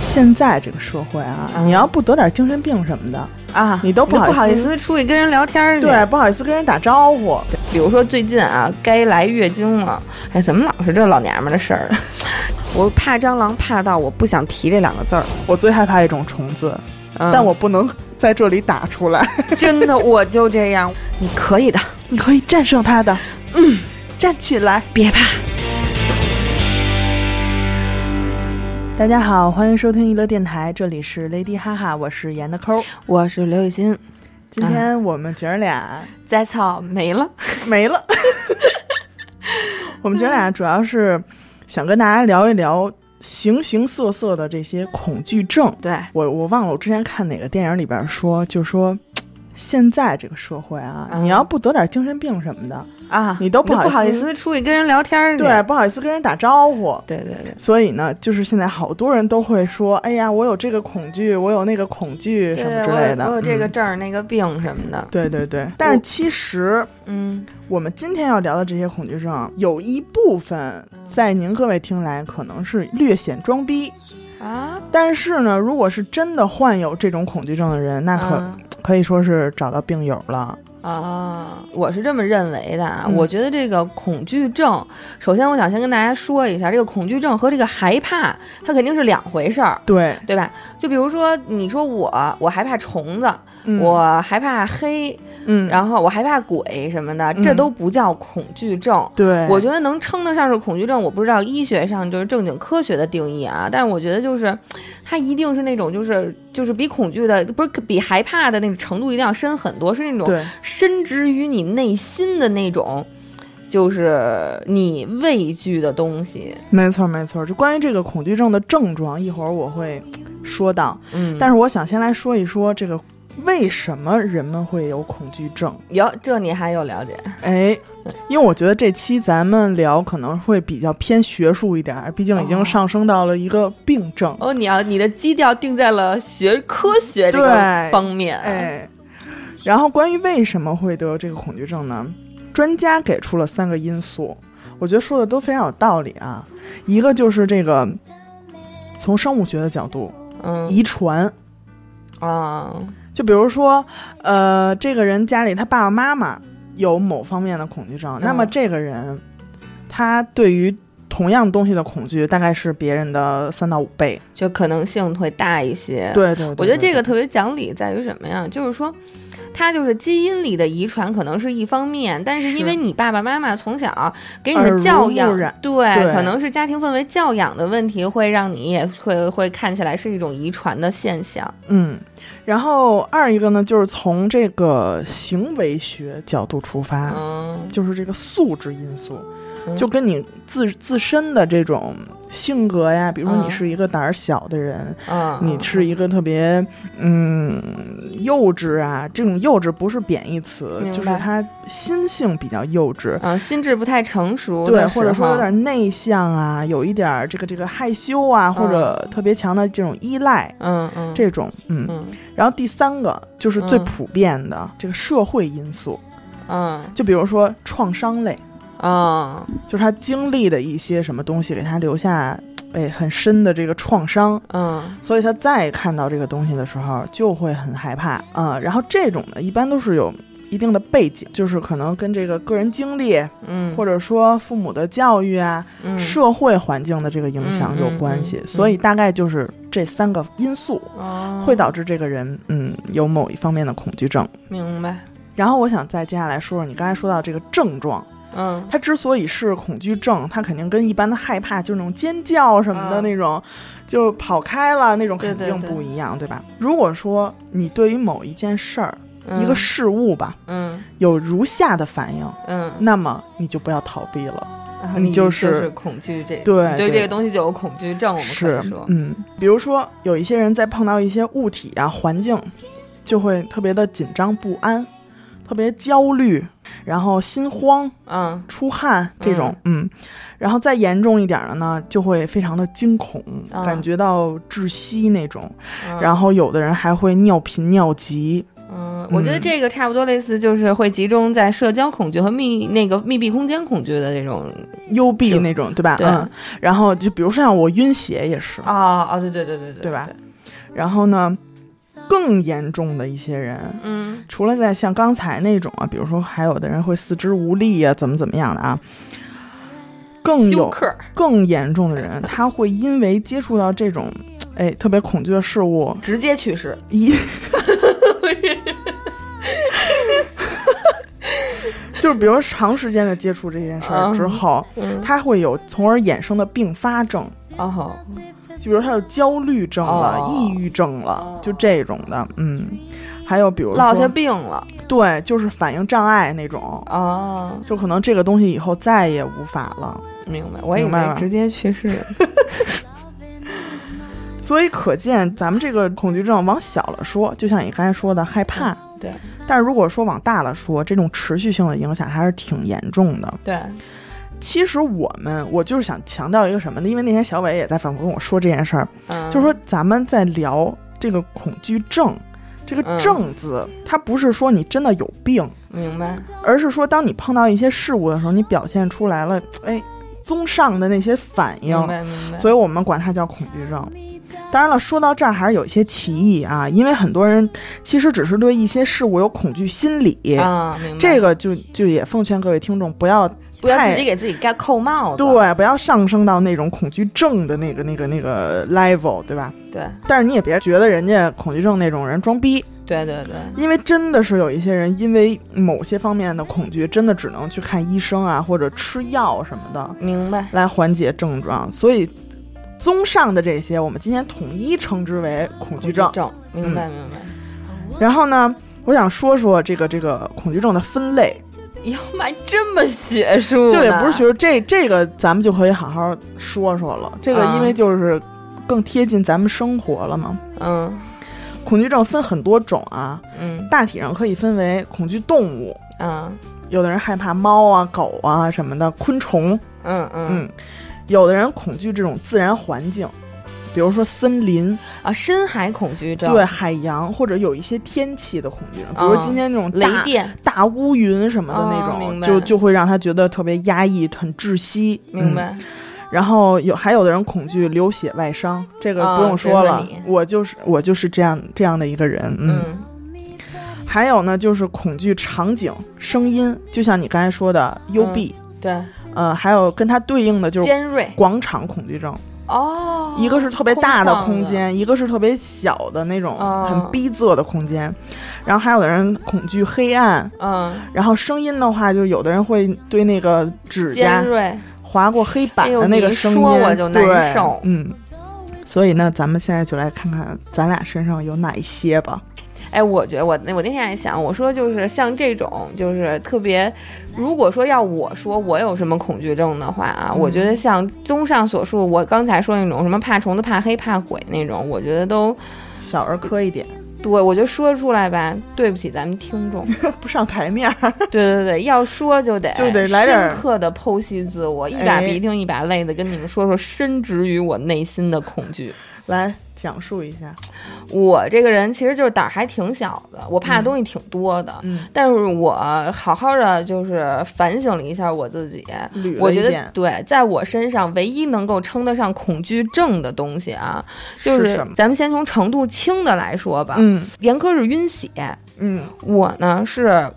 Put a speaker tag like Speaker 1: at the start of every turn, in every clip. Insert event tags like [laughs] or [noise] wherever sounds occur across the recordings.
Speaker 1: 现在这个社会啊，
Speaker 2: 嗯
Speaker 1: 你要不得点精神病什么的，
Speaker 2: 啊，
Speaker 1: 你都
Speaker 2: 不
Speaker 1: 不好意思
Speaker 2: 好意思出去跟人聊天儿去。
Speaker 1: 对，不好意思跟人打招呼，
Speaker 2: 比如说最近啊，该来月经了，哎，怎么老是这老娘们儿的事儿？
Speaker 1: [laughs]
Speaker 2: 我怕蟑螂，怕到我不想提这两个字儿。
Speaker 1: 我最害怕一种虫子，
Speaker 2: 嗯、
Speaker 1: 但我不能在这里打出来。
Speaker 2: [laughs] 真的我就这样，你可以的，
Speaker 1: [laughs] 你可以战胜它的，嗯，站起来。
Speaker 2: 别怕。
Speaker 1: 大家好，欢迎收听娱乐电台，这里是 Lady 哈哈，我是严的抠。
Speaker 2: 我是刘雨欣，
Speaker 1: 今天我们姐儿俩
Speaker 2: 摘草没了。
Speaker 1: 没 [laughs] 了，我们姐儿俩主要是想跟大家聊一聊形形色色的这些恐惧症。
Speaker 2: 对，
Speaker 1: 我我忘了我之前看哪个电影里边说，就说现在这个社会啊，
Speaker 2: 嗯
Speaker 1: 你要不得点精神病什么的，
Speaker 2: 啊，
Speaker 1: 你都
Speaker 2: 不
Speaker 1: 不好意思
Speaker 2: 意思出去跟人聊天儿去。
Speaker 1: 对，不好意思跟人打招呼，
Speaker 2: 对对对
Speaker 1: 所以呢，就是现在好多人都会说：“哎呀，我有这个恐惧，我有那个恐惧，
Speaker 2: 对，
Speaker 1: 什么之类的。
Speaker 2: 我有我有这个
Speaker 1: 嗯
Speaker 2: 证儿、那个病什么的。
Speaker 1: 对对对。但是其实
Speaker 2: 嗯，
Speaker 1: 我们今天要聊的这些恐惧症，有一部分在您各位听来可能是略显装逼，
Speaker 2: 啊，
Speaker 1: 但是呢，如果是真的患有这种恐惧症的人，那可、
Speaker 2: 嗯
Speaker 1: 可以说是找到病友了。
Speaker 2: 啊，我是这么认为的啊。
Speaker 1: 嗯
Speaker 2: 我觉得这个恐惧症，首先我想先跟大家说一下，这个恐惧症和这个害怕，它肯定是两回事儿，
Speaker 1: 对，
Speaker 2: 对吧？就比如说，你说我，我害怕虫子，
Speaker 1: 嗯、
Speaker 2: 我害怕黑，
Speaker 1: 嗯，
Speaker 2: 然后我害怕鬼什么的，这
Speaker 1: 嗯
Speaker 2: 都不叫恐惧症。
Speaker 1: 对，
Speaker 2: 我觉得能称得上是恐惧症，我不知道医学上就是正经科学的定义啊，但是我觉得就是，它一定是那种就是就是比恐惧的不是比害怕的那个程度一定要深很多，是那种
Speaker 1: 对
Speaker 2: 深植于你内心的那种，就是你畏惧的东西。
Speaker 1: 没错没错。就关于这个恐惧症的症状，一会儿我会说到。
Speaker 2: 嗯，
Speaker 1: 但
Speaker 2: 是
Speaker 1: 是我想先来说一说这个为什么人们会有恐惧症？
Speaker 2: 有这你还有了解？
Speaker 1: 哎，因为我觉得这期咱们聊可能会比较偏学术一点儿，毕竟已经
Speaker 2: 哦
Speaker 1: 上升到了一个病症。
Speaker 2: 哦，你要你的基调定在了学科学这个
Speaker 1: 对
Speaker 2: 方面。，
Speaker 1: 哎，然后关于为什么会得这个恐惧症呢？专家给出了三个因素，我觉得说的都非常有道理啊。一个就是这个从生物学的角度，
Speaker 2: 嗯
Speaker 1: 遗传。
Speaker 2: 啊，
Speaker 1: 就比如说，呃，这个人家里他爸爸妈妈有某方面的恐惧症，
Speaker 2: 嗯
Speaker 1: 那么这个人他对于同样东西的恐惧大概是别人的三到五倍。
Speaker 2: 就可能性会大一些。
Speaker 1: 对对对，
Speaker 2: 我觉
Speaker 1: 对
Speaker 2: 得这个特别讲理在于什么呀？就是说，它就是基因里的遗传可能是一方面，但是因为
Speaker 1: 是
Speaker 2: 你爸爸妈妈从小给你
Speaker 1: 耳
Speaker 2: 的
Speaker 1: 濡
Speaker 2: 教
Speaker 1: 目
Speaker 2: 养，
Speaker 1: 染
Speaker 2: 对，
Speaker 1: 对
Speaker 2: 可能是家庭氛围、教养的问题，会让你也会会看起来是一种遗传的现象。
Speaker 1: 嗯。然后二一个呢，就是从这个行为学角度出发，
Speaker 2: 嗯，
Speaker 1: 就是这个素质因素，
Speaker 2: 嗯
Speaker 1: 就跟你自自身的这种性格呀，比如说
Speaker 2: 嗯
Speaker 1: 你是一个胆儿小的人，
Speaker 2: 嗯，
Speaker 1: 你是一个特别嗯幼稚啊，这种幼稚不是贬义词
Speaker 2: 明，白
Speaker 1: 就是他心性比较幼稚，
Speaker 2: 嗯，心智不太成熟的
Speaker 1: 对，
Speaker 2: 时候，
Speaker 1: 或者说有点内向啊，有一点儿这个这个害羞啊，或者特别强的这种依赖。
Speaker 2: 嗯嗯，
Speaker 1: 这种，嗯，
Speaker 2: 嗯
Speaker 1: 然后第三个就是最
Speaker 2: 嗯
Speaker 1: 普遍的、这个社会因素，
Speaker 2: 嗯
Speaker 1: 就比如说创伤类，
Speaker 2: 嗯
Speaker 1: 就是他经历的一些什么东西给他留下，哎，很深的这个创伤，
Speaker 2: 嗯
Speaker 1: 所以他再看到这个东西的时候，就会很害怕啊、呃然后这种呢，一般都是有一定的背景，就是可能跟这个个人经历，
Speaker 2: 嗯，
Speaker 1: 或者说父母的教育啊、
Speaker 2: 嗯
Speaker 1: 社会环境的这个影响有关系。
Speaker 2: 嗯嗯嗯嗯
Speaker 1: 所以大概就是这三个因素
Speaker 2: 哦
Speaker 1: 会导致这个人，嗯，有某一方面的恐惧症。
Speaker 2: 明白，
Speaker 1: 然后我想再接下来说说你刚才说到这个症状，
Speaker 2: 嗯
Speaker 1: 它之所以是恐惧症，它肯定跟一般的害怕，就是那种尖叫什么的
Speaker 2: 嗯
Speaker 1: 那种，就跑开了那种，
Speaker 2: 对
Speaker 1: 肯
Speaker 2: 对
Speaker 1: 定不一样，对吧？如果说你对于某一件事儿、一个
Speaker 2: 嗯
Speaker 1: 事物吧，
Speaker 2: 嗯
Speaker 1: 有如下的反应，
Speaker 2: 嗯。
Speaker 1: 那么你就不要逃避了。
Speaker 2: 然后
Speaker 1: 你
Speaker 2: 你
Speaker 1: 就
Speaker 2: 就是恐惧这，
Speaker 1: 对
Speaker 2: 你对
Speaker 1: 对
Speaker 2: 这个东西就有恐惧症，我们可
Speaker 1: 是
Speaker 2: 以说，，
Speaker 1: 嗯，比如说有一些人在碰到一些物体啊、环境，就会特别的紧张不安，特别焦虑，然后心慌。
Speaker 2: 嗯
Speaker 1: 出汗这种，嗯然后再严重一点的呢，就会非常的惊恐，
Speaker 2: 啊
Speaker 1: 感觉到窒息那种。
Speaker 2: 嗯
Speaker 1: 然后有的人还会尿频尿急，
Speaker 2: 嗯，我觉得这个差不多类似，就是会集中在社交恐惧和密那个密闭空间恐惧的这种。
Speaker 1: 幽闭那种，对吧？
Speaker 2: 对
Speaker 1: 嗯。然后就比如像我晕血也是，
Speaker 2: 哦哦，对对对对对，
Speaker 1: 啊对吧？然后呢，更严重的一些人，
Speaker 2: 嗯
Speaker 1: 除了在像刚才那种啊，比如说还有的人会四肢无力啊，怎么怎么样的啊，更
Speaker 2: 休
Speaker 1: 有
Speaker 2: 克
Speaker 1: 更严重的人，他会因为接触到这种。哎，特别恐惧的事物，
Speaker 2: 直接
Speaker 1: [laughs]
Speaker 2: 去世，
Speaker 1: 一就是比如说长时间的接触这件事儿之后，
Speaker 2: 嗯，
Speaker 1: 他会有从而衍生的并发症，
Speaker 2: [laughs] 哦，
Speaker 1: 就比如他有焦虑症了、
Speaker 2: 哦
Speaker 1: 抑郁症了，就这种的，嗯，还有比如
Speaker 2: 落下
Speaker 1: 说，
Speaker 2: 病了，
Speaker 1: 对，就是反应障碍那种，
Speaker 2: 哦，
Speaker 1: 就可能这个东西以后再也无法了。
Speaker 2: 明白，我以
Speaker 1: 明白吧
Speaker 2: 为直接
Speaker 1: [laughs]
Speaker 2: 去世，
Speaker 1: 所以可见，咱们这个恐惧症往小了说，就像你刚才说的害怕，
Speaker 2: 嗯对
Speaker 1: 但是如果说往大了说，这种持续性的影响还是挺严重的。
Speaker 2: 对，
Speaker 1: 其实我们，我就是想强调一个什么呢？因为那天小伟也在反复跟我说这件事儿，
Speaker 2: 嗯，
Speaker 1: 就是说咱们在聊这个恐惧症，这个
Speaker 2: 嗯
Speaker 1: “症”字，它不是说你真的有病，
Speaker 2: 明白，
Speaker 1: 而是说当你碰到一些事物的时候，你表现出来了，哎，综上的那些反应
Speaker 2: 明，白明白，
Speaker 1: 所以我们管它叫恐惧症。当然了，说到这儿还是有一些歧义啊，因为很多人其实只是对一些事物有恐惧心理，
Speaker 2: 啊，明白，
Speaker 1: 这个就就也奉劝各位听众不要
Speaker 2: 不要
Speaker 1: 太
Speaker 2: 自己给自己盖扣帽子，
Speaker 1: 对，不要上升到那种恐惧症的那个那个那个 level，对吧？
Speaker 2: 对
Speaker 1: 但是你也别觉得人家恐惧症那种人装逼，
Speaker 2: 对对对，
Speaker 1: 因为真的是有一些人因为某些方面的恐惧，真的只能去看医生啊，或者吃药什么的。
Speaker 2: 明白，
Speaker 1: 来缓解症状。所以，综上的这些，我们今天统一称之为恐惧症。嗯
Speaker 2: 症，明白明白。
Speaker 1: 然后呢，我想说说这个这个恐惧症的分类，
Speaker 2: 哟妈，这么学术呢？
Speaker 1: 就也不是觉得这这个咱们就可以好好说说了。这个
Speaker 2: 啊
Speaker 1: 因为就是更贴近咱们生活了嘛。
Speaker 2: 嗯
Speaker 1: 恐惧症分很多种啊，
Speaker 2: 嗯
Speaker 1: 大体上可以分为恐惧动物，
Speaker 2: 嗯
Speaker 1: 有的人害怕猫啊、狗啊什么的，昆虫，
Speaker 2: 嗯嗯
Speaker 1: 嗯，有的人恐惧这种自然环境，比如说森林，
Speaker 2: 啊，深海恐惧症，
Speaker 1: 对，海洋或者有一些天气的恐惧症，比如
Speaker 2: 啊嗯
Speaker 1: 今天这种
Speaker 2: 雷
Speaker 1: 大、
Speaker 2: 电，
Speaker 1: 大乌云什么的那
Speaker 2: 哦
Speaker 1: 种，
Speaker 2: 明白
Speaker 1: 就就会让他觉得特别压抑、很窒息。
Speaker 2: 明
Speaker 1: 嗯
Speaker 2: 白？
Speaker 1: 然后有还有的人恐惧流血外伤，这个
Speaker 2: 啊
Speaker 1: 不用说了，
Speaker 2: 这个你
Speaker 1: 我就是我就是这样这样的一个人。嗯，
Speaker 2: 嗯
Speaker 1: 还有呢就是恐惧场景、声音，就像你刚才说的幽闭，
Speaker 2: 对，
Speaker 1: 呃，还有跟它对应的就是。
Speaker 2: 尖锐
Speaker 1: 广场恐惧症，
Speaker 2: 哦，
Speaker 1: 一个是特别大的空
Speaker 2: 空旷
Speaker 1: 间，一个是特别小的那种
Speaker 2: 哦
Speaker 1: 很逼仄的空间，然后还有的人恐惧黑暗，
Speaker 2: 嗯，
Speaker 1: 然后声音的话，就有的人会对那个指甲
Speaker 2: 尖锐，
Speaker 1: 划过黑板
Speaker 2: 哎
Speaker 1: 的
Speaker 2: 呦
Speaker 1: 那个
Speaker 2: 你
Speaker 1: 声音，
Speaker 2: 说我就难
Speaker 1: 对
Speaker 2: 受
Speaker 1: 嗯，所以呢，咱们现在就来看看咱俩身上有哪一些吧。
Speaker 2: 哎，我觉得我那我那天还想，我说就是像这种，就是特别，如果说要我说我有什么恐惧症的话啊，我
Speaker 1: 嗯
Speaker 2: 觉得像综上所述，我刚才说那种什么怕虫子、怕黑、怕鬼那种，我觉得都
Speaker 1: 小儿科一点，
Speaker 2: 对，我觉得说出来吧，对不起咱们听众。
Speaker 1: 哎不上台面儿。
Speaker 2: 对对对，要说就得
Speaker 1: 就得来点儿
Speaker 2: 深刻的剖析自我，一把
Speaker 1: 哎
Speaker 2: 鼻涕一把泪的跟你们说说深植于我内心的恐惧。
Speaker 1: 来讲述一下，
Speaker 2: 我这个人其实就是胆儿还挺小的，我怕的东西挺多的。
Speaker 1: 嗯，
Speaker 2: 但是我好好的就是反省了一下我自己，
Speaker 1: 捋
Speaker 2: 我
Speaker 1: 了一
Speaker 2: 觉
Speaker 1: 遍
Speaker 2: 得对，在我身上唯一能够称得上恐惧症的东西啊，就是
Speaker 1: 什么？
Speaker 2: 咱们先从程度轻的来说吧，
Speaker 1: 嗯
Speaker 2: 严苛是晕血，
Speaker 1: 嗯
Speaker 2: 我呢是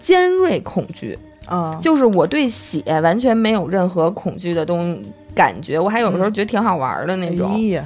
Speaker 2: 尖锐恐惧，
Speaker 1: 啊，
Speaker 2: 就是我对血完全没有任何恐惧的东感觉，我还有时候觉得挺好玩的那种，
Speaker 1: 嗯哎呀，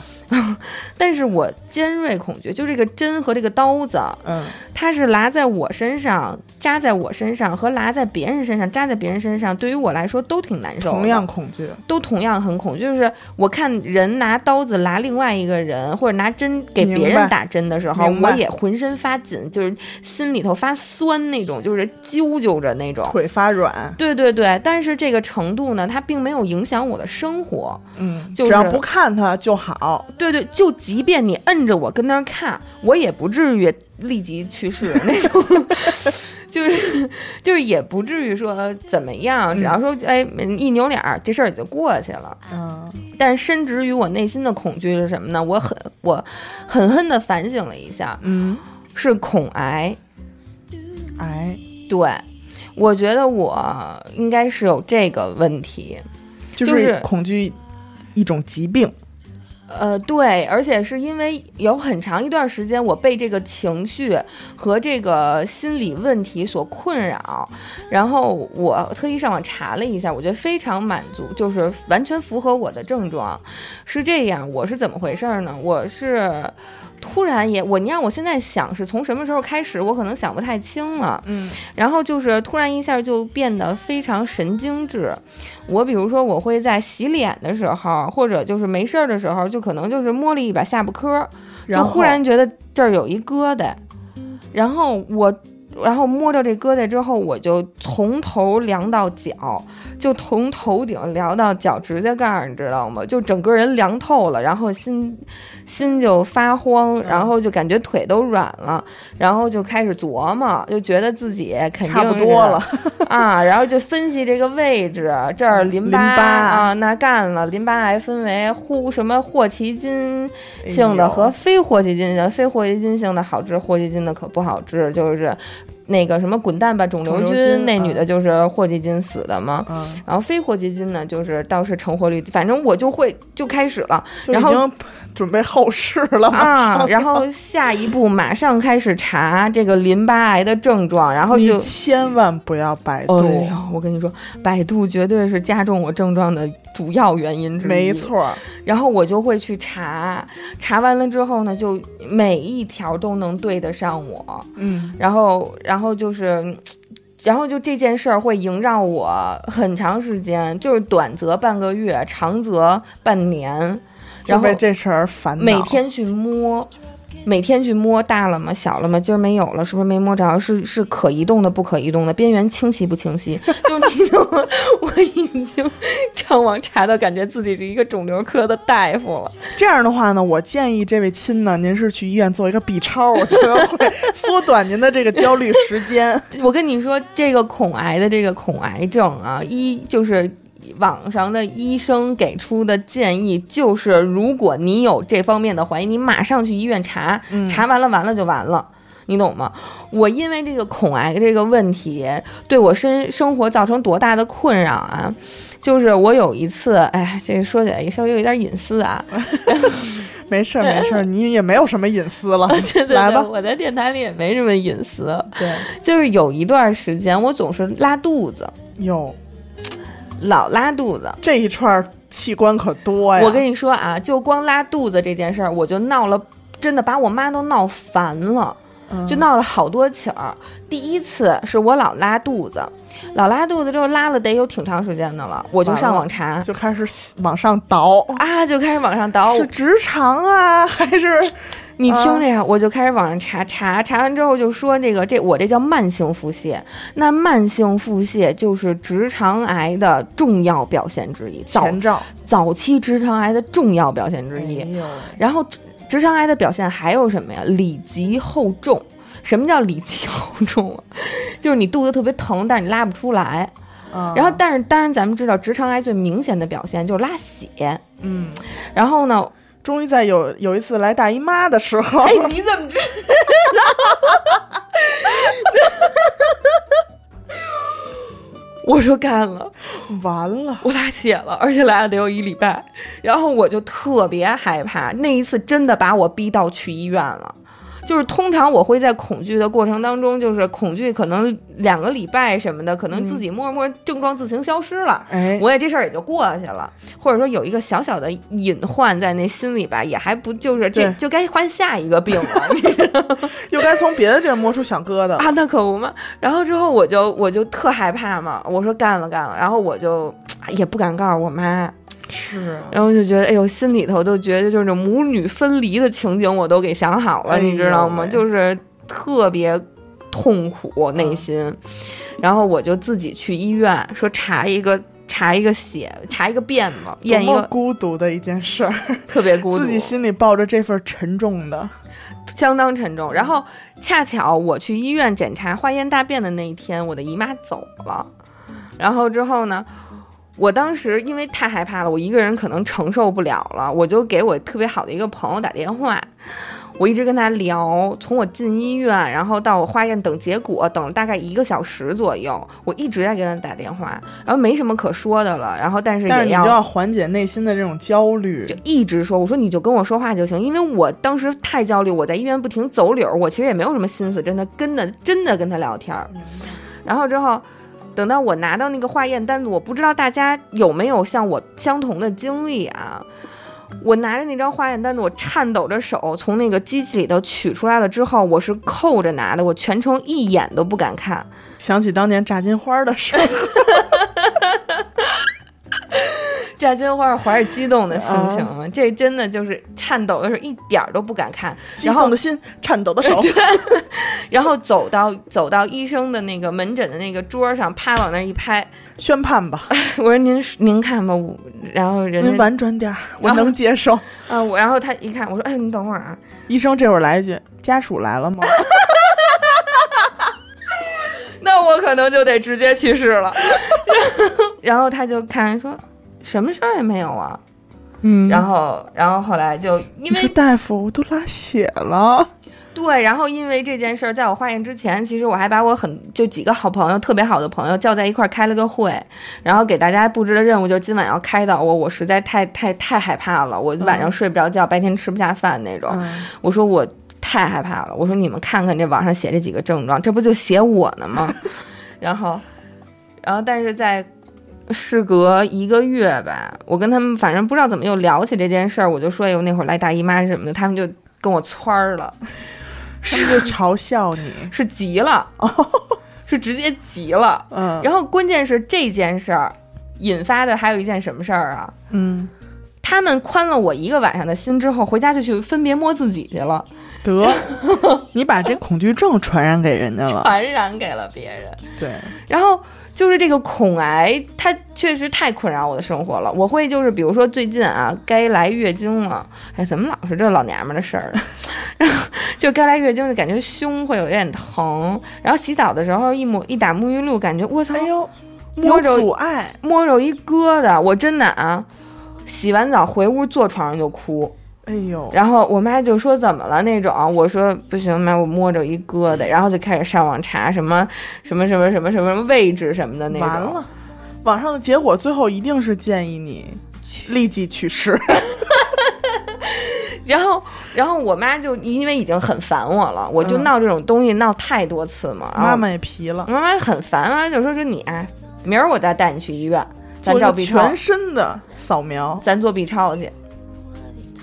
Speaker 2: 但是我尖锐恐惧，就这个针和这个刀子，
Speaker 1: 嗯
Speaker 2: 它是拉在我身上、扎在我身上和拉在别人身上、扎在别人身上，对于我来说都挺难受的，
Speaker 1: 同样恐惧，
Speaker 2: 都同样很恐惧。就是我看人拿刀子拉另外一个人，或者拿针给别
Speaker 1: 明白
Speaker 2: 人打针的时候，
Speaker 1: 明白
Speaker 2: 我也浑身发紧，就是心里头发酸那种，就是揪揪着那种。
Speaker 1: 腿发软，
Speaker 2: 对对对，但是这个程度呢，它并没有影响我的生活。
Speaker 1: 嗯，
Speaker 2: 就
Speaker 1: 只要
Speaker 2: 是
Speaker 1: 不看它就好，
Speaker 2: 对对，就即便你摁着我跟那儿看，我也不至于立即去世那种，就是就是也不至于说怎么样，只要说哎一扭脸儿，这事儿也就过去了。
Speaker 1: 嗯
Speaker 2: 但是深植于我内心的恐惧是什么呢？我很我狠狠地反省了一下，
Speaker 1: 嗯。
Speaker 2: 是恐癌。
Speaker 1: 癌，
Speaker 2: 对，我觉得我应该是有这个问题。
Speaker 1: 就
Speaker 2: 就是
Speaker 1: 是恐惧一种疾病。
Speaker 2: 呃，对，而且是因为有很长一段时间，我被这个情绪和这个心理问题所困扰，然后我特意上网查了一下，我觉得非常满足，就是完全符合我的症状。是这样，我是怎么回事儿呢？我是突然也我，你让我现在想是从什么时候开始，我可能想不太清了。
Speaker 1: 嗯，
Speaker 2: 然后就是突然一下就变得非常神经质。我比如说，我会在洗脸的时候，或者就是没事儿的时候，就可能就是摸了一把下巴颏儿，
Speaker 1: 然
Speaker 2: 就
Speaker 1: 后
Speaker 2: 忽然觉得这儿有一疙瘩，然后我。然后摸着这疙瘩之后，我就从头凉到脚，就从头顶凉到脚指甲盖儿，你知道吗？就整个人凉透了，然后心心就发
Speaker 1: 嗯
Speaker 2: 慌，然后就感觉腿都软了，然后就开始琢磨，就觉得自己肯定
Speaker 1: 差不多
Speaker 2: 是
Speaker 1: 了，
Speaker 2: [laughs] 啊，然后就分析这个位置，这儿淋巴
Speaker 1: 嗯淋巴
Speaker 2: 啊，那干了，淋巴癌分为呼什么霍奇金性
Speaker 1: 哎
Speaker 2: 的
Speaker 1: 呦
Speaker 2: 和非霍奇金性，非霍奇金性的好治，霍奇金的可不好治，就是那个什么滚蛋吧肿瘤
Speaker 1: 肿
Speaker 2: 君，
Speaker 1: 瘤君
Speaker 2: 那女
Speaker 1: 嗯
Speaker 2: 的就是霍奇金死的嘛。
Speaker 1: 嗯，
Speaker 2: 然后非霍奇金呢，就是倒是成活率，反正我就会就开始了，
Speaker 1: 就
Speaker 2: 然
Speaker 1: 已
Speaker 2: 后
Speaker 1: 经准备后事了马
Speaker 2: 啊，
Speaker 1: 上
Speaker 2: 然后下一步马上开始查这个淋巴癌的症状，然后就
Speaker 1: 你千万不要百度，
Speaker 2: 哎呀，我跟你说，百度绝对是加重我症状的主要原因之一。
Speaker 1: 没。错儿，
Speaker 2: 然后我就会去查，查完了之后呢，就每一条都能对得上我。
Speaker 1: 嗯，
Speaker 2: 然后，然后就是。然后就这件事儿会萦绕我很长时间，就是短则半个月，长则半年。
Speaker 1: 就
Speaker 2: 然后
Speaker 1: 被这事儿烦恼，
Speaker 2: 每天去摸，每天去摸大了吗？小了吗？今儿没有了，是不是没摸着？是是可移动的，不可移动的，边缘清晰不清
Speaker 1: [laughs]
Speaker 2: 晰？就你懂吗？ [laughs] 我已经上网查到，感觉自己是一个肿瘤科的大夫了。
Speaker 1: 这样的话呢，我建议这位亲呢，您是去医院做一个 B 超，我觉得会 [laughs] 缩短您的这个焦虑时间。
Speaker 2: 我跟你说，这个孔癌的这个孔癌症啊，一就是。网上的医生给出的建议就是，如果你有这方面的怀疑，你马上去医院查，
Speaker 1: 嗯
Speaker 2: 查完了完了就完了，你懂吗？我因为这个孔癌这个问题，对我生生活造成多大的困扰啊！就是我有一次，哎，这说起来也稍微有一点隐私啊，，
Speaker 1: 嗯没事儿，没事儿，你也没有什么隐私了
Speaker 2: 对对
Speaker 1: 来
Speaker 2: 对，
Speaker 1: 吧。
Speaker 2: 我在电台里也没什么隐私，
Speaker 1: 对，
Speaker 2: 就是有一段时间我总是拉肚子，
Speaker 1: 哟，
Speaker 2: 老拉肚子。
Speaker 1: 这一串儿器官可多哎呀。
Speaker 2: 我跟你说啊，就光拉肚子这件事儿，我就闹了，真的把我妈都闹烦了。
Speaker 1: 嗯
Speaker 2: 就闹了好多起儿。第一次是我老拉肚子，老拉肚子之后拉了得有挺长时间的了，我就上网查
Speaker 1: 就开始往上倒，
Speaker 2: 啊，就开始往上倒。
Speaker 1: 是嗯直肠啊，还是
Speaker 2: 你听着呀，我就开始往上查查，查完之后就说那个这我这叫慢性腹泻，那慢性腹泻就是直肠癌的重要表现之一，早
Speaker 1: 前哎兆？
Speaker 2: 早期直肠癌的重要表现之一。
Speaker 1: 呦喂，
Speaker 2: 然后直直肠癌的表现还有什么呀？里急后重。什么叫里急后重啊？ [laughs] 就是你肚子特别疼，但是你拉不出来。
Speaker 1: 嗯
Speaker 2: 然后，但是当然咱们知道，直肠癌最明显的表现就是拉血。
Speaker 1: 嗯，
Speaker 2: 然后呢，
Speaker 1: 终于在有有一次来大姨妈的时候，
Speaker 2: 哎，你怎么知道？ [laughs] 我说干了，
Speaker 1: 完了，
Speaker 2: 我拉血了，而且来了得有一礼拜，然后我就特别害怕，那一次真的把我逼到去医院了。就是通常我会在恐惧的过程当中，就是恐惧可能两个礼拜什么的，可能自己默默症状自行消失了，
Speaker 1: 哎，
Speaker 2: 我也这事儿也就过去了，或者说有一个小小的隐患在那心里吧，也还不就是这
Speaker 1: 对
Speaker 2: 就该换下一个病了， [laughs] 你知道吗
Speaker 1: 又该从别的地儿摸出小疙瘩了。
Speaker 2: 啊，那可不嘛。然后之后我就我就特害怕嘛，我说干了干了，然后我就哎也不敢告诉我妈，
Speaker 1: 是
Speaker 2: 然后就觉得，哎呦，心里头都觉得就是那种母女分离的情景，我都给想好了，
Speaker 1: 哎呦
Speaker 2: 你知道吗？
Speaker 1: 喂
Speaker 2: 就是特别痛苦
Speaker 1: 嗯
Speaker 2: 内心。然后我就自己去医院说查一个查一个血，查一个便吧，验一
Speaker 1: 多么
Speaker 2: 个，
Speaker 1: 孤独的一件事儿，
Speaker 2: 特别孤独，
Speaker 1: 自己心里抱着这份沉重的，
Speaker 2: 相当沉重。然后恰巧我去医院检查化验大便的那一天，我的姨妈走了。然后之后呢，我当时因为太害怕了，我一个人可能承受不了了，我就给我特别好的一个朋友打电话。我一直跟他聊，从我进医院，然后到我化验等结果，等了大概一个小时左右，我一直在跟他打电话，然后没什么可说的了，然后但是
Speaker 1: 但是
Speaker 2: 也
Speaker 1: 你就要缓解内心的这种焦虑
Speaker 2: 就，一直说，我说你就跟我说话就行，因为我当时太焦虑，我在医院不停走柳儿，我其实也没有什么心思，真的跟的真的跟他聊天儿。然后之后，等到我拿到那个化验单子，我不知道大家有没有像我相同的经历啊。我拿着那张化验单子，我颤抖着手从那个机器里头取出来了之后，我是扣着拿的，我全程一眼都不敢看。
Speaker 1: 想起当年炸金花的事儿。
Speaker 2: 炸金花怀着激动的心情，啊这真的就是颤抖的时候一点儿都不敢看。
Speaker 1: 激
Speaker 2: 然后
Speaker 1: 动的心，颤抖的
Speaker 2: [laughs]
Speaker 1: 手，
Speaker 2: 然后走到走到医生的那个门诊的那个桌上，啪往那儿一拍， [laughs]
Speaker 1: 宣判吧，
Speaker 2: 我说您您看吧，我然后人
Speaker 1: 您
Speaker 2: 家
Speaker 1: 婉转点儿，我能接
Speaker 2: [laughs]
Speaker 1: 受。
Speaker 2: 啊我然后他一看，我说哎你等会儿啊， [laughs]
Speaker 1: 医生这会儿来一句：“家属来了吗
Speaker 2: 那我可能就得直接去世了。 [laughs] 然后他就看说什么事儿也没有啊，？”
Speaker 1: 嗯，
Speaker 2: 然后然后后来就
Speaker 1: 你
Speaker 2: 因
Speaker 1: 说
Speaker 2: 为
Speaker 1: 大夫，我都拉血了，
Speaker 2: [laughs] 对，然后因为这件事儿，在我化验之前，其实我还把我很就几个好朋友，特别好的朋友叫在一块儿开了个会，然后给大家布置的任务就是今晚要开导我，我实在太太太害怕了，我晚上睡不着觉，白天吃不下饭那种。
Speaker 1: 嗯
Speaker 2: 我说我太害怕了，我说你们看看这网上写这几个症状，这不就写我呢吗？ [laughs] 然后，然后但是在事隔一个月吧，我跟他们反正不知道怎么又聊起这件事儿，我就说有那会儿来大姨妈什么的，他们就跟我蹿儿了。
Speaker 1: [laughs] 他们就嘲笑你。
Speaker 2: 是急了，是直接急了。
Speaker 1: 嗯
Speaker 2: [laughs] 然后关键是这件事儿引发的还有一件什么事儿啊？
Speaker 1: 嗯，
Speaker 2: 他们宽了我一个晚上的心之后，回家就去分别摸自己去了，
Speaker 1: 得，
Speaker 2: [laughs]
Speaker 1: 你把这恐惧症传染给人家了。
Speaker 2: 传染给了别人。
Speaker 1: 对，
Speaker 2: 然后就是这个恐癌，它确实太困扰我的生活了。我会就是比如说最近啊，该来月经了，哎，怎么老是这老娘们儿的事儿？然后就该来月经就感觉胸会有点疼，然后洗澡的时候一抹一打沐浴露，感觉我操，
Speaker 1: 哎呦，
Speaker 2: 摸
Speaker 1: 有
Speaker 2: 着
Speaker 1: 阻碍，
Speaker 2: 摸着一疙瘩，我真的啊，洗完澡回屋坐床上就哭，
Speaker 1: 哎呦，
Speaker 2: 然后我妈就说怎么了那种，我说不行妈，我摸着一疙瘩，然后就开始上网查什么什么什么什么什么什么位置什么的那种，
Speaker 1: 完了，网上的结果最后一定是建议你立即去世。
Speaker 2: 然后然后我妈就因为已经很烦我了，我就
Speaker 1: 嗯
Speaker 2: 闹这种东西闹太多次嘛，然后
Speaker 1: 妈妈也皮了，
Speaker 2: 妈妈很烦啊，就说说你啊，明儿我再带你去医院，嗯咱
Speaker 1: 做
Speaker 2: 照
Speaker 1: 着
Speaker 2: B 超
Speaker 1: 全，身的扫描，
Speaker 2: 咱做 B 超去，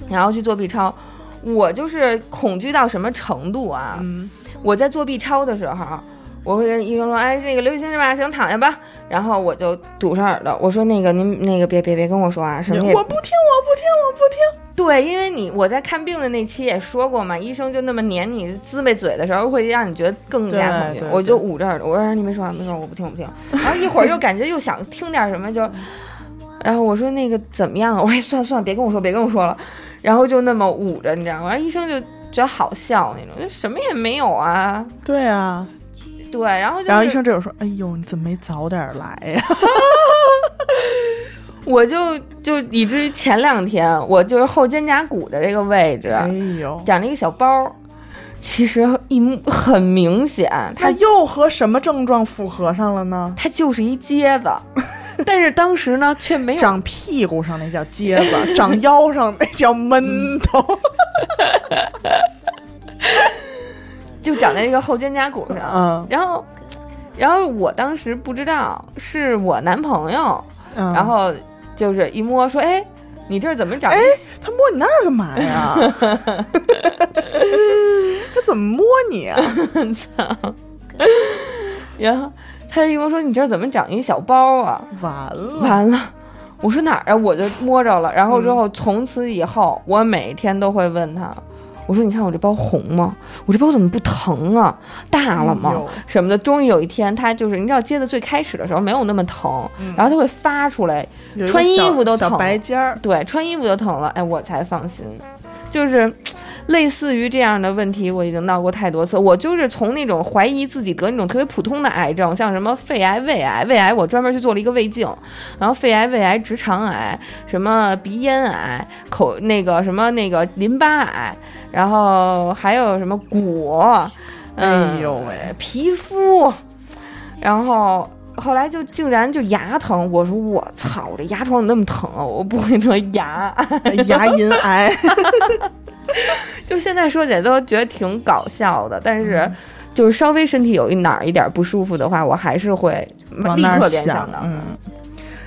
Speaker 2: 然后去做 B 超。我就是恐惧到什么程度啊！
Speaker 1: 嗯，
Speaker 2: 我在做 B 超的时候，我会跟医生说：“哎，这个流血性是吧？行，躺下吧。”然后我就堵上耳朵，我说：“那个您那个别别别跟我说啊，什
Speaker 1: 我不
Speaker 2: 么
Speaker 1: 听，
Speaker 2: 也
Speaker 1: 我不听，我不听。
Speaker 2: 对，因为你我在看病的那期也说过嘛，医生就那么撵你滋呗嘴的时候，会让你觉得更加恐惧
Speaker 1: 对对。
Speaker 2: 我就
Speaker 1: 对
Speaker 2: 捂着耳朵，我说你没说话，没说话，我不听，我不听。然后一会儿又感觉又想听点什么，就，然后我说那个怎么样啊？我说哎算了算了，别跟我说，别跟我说了。然后就那么捂着，你知道吗？然后医生就觉得好笑那哎种，就什么也没有啊。
Speaker 1: 对啊，
Speaker 2: 对，然后就是、
Speaker 1: 然后医生这会儿说：“哎呦，你怎么没早点来 [laughs] 呀
Speaker 2: 我就就以至于前两天我就是后肩胛骨的这个位置、？”
Speaker 1: 哎呦，
Speaker 2: 长了一个小包儿，其实一目很明显，它
Speaker 1: 他又和什么症状符合上了呢？
Speaker 2: 它就是一疖
Speaker 1: [laughs]
Speaker 2: 子，但是当时呢却没有，
Speaker 1: 长屁股上那叫疖 [laughs] 子，长腰上那叫闷头。
Speaker 2: 就长在这个后肩胛骨上，
Speaker 1: 嗯
Speaker 2: 然后。然后我当时不知道是我男朋友，
Speaker 1: 嗯，
Speaker 2: 然后就是一摸说：“哎，你这儿怎么
Speaker 1: 哎
Speaker 2: 长？”
Speaker 1: 他摸你那儿干嘛呀？ [laughs] 他怎么摸你啊？
Speaker 2: 然后他就一摸说：“你这儿怎么长一小包啊？”
Speaker 1: 完了，
Speaker 2: [laughs] 完了，我说哪儿啊？我就摸着了。然后之
Speaker 1: 嗯
Speaker 2: 后，从此以后，我每天都会问他，我说你看我这包红吗？我这包怎么不疼啊？大了
Speaker 1: 哎
Speaker 2: 吗
Speaker 1: 呦？
Speaker 2: 什么的。终于有一天，他就是你知道，接的最开始的时候没有那么疼，
Speaker 1: 嗯
Speaker 2: 然后他会发出来，
Speaker 1: 有一个
Speaker 2: 穿衣
Speaker 1: 小
Speaker 2: 服都
Speaker 1: 小
Speaker 2: 疼
Speaker 1: 白尖儿。
Speaker 2: 对，穿衣服就疼了，哎，我才放心。就是类似于这样的问题，我已经闹过太多次。我就是从那种怀疑自己得那种特别普通的癌症，像什么肺癌、胃癌、胃癌，我专门去做了一个胃镜，然后肺癌、胃癌、直肠癌、什么鼻咽癌、口那个什么那个淋巴癌，然后还有什么骨，嗯、
Speaker 1: 哎呦喂，
Speaker 2: 皮肤，然后后来就竟然就牙疼，我说我操，我这牙床怎么那么疼啊？我不会得牙，
Speaker 1: 牙龈癌，
Speaker 2: 就现在说起来都觉得挺搞笑的，但是。
Speaker 1: 嗯
Speaker 2: 就是稍微身体有一哪儿一点不舒服的话，我还是会
Speaker 1: 往
Speaker 2: 立
Speaker 1: 那
Speaker 2: 刻
Speaker 1: 儿
Speaker 2: 联
Speaker 1: 想
Speaker 2: 想到，
Speaker 1: 嗯。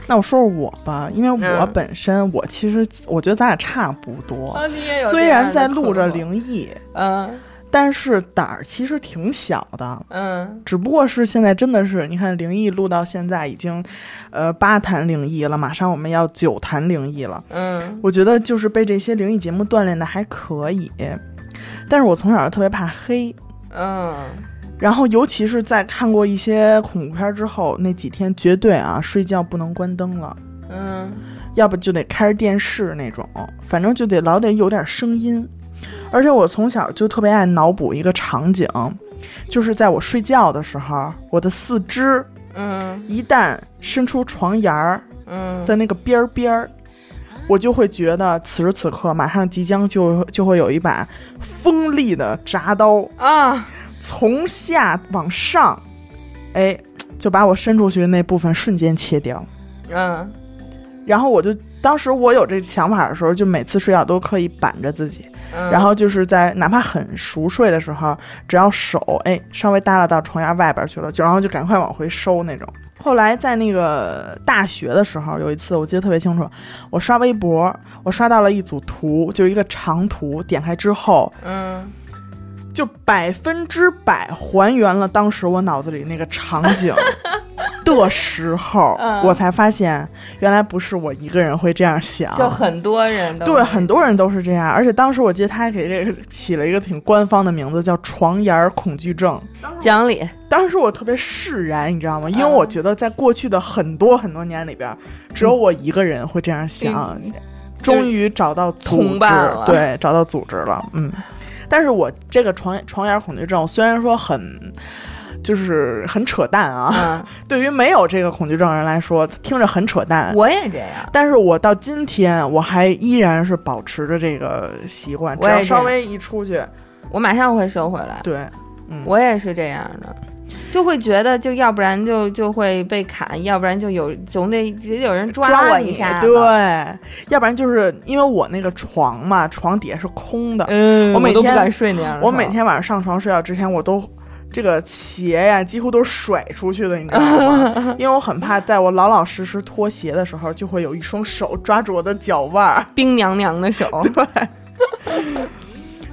Speaker 1: 那我说说我吧，因为我
Speaker 2: 嗯
Speaker 1: 本身、我其实我觉得咱俩差不多，
Speaker 2: 啊你也有
Speaker 1: 虽
Speaker 2: 这样
Speaker 1: 然
Speaker 2: 的
Speaker 1: 在
Speaker 2: 困
Speaker 1: 录着
Speaker 2: 惑，
Speaker 1: 灵异，
Speaker 2: 嗯
Speaker 1: 但是胆儿其实挺小的，
Speaker 2: 嗯，
Speaker 1: 只不过是现在真的是，你看灵异录到现在已经，呃，八谈灵异了，马上我们要九谈灵异了。
Speaker 2: 嗯
Speaker 1: 我觉得就是被这些灵异节目锻炼的还可以，但是我从小就特别怕黑，
Speaker 2: 嗯，
Speaker 1: 然后尤其是在看过一些恐怖片之后，那几天绝对啊睡觉不能关灯了，
Speaker 2: 嗯，
Speaker 1: 要不就得开着电视那种，反正就得老得有点声音。而且我从小就特别爱脑补一个场景，就是在我睡觉的时候，我的四肢
Speaker 2: 嗯
Speaker 1: 一旦伸出床沿儿
Speaker 2: 嗯
Speaker 1: 的那个边儿边儿，我就会觉得此时此刻马上即将就就会有一把锋利的铡刀
Speaker 2: 啊，
Speaker 1: 从下往上，哎，就把我伸出去的那部分瞬间切掉。
Speaker 2: 嗯
Speaker 1: 然后我就当时我有这想法的时候，就每次睡觉都刻意板着自己，
Speaker 2: 嗯，
Speaker 1: 然后就是在哪怕很熟睡的时候，只要手哎稍微耷拉到床沿外边去了，就然后就赶快往回收那种。后来在那个大学的时候，有一次我记得特别清楚，我刷微博，我刷到了一组图，就是一个长图，点开之后
Speaker 2: 嗯
Speaker 1: 就百分之百还原了当时我脑子里那个场
Speaker 2: [laughs]
Speaker 1: 景的时候，
Speaker 2: 嗯
Speaker 1: 我才发现原来不是我一个人会这样想，
Speaker 2: 就很多人都
Speaker 1: 对，很多人都是这样，而且当时我记得他还给这个起了一个挺官方的名字，叫“床沿儿恐惧症
Speaker 2: 讲理，”。
Speaker 1: 当时我特别释然，你知道吗？因为
Speaker 2: 嗯
Speaker 1: 我觉得在过去的很多很多年里边，只
Speaker 2: 嗯
Speaker 1: 有我一个人会这样想。终于找到组
Speaker 2: 同
Speaker 1: 织
Speaker 2: 伴了，
Speaker 1: 对，找到组织了，嗯。但是我这个床床沿儿恐惧症虽然说很，就是很扯淡啊，
Speaker 2: 嗯，
Speaker 1: 对于没有这个恐惧症的人来说，听着很扯淡，
Speaker 2: 我也这样，
Speaker 1: 但是我到今天我还依然是保持着这个习惯，
Speaker 2: 我
Speaker 1: 只
Speaker 2: 也
Speaker 1: 要
Speaker 2: 这
Speaker 1: 稍
Speaker 2: 样
Speaker 1: 微一出去，
Speaker 2: 我马上会收回来，
Speaker 1: 对，嗯，
Speaker 2: 我也是这样的。就会觉得，就要不然就就会被砍，要不然就有总得得有人
Speaker 1: 抓
Speaker 2: 我
Speaker 1: 你
Speaker 2: 一下，
Speaker 1: 对，，要不然就是因为我那个床嘛，床底下是空的，
Speaker 2: 嗯，
Speaker 1: 我每
Speaker 2: 都不
Speaker 1: 天
Speaker 2: 敢睡那样的
Speaker 1: 我
Speaker 2: 床
Speaker 1: 每天晚上上床睡觉之前，我都这个鞋呀、几乎都是甩出去的，你知道
Speaker 2: [laughs]
Speaker 1: 吗？因为我很怕在我老老实实脱鞋的时候，就会有一双手抓住我的脚腕儿。
Speaker 2: 冰凉凉的手，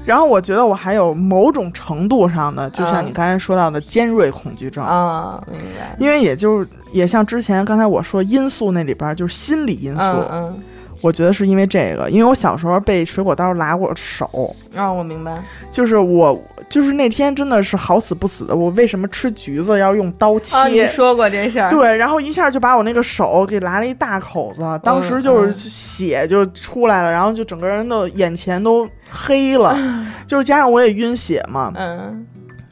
Speaker 1: 然后我觉得我还有某种程度上的，就像你
Speaker 2: 嗯
Speaker 1: 刚才说到的尖锐恐惧症。
Speaker 2: 啊，明白，
Speaker 1: 因为也就是也像之前刚才我说因素那里边儿就是心理因素，
Speaker 2: 嗯嗯，
Speaker 1: 我觉得是因为这个，因为我小时候被水果刀拉过手，
Speaker 2: 啊，我明白，
Speaker 1: 就是我就是那天真的是好死不死的，我为什么吃橘子要用刀切？
Speaker 2: 啊，你说过这事儿，
Speaker 1: 对，然后一下就把我那个手给拉了一大口子，当时就是
Speaker 2: 嗯
Speaker 1: 血就出来了，然后就整个人的眼前都黑了，就是加上我也晕血嘛，
Speaker 2: 嗯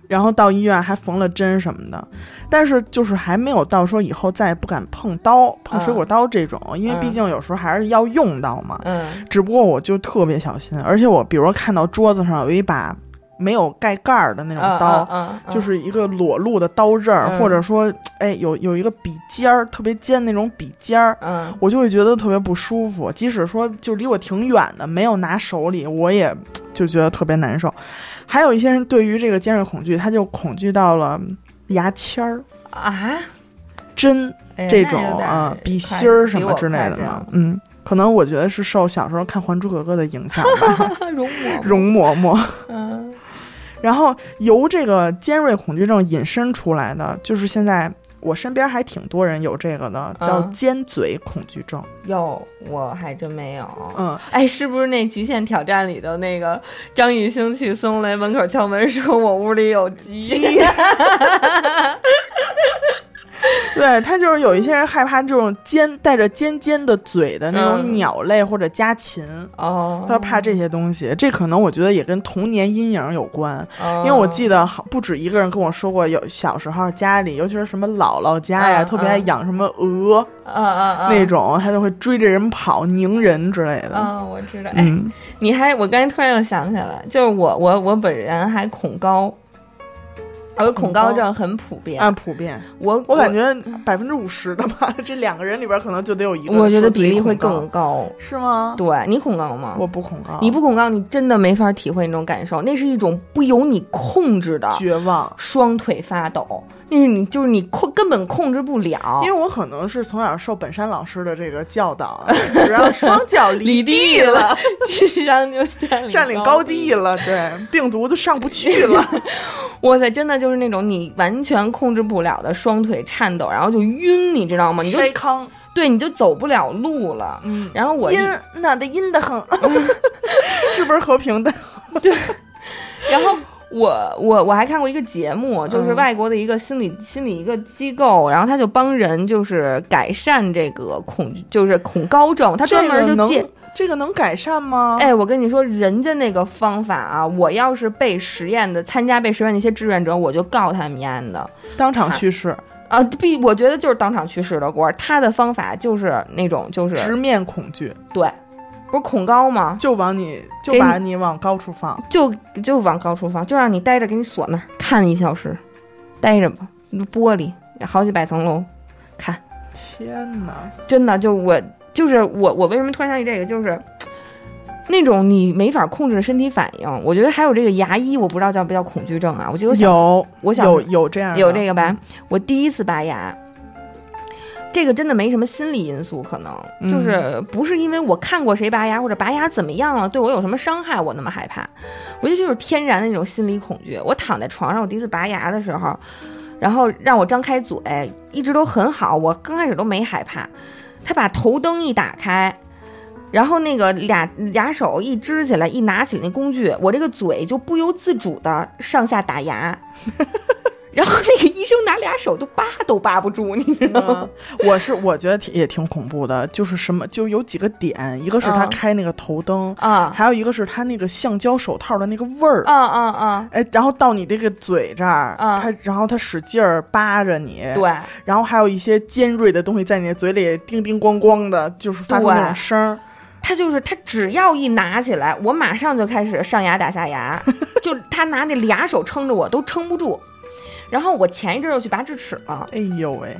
Speaker 1: 然后到医院还缝了针什么的，但是就是还没有到说以后再也不敢碰刀、
Speaker 2: 嗯
Speaker 1: 碰水果刀这种，因为毕竟有时候还是要用到嘛。
Speaker 2: 嗯
Speaker 1: 只不过我就特别小心，而且我比如说看到桌子上有一把没有盖盖儿的那
Speaker 2: 嗯，
Speaker 1: 种刀，
Speaker 2: 嗯，嗯
Speaker 1: 就是一个裸露的刀刃儿，
Speaker 2: 嗯
Speaker 1: 或者说哎有有一个笔尖儿特别尖那种笔尖儿。
Speaker 2: 嗯
Speaker 1: 我就会觉得特别不舒服，即使说就离我挺远的，没有拿手里，我也就觉得特别难受。还有一些人对于这个尖锐恐惧，他就恐惧到了牙签儿、
Speaker 2: 啊，
Speaker 1: 针
Speaker 2: 哎呀
Speaker 1: 这种
Speaker 2: 那有点
Speaker 1: 啊、
Speaker 2: 快
Speaker 1: 鼻芯儿什
Speaker 2: 比
Speaker 1: 么
Speaker 2: 我
Speaker 1: 之类
Speaker 2: 快
Speaker 1: 的
Speaker 2: 这
Speaker 1: 嘛
Speaker 2: 样。
Speaker 1: 嗯，可能我觉得是受小时候看《还珠格格》的影响吧，
Speaker 2: [laughs] 容我，
Speaker 1: 容嬷嬷。
Speaker 2: [laughs] 嗯
Speaker 1: [laughs] 然后由这个尖锐恐惧症引申出来的，就是现在我身边还挺多人有这个的，叫
Speaker 2: 嗯
Speaker 1: 尖嘴恐惧症。
Speaker 2: 哟，我还真没有。
Speaker 1: 嗯，
Speaker 2: 哎，是不是那《极限挑战》里头那个张艺兴去松雷门 [laughs] 口敲门说：“我屋里有鸡。
Speaker 1: 鸡。 [laughs] 对他就是有一些人害怕这种尖带着尖尖的嘴的那种
Speaker 2: 嗯
Speaker 1: 鸟类或者家禽，
Speaker 2: 哦，
Speaker 1: 他怕这些东西。这可能我觉得也跟童年阴影有关，
Speaker 2: 哦
Speaker 1: 因为
Speaker 2: 嗯
Speaker 1: 我记得好不止一个人跟我说过，有小时候家里，尤其是什么姥姥家呀，
Speaker 2: 嗯
Speaker 1: 特别爱
Speaker 2: 嗯
Speaker 1: 养什么鹅、
Speaker 2: 得啊啊啊
Speaker 1: 那种，他就会追着人跑、拧人之类的。
Speaker 2: 啊，我知道。哎，
Speaker 1: 嗯，
Speaker 2: 你还我刚才突然又想起来了，就是我我我本人还恐高，我恐高症很普遍。
Speaker 1: 按普遍，
Speaker 2: 我
Speaker 1: 啊我感觉百分之五十的吧， [laughs] 这两个人里边可能就得有一个，
Speaker 2: 我觉得比例会更
Speaker 1: 高，
Speaker 2: 高。
Speaker 1: 是吗？
Speaker 2: 对你恐高吗？
Speaker 1: 我不恐高，
Speaker 2: 你不恐高，你真的没法体会那种感受，那是一种不由你控制的
Speaker 1: 绝望。
Speaker 2: 双腿发抖，那是你就是你控根本控制不了。
Speaker 1: 因为我可能是从小受本山老师的这个教
Speaker 2: [laughs]
Speaker 1: 导，只要双脚离
Speaker 2: 离
Speaker 1: 地
Speaker 2: 地
Speaker 1: 了，
Speaker 2: 了，智商就 [laughs] 占领
Speaker 1: 占领高地了，对，病毒都上不去了。
Speaker 2: 哇塞，真的就是那种你完全控制不了的双腿颤抖，然后就晕，你知道 [laughs] 吗？你就
Speaker 1: 筛糠，
Speaker 2: 对，你就走不了路了。
Speaker 1: 嗯，
Speaker 2: 然后我一
Speaker 1: 阴，那得阴的很，
Speaker 2: [laughs]
Speaker 1: 是不是和平的？
Speaker 2: 然后我我我还看过一个节目，就是
Speaker 1: 嗯
Speaker 2: 外国的一个心理、心理一个机构，然后他就帮人就是改善这个恐就是恐高症，他专
Speaker 1: 这个
Speaker 2: 门就介
Speaker 1: 能。这个能改善吗？
Speaker 2: 哎，我跟你说，人家那个方法啊，我要是被实验的参加被实验那些志愿者，我就告他们一案的
Speaker 1: 当场去世，
Speaker 2: 啊！必我觉得就是当场去世的锅儿。他的方法就是那种就是
Speaker 1: 直面恐惧，
Speaker 2: 对，不是恐高吗？
Speaker 1: 就往你就
Speaker 2: 给你
Speaker 1: 把你往高处放。
Speaker 2: 就就往高处放，就让你待着，给你锁那儿看一小时，待着吧，玻璃好几百层楼，看，
Speaker 1: 天哪！
Speaker 2: 真的就我就是我我为什么突然想起这个，就是那种你没法控制的身体反应。我觉得还有这个牙医，我不知道叫不叫恐惧症啊？我觉得我小
Speaker 1: 有
Speaker 2: 我想
Speaker 1: 有嗯有这样的
Speaker 2: 有这个吧？我第一次拔牙，这个真的没什么心理因素，可能、
Speaker 1: 嗯
Speaker 2: 就是不是因为我看过谁拔牙或者拔牙怎么样了，对我有什么伤害，我那么害怕。我觉得就是天然的那种心理恐惧。我躺在床上，我第一次拔牙的时候，然后让我张开嘴，一直都很好，我刚开始都没害怕。他把头灯一打开。然后那个俩俩手一支起来，一拿起那工具，我这个嘴就不由自主的上下打牙， [laughs] 然后那个医生拿俩手都扒都扒不住，你知道吗？
Speaker 1: 嗯，我是我觉得挺也挺恐怖的，就是什么就有几个点，一个是他
Speaker 2: 嗯
Speaker 1: 开那个头灯，
Speaker 2: 啊
Speaker 1: 还有一个是他那个橡胶手套的那个味儿，
Speaker 2: 啊啊啊！
Speaker 1: 哎，然后到你这个嘴这儿，
Speaker 2: 嗯
Speaker 1: 他然后他使劲儿扒着你，
Speaker 2: 对，
Speaker 1: 然后还有一些尖锐的东西在你的嘴里叮叮咣咣的，就是发出
Speaker 2: 对
Speaker 1: 那种声儿，
Speaker 2: 他就是他，只要一拿起来，我马上就开始上牙打下
Speaker 1: [laughs]
Speaker 2: 牙，就他拿那俩手撑着我都撑不住。然后我前一阵儿又去拔智齿了，
Speaker 1: 哎呦喂，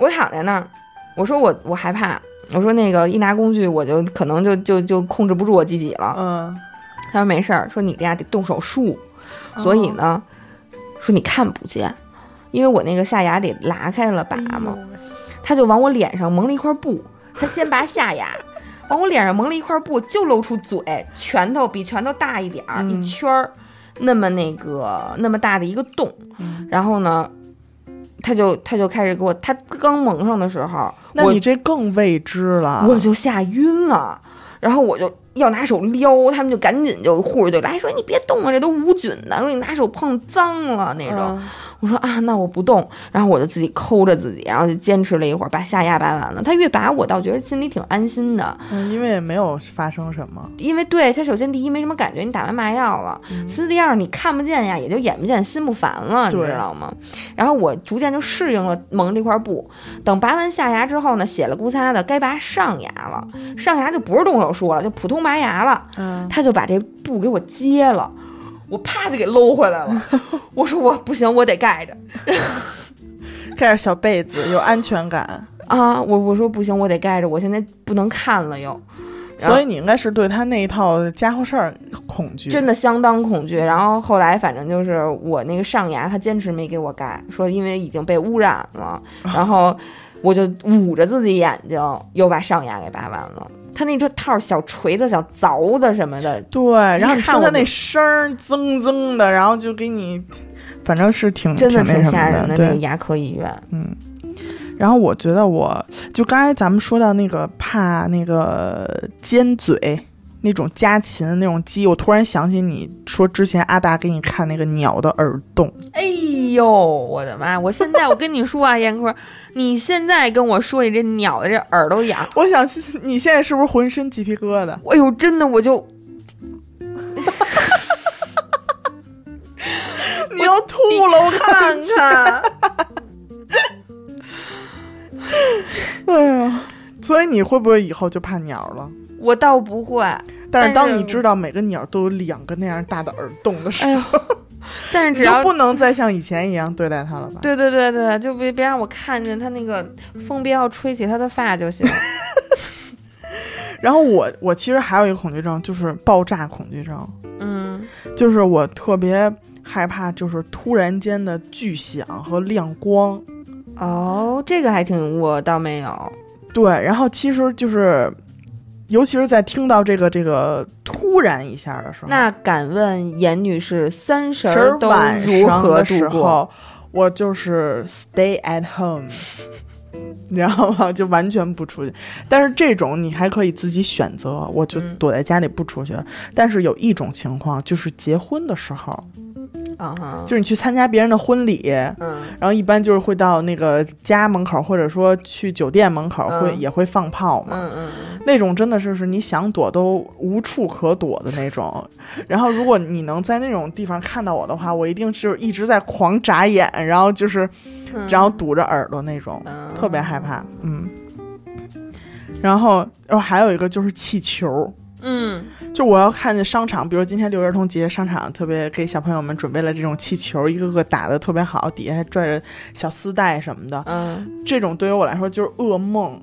Speaker 2: 我躺在那儿，我说我我害怕，我说那个一拿工具我就可能就就就控制不住我自己了。
Speaker 1: 嗯，
Speaker 2: 他说没事儿，说你这样得动手术，
Speaker 1: 哦
Speaker 2: 所以呢，说你看不见，因为我那个下牙得拉开了拔
Speaker 1: 哎呦
Speaker 2: 嘛。
Speaker 1: 喂，
Speaker 2: 他就往我脸上蒙了一块
Speaker 1: [laughs]
Speaker 2: 布，他先拔下牙，往我脸上蒙了一块布，就露出嘴，拳头比拳头大一点儿，
Speaker 1: 嗯
Speaker 2: 一圈儿，那么那个那么大的一个洞，
Speaker 1: 嗯
Speaker 2: 然后呢，他就他就开始给我，他刚蒙上的时候，
Speaker 1: 那
Speaker 2: 我
Speaker 1: 你啊这更未知了，
Speaker 2: 我就吓晕了，然后我就要拿手撩，他们就赶紧就护士就来说你别动啊，这都无菌的，说你拿手碰脏了那种。
Speaker 1: 嗯
Speaker 2: 我说啊，那我不动，然后我就自己抠着自己，然后就坚持了一会儿，把下牙拔完了。他越拔，我倒觉得心里挺安心的，
Speaker 1: 嗯，因为也没有发生什么，
Speaker 2: 因为对他首先第一没什么感觉，你打完麻药了；次第二你看不见呀，也就眼不见心不烦了，你
Speaker 1: 对
Speaker 2: 知道吗？然后我逐渐就适应了蒙这块布。等拔完下牙之后呢，血了咕擦的，该拔上牙了，上牙就不是动手术了，就普通拔牙了。
Speaker 1: 嗯，
Speaker 2: 他就把这布给我揭了，我啪就给搂回来了。 [laughs] 我说我不行，我得盖着。
Speaker 1: 盖着小被子有安全感，
Speaker 2: 啊，我我说不行，我得盖着，我现在不能看了又，然后
Speaker 1: 所以你应该是对他那一套家伙事儿恐惧，
Speaker 2: 真的相当恐惧。然后后来反正就是我那个上牙，他坚持没给我盖，说因为已经被污染
Speaker 1: [laughs]
Speaker 2: 了，然后我就捂着自己眼睛，又把上牙给拔完了。他那这套小锤子、小凿子什么的，
Speaker 1: 对，然后你
Speaker 2: 一
Speaker 1: 听
Speaker 2: 看
Speaker 1: 他
Speaker 2: 我就
Speaker 1: 那声儿增增的，然后就给你，反正是挺
Speaker 2: 真的
Speaker 1: 挺那
Speaker 2: 挺
Speaker 1: 什
Speaker 2: 吓
Speaker 1: 么
Speaker 2: 人
Speaker 1: 的，
Speaker 2: 那个
Speaker 1: 对。
Speaker 2: 牙科医院，
Speaker 1: 然后我觉得我就刚才咱们说到那个怕那个尖嘴，那种家禽那种鸡，我突然想起你说之前阿达给你看那个鸟的耳洞，
Speaker 2: 哎呦，我的妈！我现在我跟你说啊，燕坤，你现在跟我说你这鸟的这耳朵痒，
Speaker 1: [laughs] 我想你现在是不是浑身鸡皮疙瘩？
Speaker 2: 哎呦，真的我就
Speaker 1: [laughs] 你要吐了，我看
Speaker 2: 看看，
Speaker 1: 哎呀， [laughs] 所以你会不会以后就怕鸟了？
Speaker 2: 我倒不会。
Speaker 1: 但
Speaker 2: 但
Speaker 1: 是
Speaker 2: 是
Speaker 1: 当你知道每个鸟都有两个那样大的耳洞的时
Speaker 2: 哎
Speaker 1: 候，
Speaker 2: 呦，但是
Speaker 1: 你
Speaker 2: 只
Speaker 1: 就
Speaker 2: 要
Speaker 1: 不能再像以前一样对待它了吧？
Speaker 2: 对对对对，就别别让我看见它那个风，别要吹起它的发就行。
Speaker 1: 然后我我其实还有一个恐惧症，就是爆炸恐惧症，
Speaker 2: 嗯，
Speaker 1: 就是我特别害怕，就是突然间的巨响和亮光。
Speaker 2: 哦，这个还挺，我倒没有。
Speaker 1: 对，然后其实就是，尤其是在听到这个这个突然一下的时候，
Speaker 2: 那敢问严女士，三十
Speaker 1: 十
Speaker 2: 儿都
Speaker 1: 晚
Speaker 2: 如
Speaker 1: 上
Speaker 2: 何
Speaker 1: 的时
Speaker 2: 度过？
Speaker 1: 候，我就是 stay at home，你知道吗？就完全不出去。但是这种你还可以自己选择，我就
Speaker 2: 嗯
Speaker 1: 躲在家里不出去。但是有一种情况，就是结婚的时候，
Speaker 2: 啊哈，
Speaker 1: 就是你去参加别人的婚礼，
Speaker 2: 嗯，
Speaker 1: 然后一般就是会到那个家门口，或者说去酒店门口
Speaker 2: 嗯
Speaker 1: 会、也会放炮嘛。
Speaker 2: 嗯嗯嗯，
Speaker 1: 那种真的是是你想躲都无处可躲的那种。然后如果你能在那种地方看到我的话，我一定是一直在狂眨眼，然后就是
Speaker 2: 嗯
Speaker 1: 然后堵着耳朵那种，
Speaker 2: 嗯
Speaker 1: 特别害怕。嗯。然后，然后还有一个就是气球，
Speaker 2: 嗯
Speaker 1: 就我要看见商场，比如今天六一儿童节，商场特别给小朋友们准备了这种气球，一个个打的特别好，底下还拽着小丝带什么的，
Speaker 2: 嗯，
Speaker 1: 这种对于我来说就是噩梦。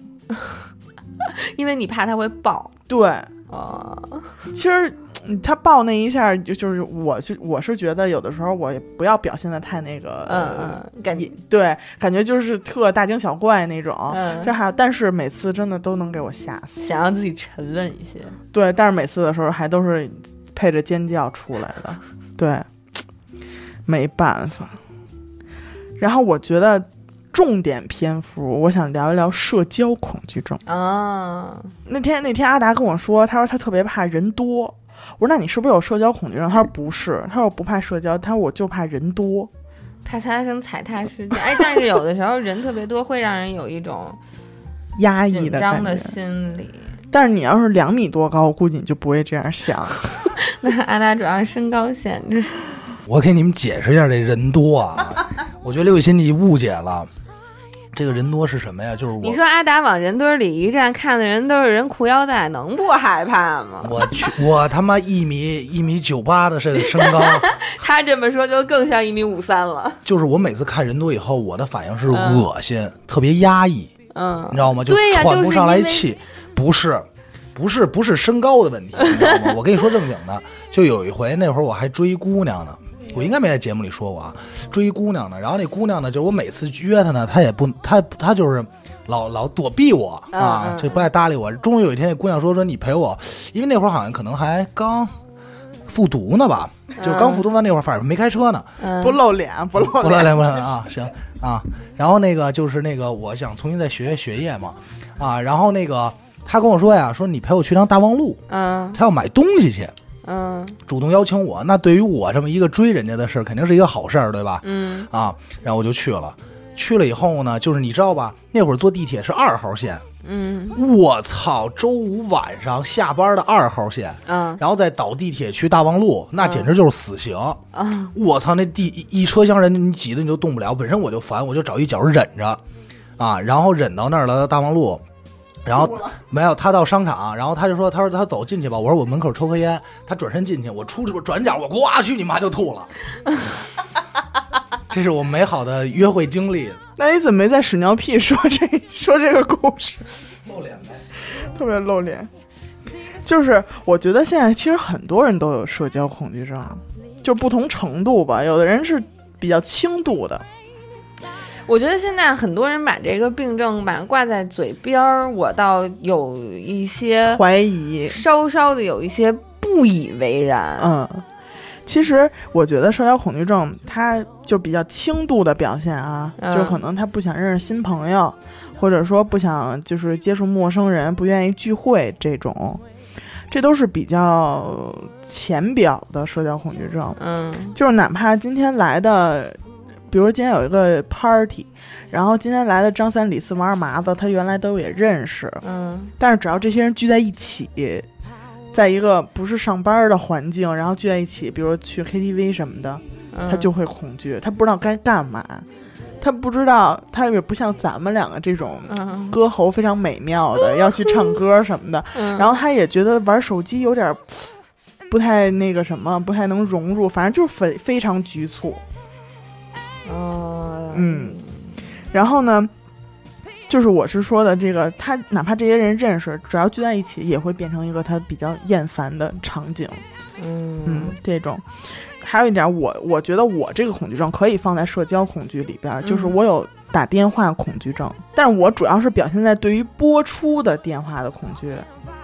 Speaker 2: 因为你怕它会爆。
Speaker 1: 对，
Speaker 2: 哦，
Speaker 1: 其实嗯他抱那一下，就就是我就我是觉得有的时候我也不要表现的太那个，
Speaker 2: 嗯嗯，感
Speaker 1: 也
Speaker 2: 觉，
Speaker 1: 对，感觉就是特大惊小怪那种。
Speaker 2: 嗯
Speaker 1: 这还有，但是每次真的都能给我吓死。
Speaker 2: 想让自己沉稳一些。
Speaker 1: 对，但是每次的时候还都是配着尖叫出来的，对，没办法。然后我觉得重点篇幅，我想聊一聊社交恐惧症。
Speaker 2: 啊，
Speaker 1: 那天那天阿达跟我说，他说他特别怕人多。我说那你是不是有社交恐惧症？他说不是，他说我不怕社交，他说我就怕人多。
Speaker 2: 怕擦生踩踏事件。哎，但是有的时候人特别多，会让人有一种
Speaker 1: 压抑
Speaker 2: 紧
Speaker 1: 的
Speaker 2: 张
Speaker 1: 感
Speaker 2: 的
Speaker 1: 觉，
Speaker 2: 心理。
Speaker 1: 但是你要是两米多高，我估计你就不会这样想。
Speaker 2: 那阿达主要是身高限制。
Speaker 3: 我给你们解释一下这人多啊， [laughs] 我觉得刘雨欣你误解了，这个人多是什么呀？就是
Speaker 2: 你
Speaker 3: 我
Speaker 2: 说阿达往人堆里一站，看的人都是人裤腰带，能不害怕吗？ [laughs]
Speaker 3: 我去 [laughs] 我他妈一米一米九八的这个身高， [laughs]
Speaker 2: 他这么说就更像一米五三了。
Speaker 3: 就是我每次看人多以后，我的反应是恶心，特别压抑，
Speaker 2: 嗯
Speaker 3: 你知道吗？就
Speaker 2: 对呀
Speaker 3: 喘
Speaker 2: 就
Speaker 3: 不
Speaker 2: 是
Speaker 3: 上来
Speaker 2: 因为
Speaker 3: 气，不是。不是不是身高的问题，你知道
Speaker 2: [laughs]
Speaker 3: 吗？我跟你说正经的，就有一回那会儿我还追一姑娘呢，我应该没在节目里说过啊，追一姑娘呢，然后那姑娘呢，就我每次约她呢，她也不她她就是老老躲避我啊
Speaker 2: 嗯，嗯
Speaker 3: 就不爱搭理我。终于有一天，那姑娘说说你陪我，因为那会儿好像可能还刚复读呢吧，就刚复读完那会儿，反正没开车呢，
Speaker 2: 嗯，
Speaker 1: 不露脸，不露
Speaker 3: 不
Speaker 1: 脸。
Speaker 3: 乱来不乱来啊，行啊。然后那个就是那个，我想重新再学学学业嘛，啊，然后那个他跟我说呀，说你陪我去趟大望路，
Speaker 2: 嗯
Speaker 3: 他要买东西去，
Speaker 2: 嗯
Speaker 3: 主动邀请我。那对于我这么一个追人家的事儿，肯定是一个好事儿，对吧？
Speaker 2: 嗯
Speaker 3: 啊，然后我就去了。去了以后呢，就是你知道吧，那会儿坐地铁是二号线，
Speaker 2: 嗯
Speaker 3: 我操，周五晚上下班的二号线，
Speaker 2: 嗯
Speaker 3: 然后再倒地铁去大望路，那简直就是死刑。
Speaker 2: 嗯
Speaker 3: 我操，那地一一车厢人，你挤得你就动不了。本身我就烦，我就找一角忍着，啊，然后忍到那儿了，大望路，然后没有他到商场，然后他就说，他说他走进去吧，我说我门口抽颗烟，他转身进去，我出我转角，我呱去你妈就吐了。这是我美好的约会经历，
Speaker 1: 那你怎么没在屎尿屁说这 [laughs] 说这个故事？
Speaker 3: 露脸呗。
Speaker 1: 特别露脸。就是我觉得现在其实很多人都有社交恐惧症，就不同程度吧。有的人是比较轻度的，
Speaker 2: 我觉得现在很多人把这个病症吧挂在嘴边儿，我倒有一些
Speaker 1: 怀疑，
Speaker 2: 稍稍的有一些不以为然。
Speaker 1: 嗯，其实我觉得社交恐惧症，它就比较轻度的表现啊，
Speaker 2: 嗯
Speaker 1: 就可能他不想认识新朋友，或者说不想就是接触陌生人，不愿意聚会这种。这都是比较浅表的社交恐惧症。
Speaker 2: 嗯
Speaker 1: 就是哪怕今天来的，比如今天有一个 party，然后今天来的张三、李四、王二麻子，他原来都也认识，
Speaker 2: 嗯
Speaker 1: 但是只要这些人聚在一起，在一个不是上班的环境，然后聚在一起，比如去 KTV 什么的，
Speaker 2: 嗯，
Speaker 1: 他就会恐惧，他不知道该干嘛，他不知道，他也不像咱们两个这种。
Speaker 2: 嗯
Speaker 1: 歌喉非常美妙的，要去唱歌什么的，
Speaker 2: 嗯，
Speaker 1: 然后他也觉得玩手机有点儿不太那个什么，不太能融入，反正就是非非常局促。
Speaker 2: 哦
Speaker 1: 嗯然后呢，就是我是说的这个，他哪怕这些人认识，只要聚在一起，也会变成一个他比较厌烦的场景。嗯
Speaker 2: 嗯，
Speaker 1: 这种。还有一点，我我觉得我这个恐惧症可以放在社交恐惧里边儿，就是
Speaker 2: 嗯
Speaker 1: 我有打电话恐惧症，但是我主要是表现在对于播出的电话的恐惧，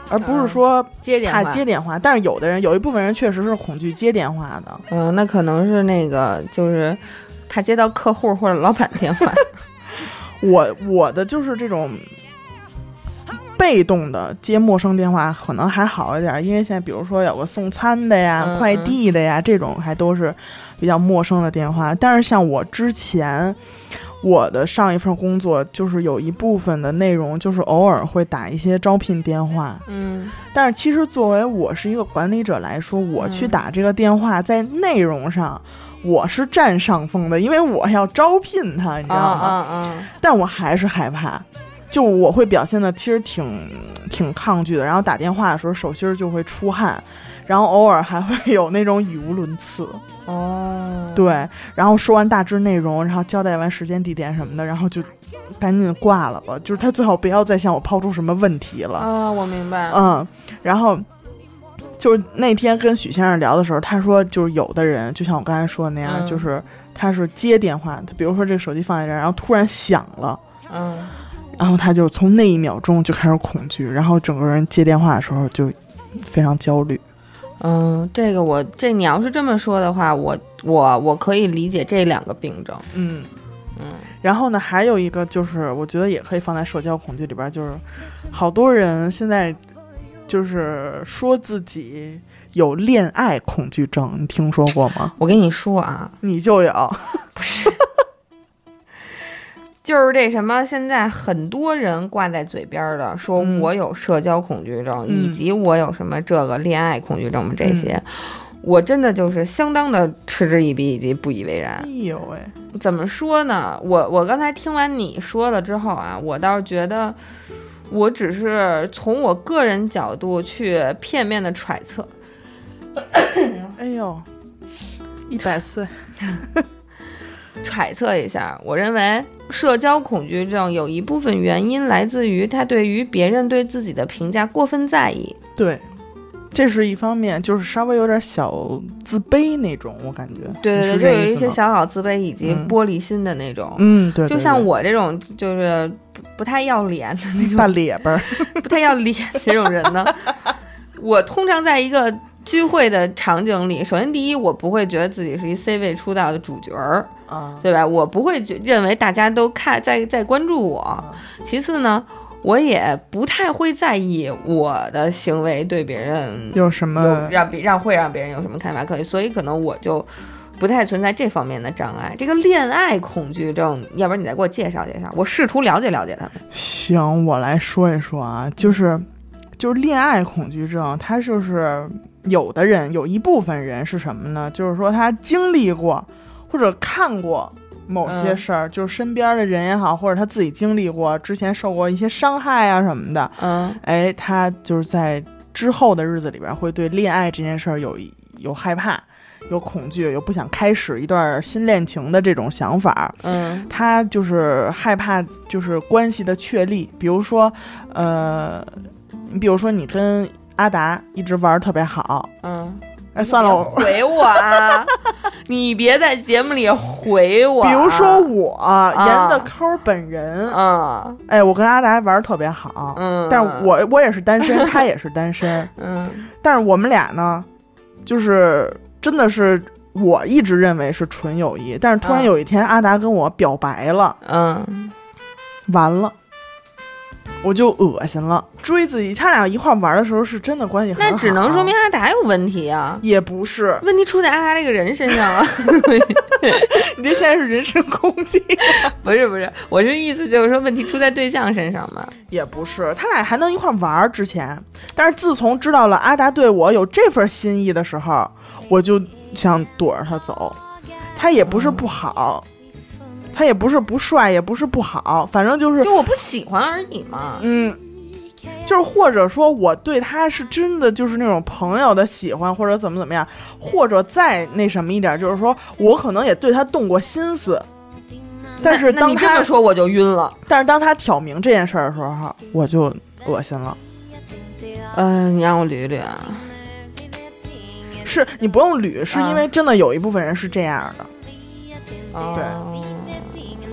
Speaker 1: 而不是
Speaker 2: 嗯
Speaker 1: 说
Speaker 2: 接电
Speaker 1: 怕
Speaker 2: 话
Speaker 1: 接电话。但是有的人，有一部分人确实是恐惧接电话的。
Speaker 2: 嗯，那可能是那个就是怕接到客户或者老板电
Speaker 1: [laughs]
Speaker 2: 话。
Speaker 1: 我我的就是这种被动的接陌生电话，可能还好一点，因为现在比如说有个送餐的呀、
Speaker 2: 嗯
Speaker 1: 快递的呀，这种还都是比较陌生的电话。但是像我之前。我的上一份工作就是有一部分的内容，就是偶尔会打一些招聘电话，
Speaker 2: 嗯
Speaker 1: 但是其实作为我是一个管理者来说，我去
Speaker 2: 嗯
Speaker 1: 打这个电话，在内容上我是占上风的，因为我要招聘他，你知
Speaker 2: 啊
Speaker 1: 道吗？
Speaker 2: 啊啊！
Speaker 1: 但我还是害怕，就我会表现的其实挺挺抗拒的，然后打电话的时候手心儿就会出汗，然后偶尔还会有那种语无伦次，
Speaker 2: 哦，
Speaker 1: 对，然后说完大致内容，然后交代完时间地点什么的，然后就赶紧挂了吧，就是他最好不要再向我抛出什么问题了，
Speaker 2: 啊，我明白。
Speaker 1: 嗯，然后。就是那天跟许先生聊的时候，他说，就是有的人就像我刚才说的那样，
Speaker 2: 嗯
Speaker 1: 就是他是接电话，他比如说这个手机放在这儿，然后突然响了，
Speaker 2: 嗯，
Speaker 1: 然后他就从那一秒钟就开始恐惧，然后整个人接电话的时候就非常焦虑。
Speaker 2: 嗯，这个我这你要是这么说的话，我我我可以理解这两个病症。
Speaker 1: 嗯
Speaker 2: 嗯
Speaker 1: 然后呢，还有一个就是，我觉得也可以放在社交恐惧里边儿，就是好多人现在就是说自己有恋爱恐惧症，你听说过吗？
Speaker 2: 我跟你说啊，
Speaker 1: [laughs] 你就有，
Speaker 2: 就是这什么，现在很多人挂在嘴边儿的，说
Speaker 1: 嗯
Speaker 2: 我有社交恐惧症，
Speaker 1: 嗯
Speaker 2: 以及我有什么这个恋爱恐惧症这些，我真的就是相当的嗤之以鼻以及不以
Speaker 1: 哎
Speaker 2: 为然。
Speaker 1: 呦喂，
Speaker 2: 怎么说呢？我我刚才听完你说了之后啊，我倒是觉得，我只是从我个人角度去片面的揣测，
Speaker 1: 哎呦，一百岁，
Speaker 2: 揣测一下，我认为社交恐惧症有一部分原因来自于他对于别人对自己的评价过分在意。
Speaker 1: 对。这是一方面，就是稍微有点小自卑那种，我感觉。
Speaker 2: 对对
Speaker 1: 你是
Speaker 2: 对，就
Speaker 1: 这
Speaker 2: 有
Speaker 1: 意
Speaker 2: 一
Speaker 1: 思
Speaker 2: 些
Speaker 1: 吗
Speaker 2: 小小自卑以及
Speaker 1: 嗯
Speaker 2: 玻璃心的那种。
Speaker 1: 嗯，对
Speaker 2: 就像我这种就是不不太要脸 [laughs] 的那
Speaker 1: [laughs] 大
Speaker 2: 种，
Speaker 1: 咧巴儿，
Speaker 2: 不太要脸这种人
Speaker 1: [laughs]
Speaker 2: 呢，我通常在一个聚会的场景里，首先第一，我不会觉得自己是一 C 位出道的主角儿，
Speaker 1: 啊，
Speaker 2: 对吧？我不会觉认为大家都看在在关注我。
Speaker 1: 嗯
Speaker 2: 其次呢，我也不太会在意我的行为对别人
Speaker 1: 有什
Speaker 2: 有
Speaker 1: 么？
Speaker 2: 让别让会让别人有什么看法可以，所以可能我就不太存在这方面的障碍。这个恋爱恐惧症，要不然你再给我介绍介绍，我试图了解了解他们。
Speaker 1: 行，我来说一说啊，就是就是恋爱恐惧症，它就是有的人有一部分人是什么呢？就是说他经历过或者看过。某些
Speaker 2: 嗯
Speaker 1: 事儿，就是身边的人也好，或者他自己经历过，之前受过一些伤害啊什么的，
Speaker 2: 嗯
Speaker 1: 哎，他就是在之后的日子里边会对恋爱这件事儿有有害怕、有恐惧、有不想开始一段新恋情的这种想法儿。
Speaker 2: 嗯
Speaker 1: 他就是害怕就是关系的确立，比如说，呃，你比如说你跟阿达一直玩儿特别好，
Speaker 2: 嗯，
Speaker 1: 哎，算了，
Speaker 2: 别
Speaker 1: 我
Speaker 2: 回我啊！ [laughs] 你别在节目里回我啊。
Speaker 1: 比如说我、啊严的抠儿本人，
Speaker 2: 嗯
Speaker 1: 哎，我跟阿达玩儿特别好，
Speaker 2: 嗯，
Speaker 1: 但是我我也是单身，他也是单
Speaker 2: [laughs]
Speaker 1: 身，
Speaker 2: 嗯
Speaker 1: 但是我们俩呢，就是真的是。我一直认为是纯友谊，但是突然
Speaker 2: 嗯
Speaker 1: 有一天，阿达跟我表白了，
Speaker 2: 嗯
Speaker 1: 完了，我就恶心了。追自己，他俩一块儿玩的时候是真的关系很好，
Speaker 2: 那只能说明阿达有问题啊。
Speaker 1: 也不是，
Speaker 2: 问题出在阿达这个人身上啊了，
Speaker 1: 你这现在是人身攻击，
Speaker 2: [laughs] 不是不是，我是意思就是说问题出在对象身上嘛。
Speaker 1: [laughs] 也不是，他俩还能一块儿玩儿之前，但是自从知道了阿达对我有这份心意的时候，我就想躲着他走。他也不是不好，他也不是不帅，也不是不好，反正就是
Speaker 2: 就我不喜欢而已嘛。
Speaker 1: 嗯，就是或者说我对他是真的就是那种朋友的喜欢，或者怎么怎么样，或者再那什么一点，就是说我可能也对他动过心思，但是
Speaker 2: 那
Speaker 1: 当
Speaker 2: 你这
Speaker 1: 他
Speaker 2: 么说我就晕了。
Speaker 1: 但是当他挑明这件事儿的时候，我就恶心了。
Speaker 2: 嗯、你让我捋一捋啊。
Speaker 1: 是你不用捋，是
Speaker 2: 啊
Speaker 1: 因为真的有一部分人是这样的。
Speaker 2: 哦，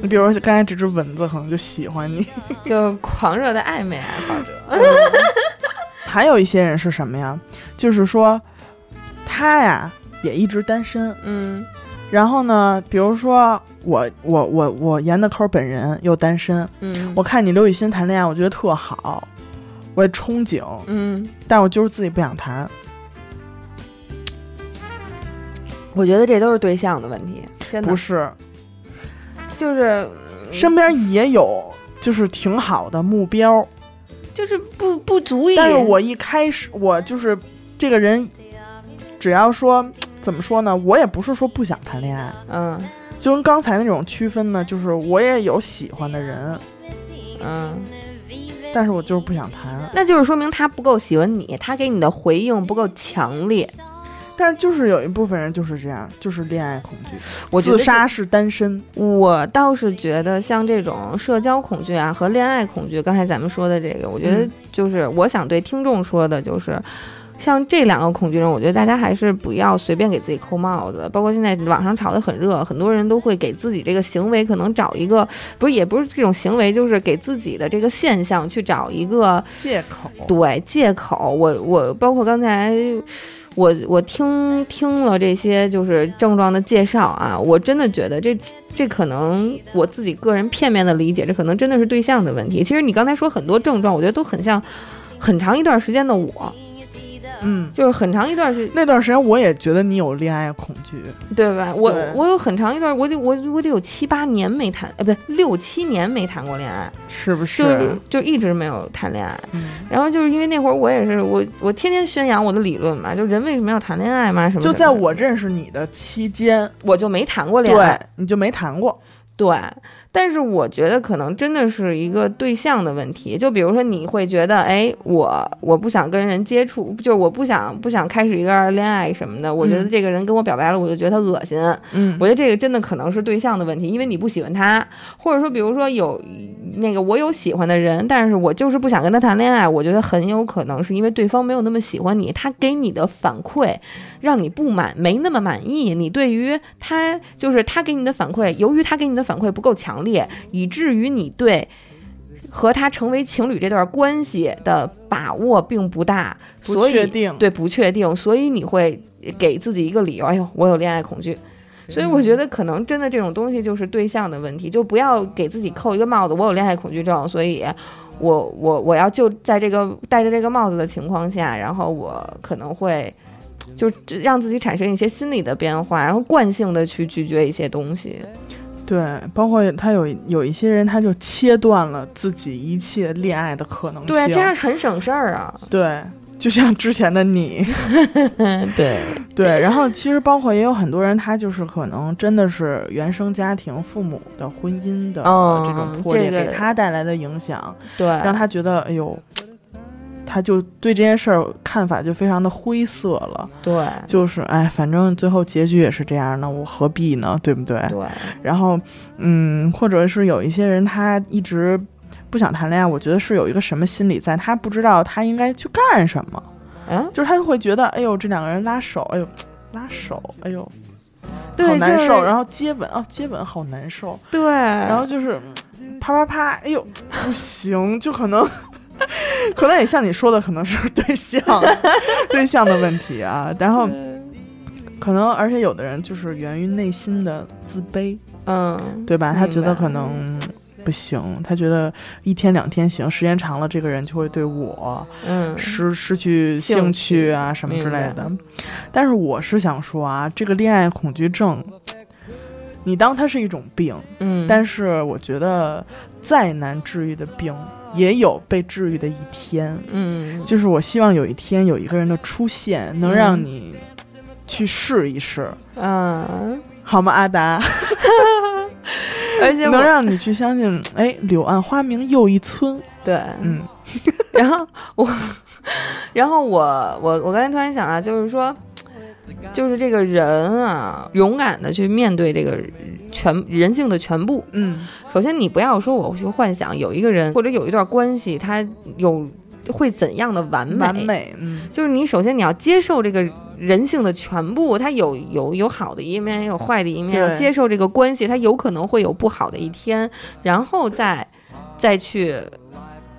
Speaker 1: 你比如说刚才这只蚊子可能就喜欢
Speaker 2: [laughs]
Speaker 1: 你，
Speaker 2: 就狂热的暧昧啊爱好者。
Speaker 1: 还有一些人是什么呀？就是说他呀也一直单身，
Speaker 2: 嗯
Speaker 1: 然后呢，比如说我我我我严的抠本人又单身，
Speaker 2: 嗯，
Speaker 1: 我看你刘雨欣谈恋爱，我觉得特好，我也憧憬，
Speaker 2: 嗯，
Speaker 1: 但我就是自己不想谈。
Speaker 2: 我觉得这都是对象的问题，真的嗯
Speaker 1: 不是，
Speaker 2: 就是
Speaker 1: 身边也有就是挺好的目标，
Speaker 2: 就是不不足以。
Speaker 1: 但是我一开始我就是这个人，只要说怎么说呢，我也不是说不想谈恋爱，
Speaker 2: 嗯
Speaker 1: 就跟刚才那种区分呢，就是我也有喜欢的人，
Speaker 2: 嗯，
Speaker 1: 但是我就是不想谈。
Speaker 2: 那就是说明他不够喜欢你，他给你的回应不够强烈。
Speaker 1: 但是就是有一部分人就是这样，就是恋爱恐惧，
Speaker 2: 我觉得
Speaker 1: 自
Speaker 2: 是
Speaker 1: 杀式单身。
Speaker 2: 我倒是觉得像这种社交恐惧啊和恋爱恐惧，刚才咱们说的这个，我觉得
Speaker 1: 嗯
Speaker 2: 就是我想对听众说的，就是。像这两个恐惧症，我觉得大家还是不要随便给自己扣帽子。包括现在网上炒得很热，很多人都会给自己这个行为可能找一个，不是也不是这种行为，就是给自己的这个现象去找一个
Speaker 1: 借口。
Speaker 2: 对借口，我我包括刚才我我听听了这些就是症状的介绍啊，我真的觉得这这可能我自己个人片面的理解，这可能真的是对象的问题。其实你刚才说很多症状，我觉得都很像很长一段时间的我，
Speaker 1: 嗯，
Speaker 2: 就是很长一段时
Speaker 1: 那段时间我也觉得你有恋爱恐惧，
Speaker 2: 对吧？我
Speaker 1: 对
Speaker 2: 我有很长一段，我得我我得有七八年没谈，呃，不对，六七年没谈过恋爱，
Speaker 1: 是不
Speaker 2: 就就一直没有谈恋爱。
Speaker 1: 嗯，
Speaker 2: 然后就是因为那会儿我也是我我天天宣扬我的理论嘛，就人为什么要谈恋爱嘛什么
Speaker 1: 就
Speaker 2: 什么
Speaker 1: 在我
Speaker 2: 什么
Speaker 1: 认识你的期间，
Speaker 2: 我就没谈过恋
Speaker 1: 对
Speaker 2: 爱，
Speaker 1: 你就没谈过。
Speaker 2: 对但是我觉得可能真的是一个对象的问题，就比如说你会觉得哎我我不想跟人接触，就是我不想不想开始一段恋爱什么的，我觉得
Speaker 1: 嗯
Speaker 2: 这个人跟我表白了，我就觉得他恶心，
Speaker 1: 嗯
Speaker 2: 我觉得这个真的可能是对象的问题，因为你不喜欢他，或者说比如说有那个我有喜欢的人，但是我就是不想跟他谈恋爱，我觉得很有可能是因为对方没有那么喜欢你，他给你的反馈让你不满，没那么满意，你对于他就是他给你的反馈，由于他给你的反馈不够强烈，以至于你对。和他成为情侣这段关系的把握并不大，
Speaker 1: 不
Speaker 2: 所以
Speaker 1: 确定
Speaker 2: 对不确定，所以你会给自己一个理由，哎呦，我有恋爱恐惧，所以我
Speaker 1: 嗯
Speaker 2: 觉得可能真的这种东西就是对象的问题，就不要给自己扣一个帽子。我有恋爱恐惧症，所以我我我要就在这个戴着这个帽子的情况下，然后我可能会就就让自己产生一些心理的变化，然后惯性的去拒绝一些东西。
Speaker 1: 对，包括他有有一些人，他就切断了自己一切恋爱的可能性。
Speaker 2: 对，这样很省事儿啊。
Speaker 1: 对就像之前的你，
Speaker 2: 对，
Speaker 1: [laughs] 对。然后其实包括也有很多人，他就是可能真的是原生家庭、父母的婚姻的
Speaker 2: 嗯
Speaker 1: 哦这种破裂，
Speaker 2: 这个
Speaker 1: 给他带来的影响，
Speaker 2: 对，
Speaker 1: 让他觉得哎呦，他就对这件事儿看法就非常的灰色了。
Speaker 2: 对
Speaker 1: 就是哎，反正最后结局也是这样的，我何必呢？对不对？
Speaker 2: 对，
Speaker 1: 然后，嗯，或者是有一些人他一直不想谈恋爱，我觉得是有一个什么心理在，他不知道他应该去干什么，
Speaker 2: 嗯，
Speaker 1: 就是他就会觉得，哎呦，这两个人拉手，哎呦，拉手，哎呦，好
Speaker 2: 对，
Speaker 1: 难
Speaker 2: 就是
Speaker 1: 受。然后接吻，啊，接吻好难受。
Speaker 2: 对，
Speaker 1: 然
Speaker 2: 然
Speaker 1: 后就是啪啪啪，哎呦，不行，就可能。 [laughs] 可能也像你说的，可能是对
Speaker 2: [laughs]
Speaker 1: 象对象的问题啊。然后，可能而且有的人就是源于内心的自卑，
Speaker 2: 嗯嗯，
Speaker 1: 对吧？
Speaker 2: 明
Speaker 1: 他觉得
Speaker 2: 白
Speaker 1: 可能嗯不行，他觉得一天两天行，时间长了，这个人就会对我
Speaker 2: 嗯，
Speaker 1: 失失去兴
Speaker 2: 兴
Speaker 1: 趣
Speaker 2: 趣
Speaker 1: 啊什么之类的
Speaker 2: 明。
Speaker 1: 但是我是想说啊，这个恋爱恐惧症，你当它是一种病，
Speaker 2: 嗯，
Speaker 1: 但是我觉得再难治愈的病，也有被治愈的一天。
Speaker 2: 嗯，
Speaker 1: 就是我希望有一天有一个人的出现，能让你去试一试，
Speaker 2: 嗯，
Speaker 1: 好吗，阿达？
Speaker 2: 而且
Speaker 1: 能
Speaker 2: 我
Speaker 1: 让你去相
Speaker 2: [laughs]
Speaker 1: 信，哎，柳暗花明又一村。
Speaker 2: 对，
Speaker 1: 嗯
Speaker 2: 然后我，然后我我我刚才突然想啊，就是说，就是这个人啊，勇敢的去面对这个全人性的全部。
Speaker 1: 嗯
Speaker 2: 首先，你不要说我去幻想有一个人或者有一段关系，他有会怎样的完美。
Speaker 1: 完美，嗯
Speaker 2: 就是你首先你要接受这个人性的全部，它有有有好的一面，也有坏的一面，
Speaker 1: 对
Speaker 2: 要接受这个关系，它有可能会有不好的一天，然后再再去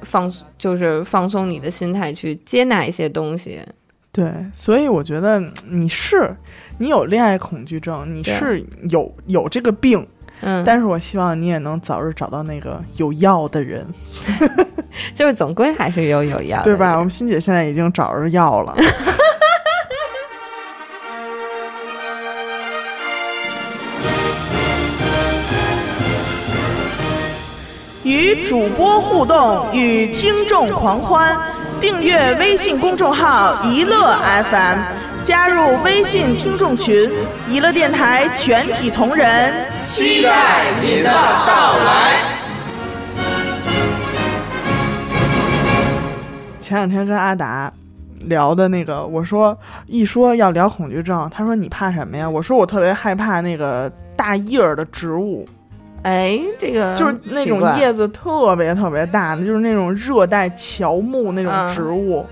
Speaker 2: 放，就是放松你的心态，去接纳一些东西。
Speaker 1: 对，所以我觉得嗯你是你有恋爱恐惧症，你
Speaker 2: 对
Speaker 1: 是有有这个病，
Speaker 2: 嗯，
Speaker 1: 但是我希望你也能早日找到那个有药的人，
Speaker 2: 就是总归还是有有药，
Speaker 1: 对吧？？我们欣姐现在已经找着药 [laughs] 了。与主播互动，与听众狂欢，订阅微信公众号“一乐 [laughs] FM”，加入微信听众群，一乐电台全体同仁期待你的到来。前两天跟阿达聊的那个，我说一说要聊恐惧症，他说你怕什么呀？我说我特别害怕那个大叶儿的植物，
Speaker 2: 哎，这个
Speaker 1: 就是那种
Speaker 2: 奇怪，
Speaker 1: 叶子特别特别大的，就是那种热带乔木那种
Speaker 2: 嗯
Speaker 1: 植物。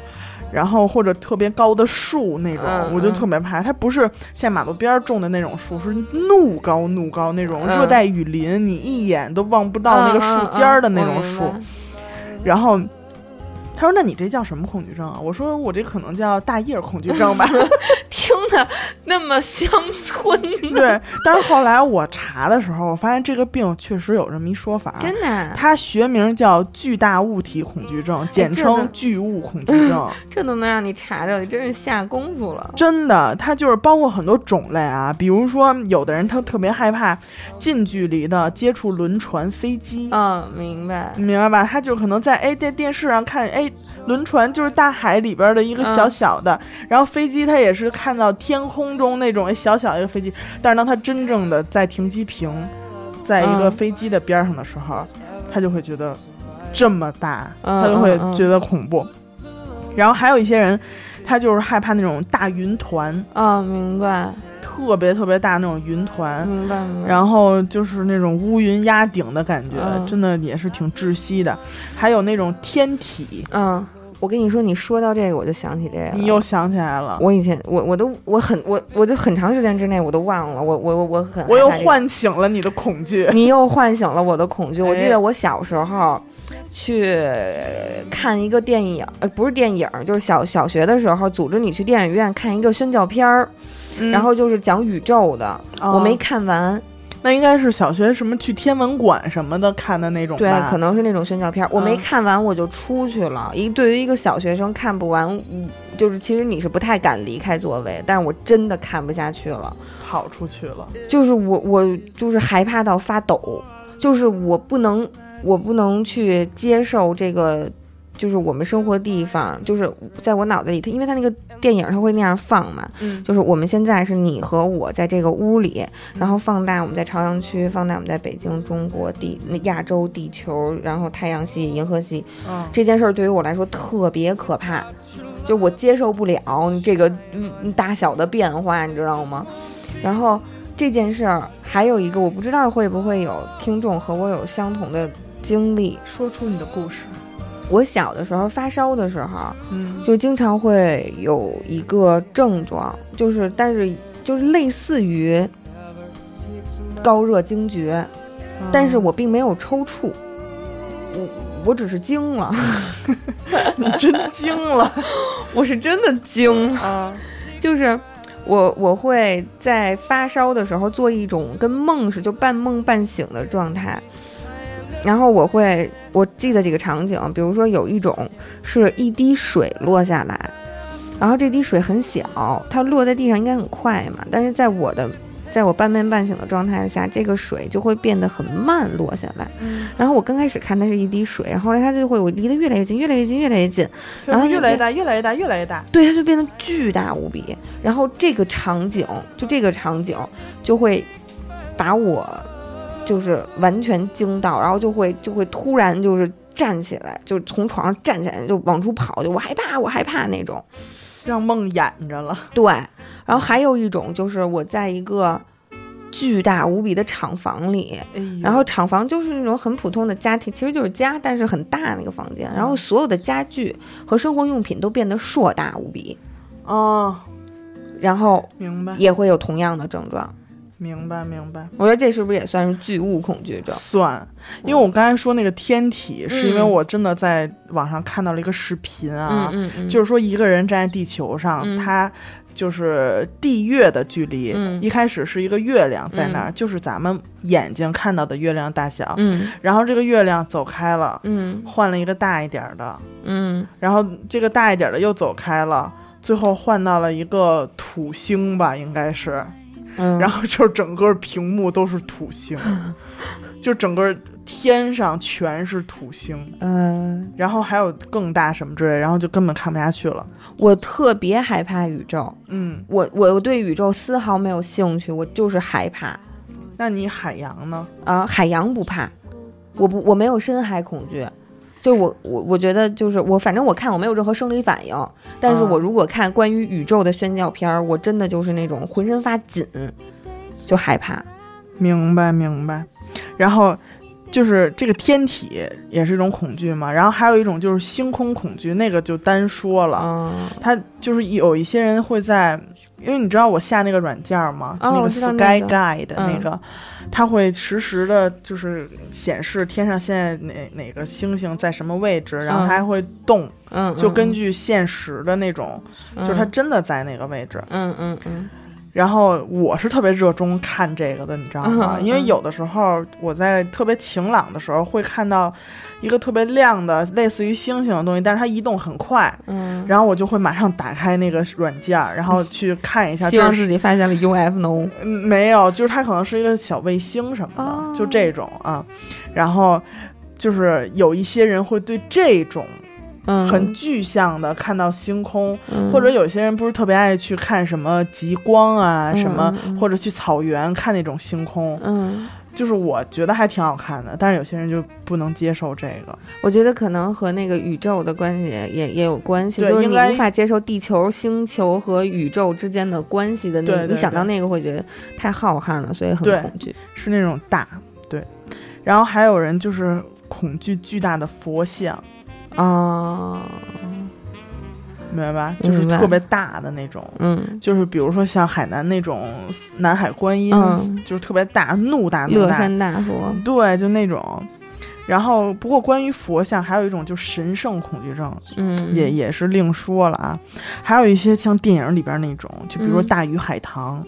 Speaker 1: 然后或者特别高的树那种，
Speaker 2: 嗯
Speaker 1: 我就
Speaker 2: 嗯
Speaker 1: 特别怕。它不是像马路边儿种的那种树，是怒高怒高那种
Speaker 2: 嗯
Speaker 1: 热带雨林，你一眼都望不到那个树尖儿的那种树。
Speaker 2: 嗯
Speaker 1: 然后他说：“那你这叫什么恐惧症啊？”我说：“我这可能叫大叶儿恐惧
Speaker 2: [laughs]
Speaker 1: 症吧。
Speaker 2: 嗯听着那么乡村，”
Speaker 1: [laughs] 对，但是后来我查的时候，我发现这个病确实有这么一说法。
Speaker 2: 真的啊、
Speaker 1: 它学名叫巨大物体恐惧症，简
Speaker 2: 哎这个
Speaker 1: 称巨物恐惧
Speaker 2: [laughs]
Speaker 1: 症。
Speaker 2: 这都能让你查着，真是下功夫了。
Speaker 1: 真的，它就是包括很多种类啊，比如说有的人他特别害怕近距离的接触轮船、飞机，
Speaker 2: 嗯、明白。
Speaker 1: 你明白吧？他就可能在哎在电视上看哎轮船就是大海里边的一个
Speaker 2: 嗯
Speaker 1: 小小的，然后飞机他也是看到天空中那种哎小小一个飞机，但是当他真正的在停机坪，在一个
Speaker 2: 嗯
Speaker 1: 飞机的边上的时候，他就会觉得这么大，
Speaker 2: 嗯
Speaker 1: 他就会
Speaker 2: 嗯嗯
Speaker 1: 觉得恐怖。然后还有一些人，他就是害怕那种大云团，
Speaker 2: 哦，明白，
Speaker 1: 特别特别大那种云团，
Speaker 2: 明白，明白。后，
Speaker 1: 然后就是那种乌云压顶的感觉，
Speaker 2: 嗯
Speaker 1: 真的也是挺窒息的。还有那种天体，
Speaker 2: 嗯，我跟你说，你说到这个，我就想起这个。
Speaker 1: 你又想起来了，
Speaker 2: 我以前，我我都我很我我就很长时间之内我都忘了，我我我我很
Speaker 1: 我又
Speaker 2: 害怕这个，
Speaker 1: 唤醒了你的恐惧。
Speaker 2: 你又唤醒了我的恐惧。我记
Speaker 1: 哎
Speaker 2: 得我小时候去呃看一个电影，呃，不是电影，就是小小学的时候组织你去电影院看一个宣教片儿，
Speaker 1: 嗯
Speaker 2: 然后就是讲宇宙的，嗯我没，看完，
Speaker 1: 哦那应该是小学什么去天文馆什么的看的那种
Speaker 2: 对，
Speaker 1: 吧
Speaker 2: 可能是那种宣教片儿，我没
Speaker 1: 嗯
Speaker 2: 看完我就出去了。一对于一个小学生看不完，嗯就是其实你是不太敢离开座位，但是我真的看不下去了，
Speaker 1: 跑出去了。
Speaker 2: 就是我我就是害怕到发抖，就是我不能我不能去接受这个。就是我们生活地方，就是在我脑子里，它因为它那个电影它会那样放嘛，
Speaker 1: 嗯，
Speaker 2: 就是我们现在是你和我在这个屋里，然后放大我们在朝阳区，放大我们在北京、中国地、亚洲地球，然后太阳系、银河系
Speaker 1: 嗯，
Speaker 2: 这件事儿对于我来说特别可怕，就我接受不了这个嗯大小的变化，你知道吗？然后这件事儿还有一个，我不知道会不会有听众和我有相同的经历。
Speaker 1: 说出你的故事。
Speaker 2: 我小的时候发烧的时候，
Speaker 1: 嗯，
Speaker 2: 就经常会有一个症状，就是但是就是类似于高热惊厥，嗯但是
Speaker 1: 哦
Speaker 2: 我并没有抽搐，我我只是惊 [laughs] 了，
Speaker 1: 你真惊了
Speaker 2: [laughs] 我是真的惊了，
Speaker 1: 啊！
Speaker 2: 就是我我会在发烧的时候做一种跟梦似，就半梦半醒的状态。然后我会，我记得几个场景，比如说有一种是一滴水落下来，然后这滴水很小，它落在地上应该很快嘛，但是在我的，在我半梦半醒的状态下，这个水就会变得很慢落下来。
Speaker 1: 嗯
Speaker 2: 然后我刚开始看它是一滴水，然后后来它就会我离得越来越近，越来越近，越来越近，然后
Speaker 1: 越来越大，越来越大，越来越大。
Speaker 2: 对，它就变得巨大无比。然后这个场景，就这个场景，就会把我就是完全惊到，然后就会就会突然就是站起来，就从床上站起来就往出跑，就我害怕，我害怕那种。
Speaker 1: 让梦演着了，
Speaker 2: 对，然后还有一种就是我在一个巨大无比的厂房里，
Speaker 1: 哎呦
Speaker 2: 然后厂房就是那种很普通的家庭，其实就是家，但是很大那个房间。然后所有的家具和生活用品都变得硕大无比，
Speaker 1: 哦，
Speaker 2: 然后
Speaker 1: 明白，
Speaker 2: 也会有同样的症状。
Speaker 1: 明白，明白。
Speaker 2: 我觉得这是不是也算是巨物恐惧症？
Speaker 1: 算，因为我刚才说那个天体，是因为
Speaker 2: 嗯
Speaker 1: 我真的在网上看到了一个视频啊，
Speaker 2: 嗯嗯，
Speaker 1: 就是说一个人站在地球上，
Speaker 2: 嗯
Speaker 1: 他就是地月的距离，
Speaker 2: 嗯
Speaker 1: 一开始是一个月亮在那儿，就是咱们眼睛看到的月亮大小，
Speaker 2: 嗯
Speaker 1: 然后这个月亮走开了，
Speaker 2: 嗯
Speaker 1: 换了一个大一点儿的，
Speaker 2: 嗯
Speaker 1: 然后这个大一点儿的又走开了。最后换到了一个土星吧，应该是，
Speaker 2: 嗯，
Speaker 1: 然后就整个屏幕都是土星， [laughs] 就整个天上全是土星，
Speaker 2: 嗯、
Speaker 1: 然后还有更大什么之类，然后就根本看不下去了。
Speaker 2: 我特别害怕宇宙，
Speaker 1: 嗯，
Speaker 2: 我我我对宇宙丝毫没有兴趣，我就是害怕。
Speaker 1: 那你海洋呢？
Speaker 2: 啊，海洋不怕，我不我没有深海恐惧，就我我我觉得就是我反正我看我没有任何生理反应，但是
Speaker 1: 啊
Speaker 2: 我如果看关于宇宙的宣教片儿，我真的就是那种浑身发紧，就害怕。
Speaker 1: 明白明白。然后就是这个天体也是一种恐惧嘛，然后还有一种就是星空恐惧，那个就单说了。
Speaker 2: 嗯，
Speaker 1: 他就是有一些人会在，因为你知道我下那个软件嘛，
Speaker 2: 哦
Speaker 1: 就那
Speaker 2: 我
Speaker 1: 个
Speaker 2: 知道
Speaker 1: Sky
Speaker 2: 那个
Speaker 1: Guide 的
Speaker 2: 嗯
Speaker 1: 那个，它会实时的，就是显示天上现在哪哪个星星在什么位置，然后
Speaker 2: 嗯
Speaker 1: 它还会动，
Speaker 2: 嗯，
Speaker 1: 就
Speaker 2: 嗯
Speaker 1: 根据现实的那种，就是它，真的在那个位置。
Speaker 2: 嗯嗯嗯
Speaker 1: 然后我是特别热衷看这个的，你知道吗？
Speaker 2: 嗯嗯
Speaker 1: 因为有的时候我在特别晴朗的时候会看到一个特别亮的类似于星星的东西，但是它移动很快，
Speaker 2: 嗯
Speaker 1: 然后我就会马上打开那个软件儿，然后去看一下
Speaker 2: 嗯，希望
Speaker 1: 这是。
Speaker 2: 自己发现了 UFO。
Speaker 1: 嗯，没有，就是它可能是一个小卫星什么的，
Speaker 2: 哦
Speaker 1: 就这种啊。然后就是有一些人会对这种
Speaker 2: 嗯，
Speaker 1: 很具象的看到星空，
Speaker 2: 嗯
Speaker 1: 或者有些人不是特别爱去看什么极光啊，
Speaker 2: 嗯
Speaker 1: 什么
Speaker 2: 嗯嗯
Speaker 1: 或者去草原看那种星空，
Speaker 2: 嗯，
Speaker 1: 就是我觉得还挺好看的，但是有些人就不能接受这个。
Speaker 2: 我觉得可能和那个宇宙的关系也也也有关系，
Speaker 1: 对
Speaker 2: 就是
Speaker 1: 应
Speaker 2: 你
Speaker 1: 该
Speaker 2: 无法接受地球、星球和宇宙之间的关系的那，
Speaker 1: 对对
Speaker 2: 你想到
Speaker 1: 对
Speaker 2: 那个会觉得太浩瀚了，所以
Speaker 1: 对
Speaker 2: 很恐惧。
Speaker 1: 是那种大，对。然后还有人就是恐惧巨大的佛像，
Speaker 2: 啊、
Speaker 1: 明白吧？就是
Speaker 2: 明白
Speaker 1: 特别大的那种。
Speaker 2: 嗯，
Speaker 1: 就是比如说像海南那种南海观音，
Speaker 2: 嗯
Speaker 1: 就是特别大，怒大怒
Speaker 2: 乐
Speaker 1: 大，
Speaker 2: 山大佛，
Speaker 1: 对，就那种。然后，不过关于佛像，还有一种就是神圣恐惧症，
Speaker 2: 嗯，
Speaker 1: 也也是另说了啊。还有一些像电影里边那种，就比如说
Speaker 2: 嗯
Speaker 1: 《大鱼海棠》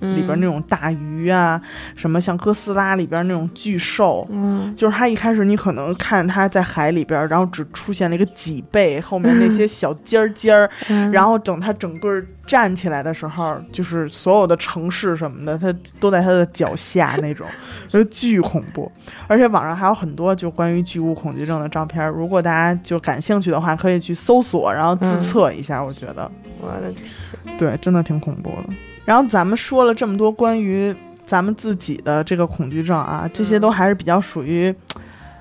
Speaker 2: 嗯
Speaker 1: 里边那，种大鱼啊，什么像哥斯拉里边那种巨兽，
Speaker 2: 嗯
Speaker 1: 就是它一开始你可能看它在海里边，然后只出现了一个脊背，后面
Speaker 2: [laughs]
Speaker 1: 那些小尖儿尖儿，
Speaker 2: 嗯，
Speaker 1: 然后等它整个站起来的时候，就是所有的城市什么的，它都在它的脚下那种， [laughs] 就巨恐怖。而且网上还有很多就关于巨物恐惧症的照片儿，如果大家就感兴趣的话，可以去搜索，然后自测一下。我觉得
Speaker 2: 我的天，
Speaker 1: 对，真的挺恐怖的。然后咱们说了这么多关于咱们自己的这个恐惧症啊，这些都还是比较属于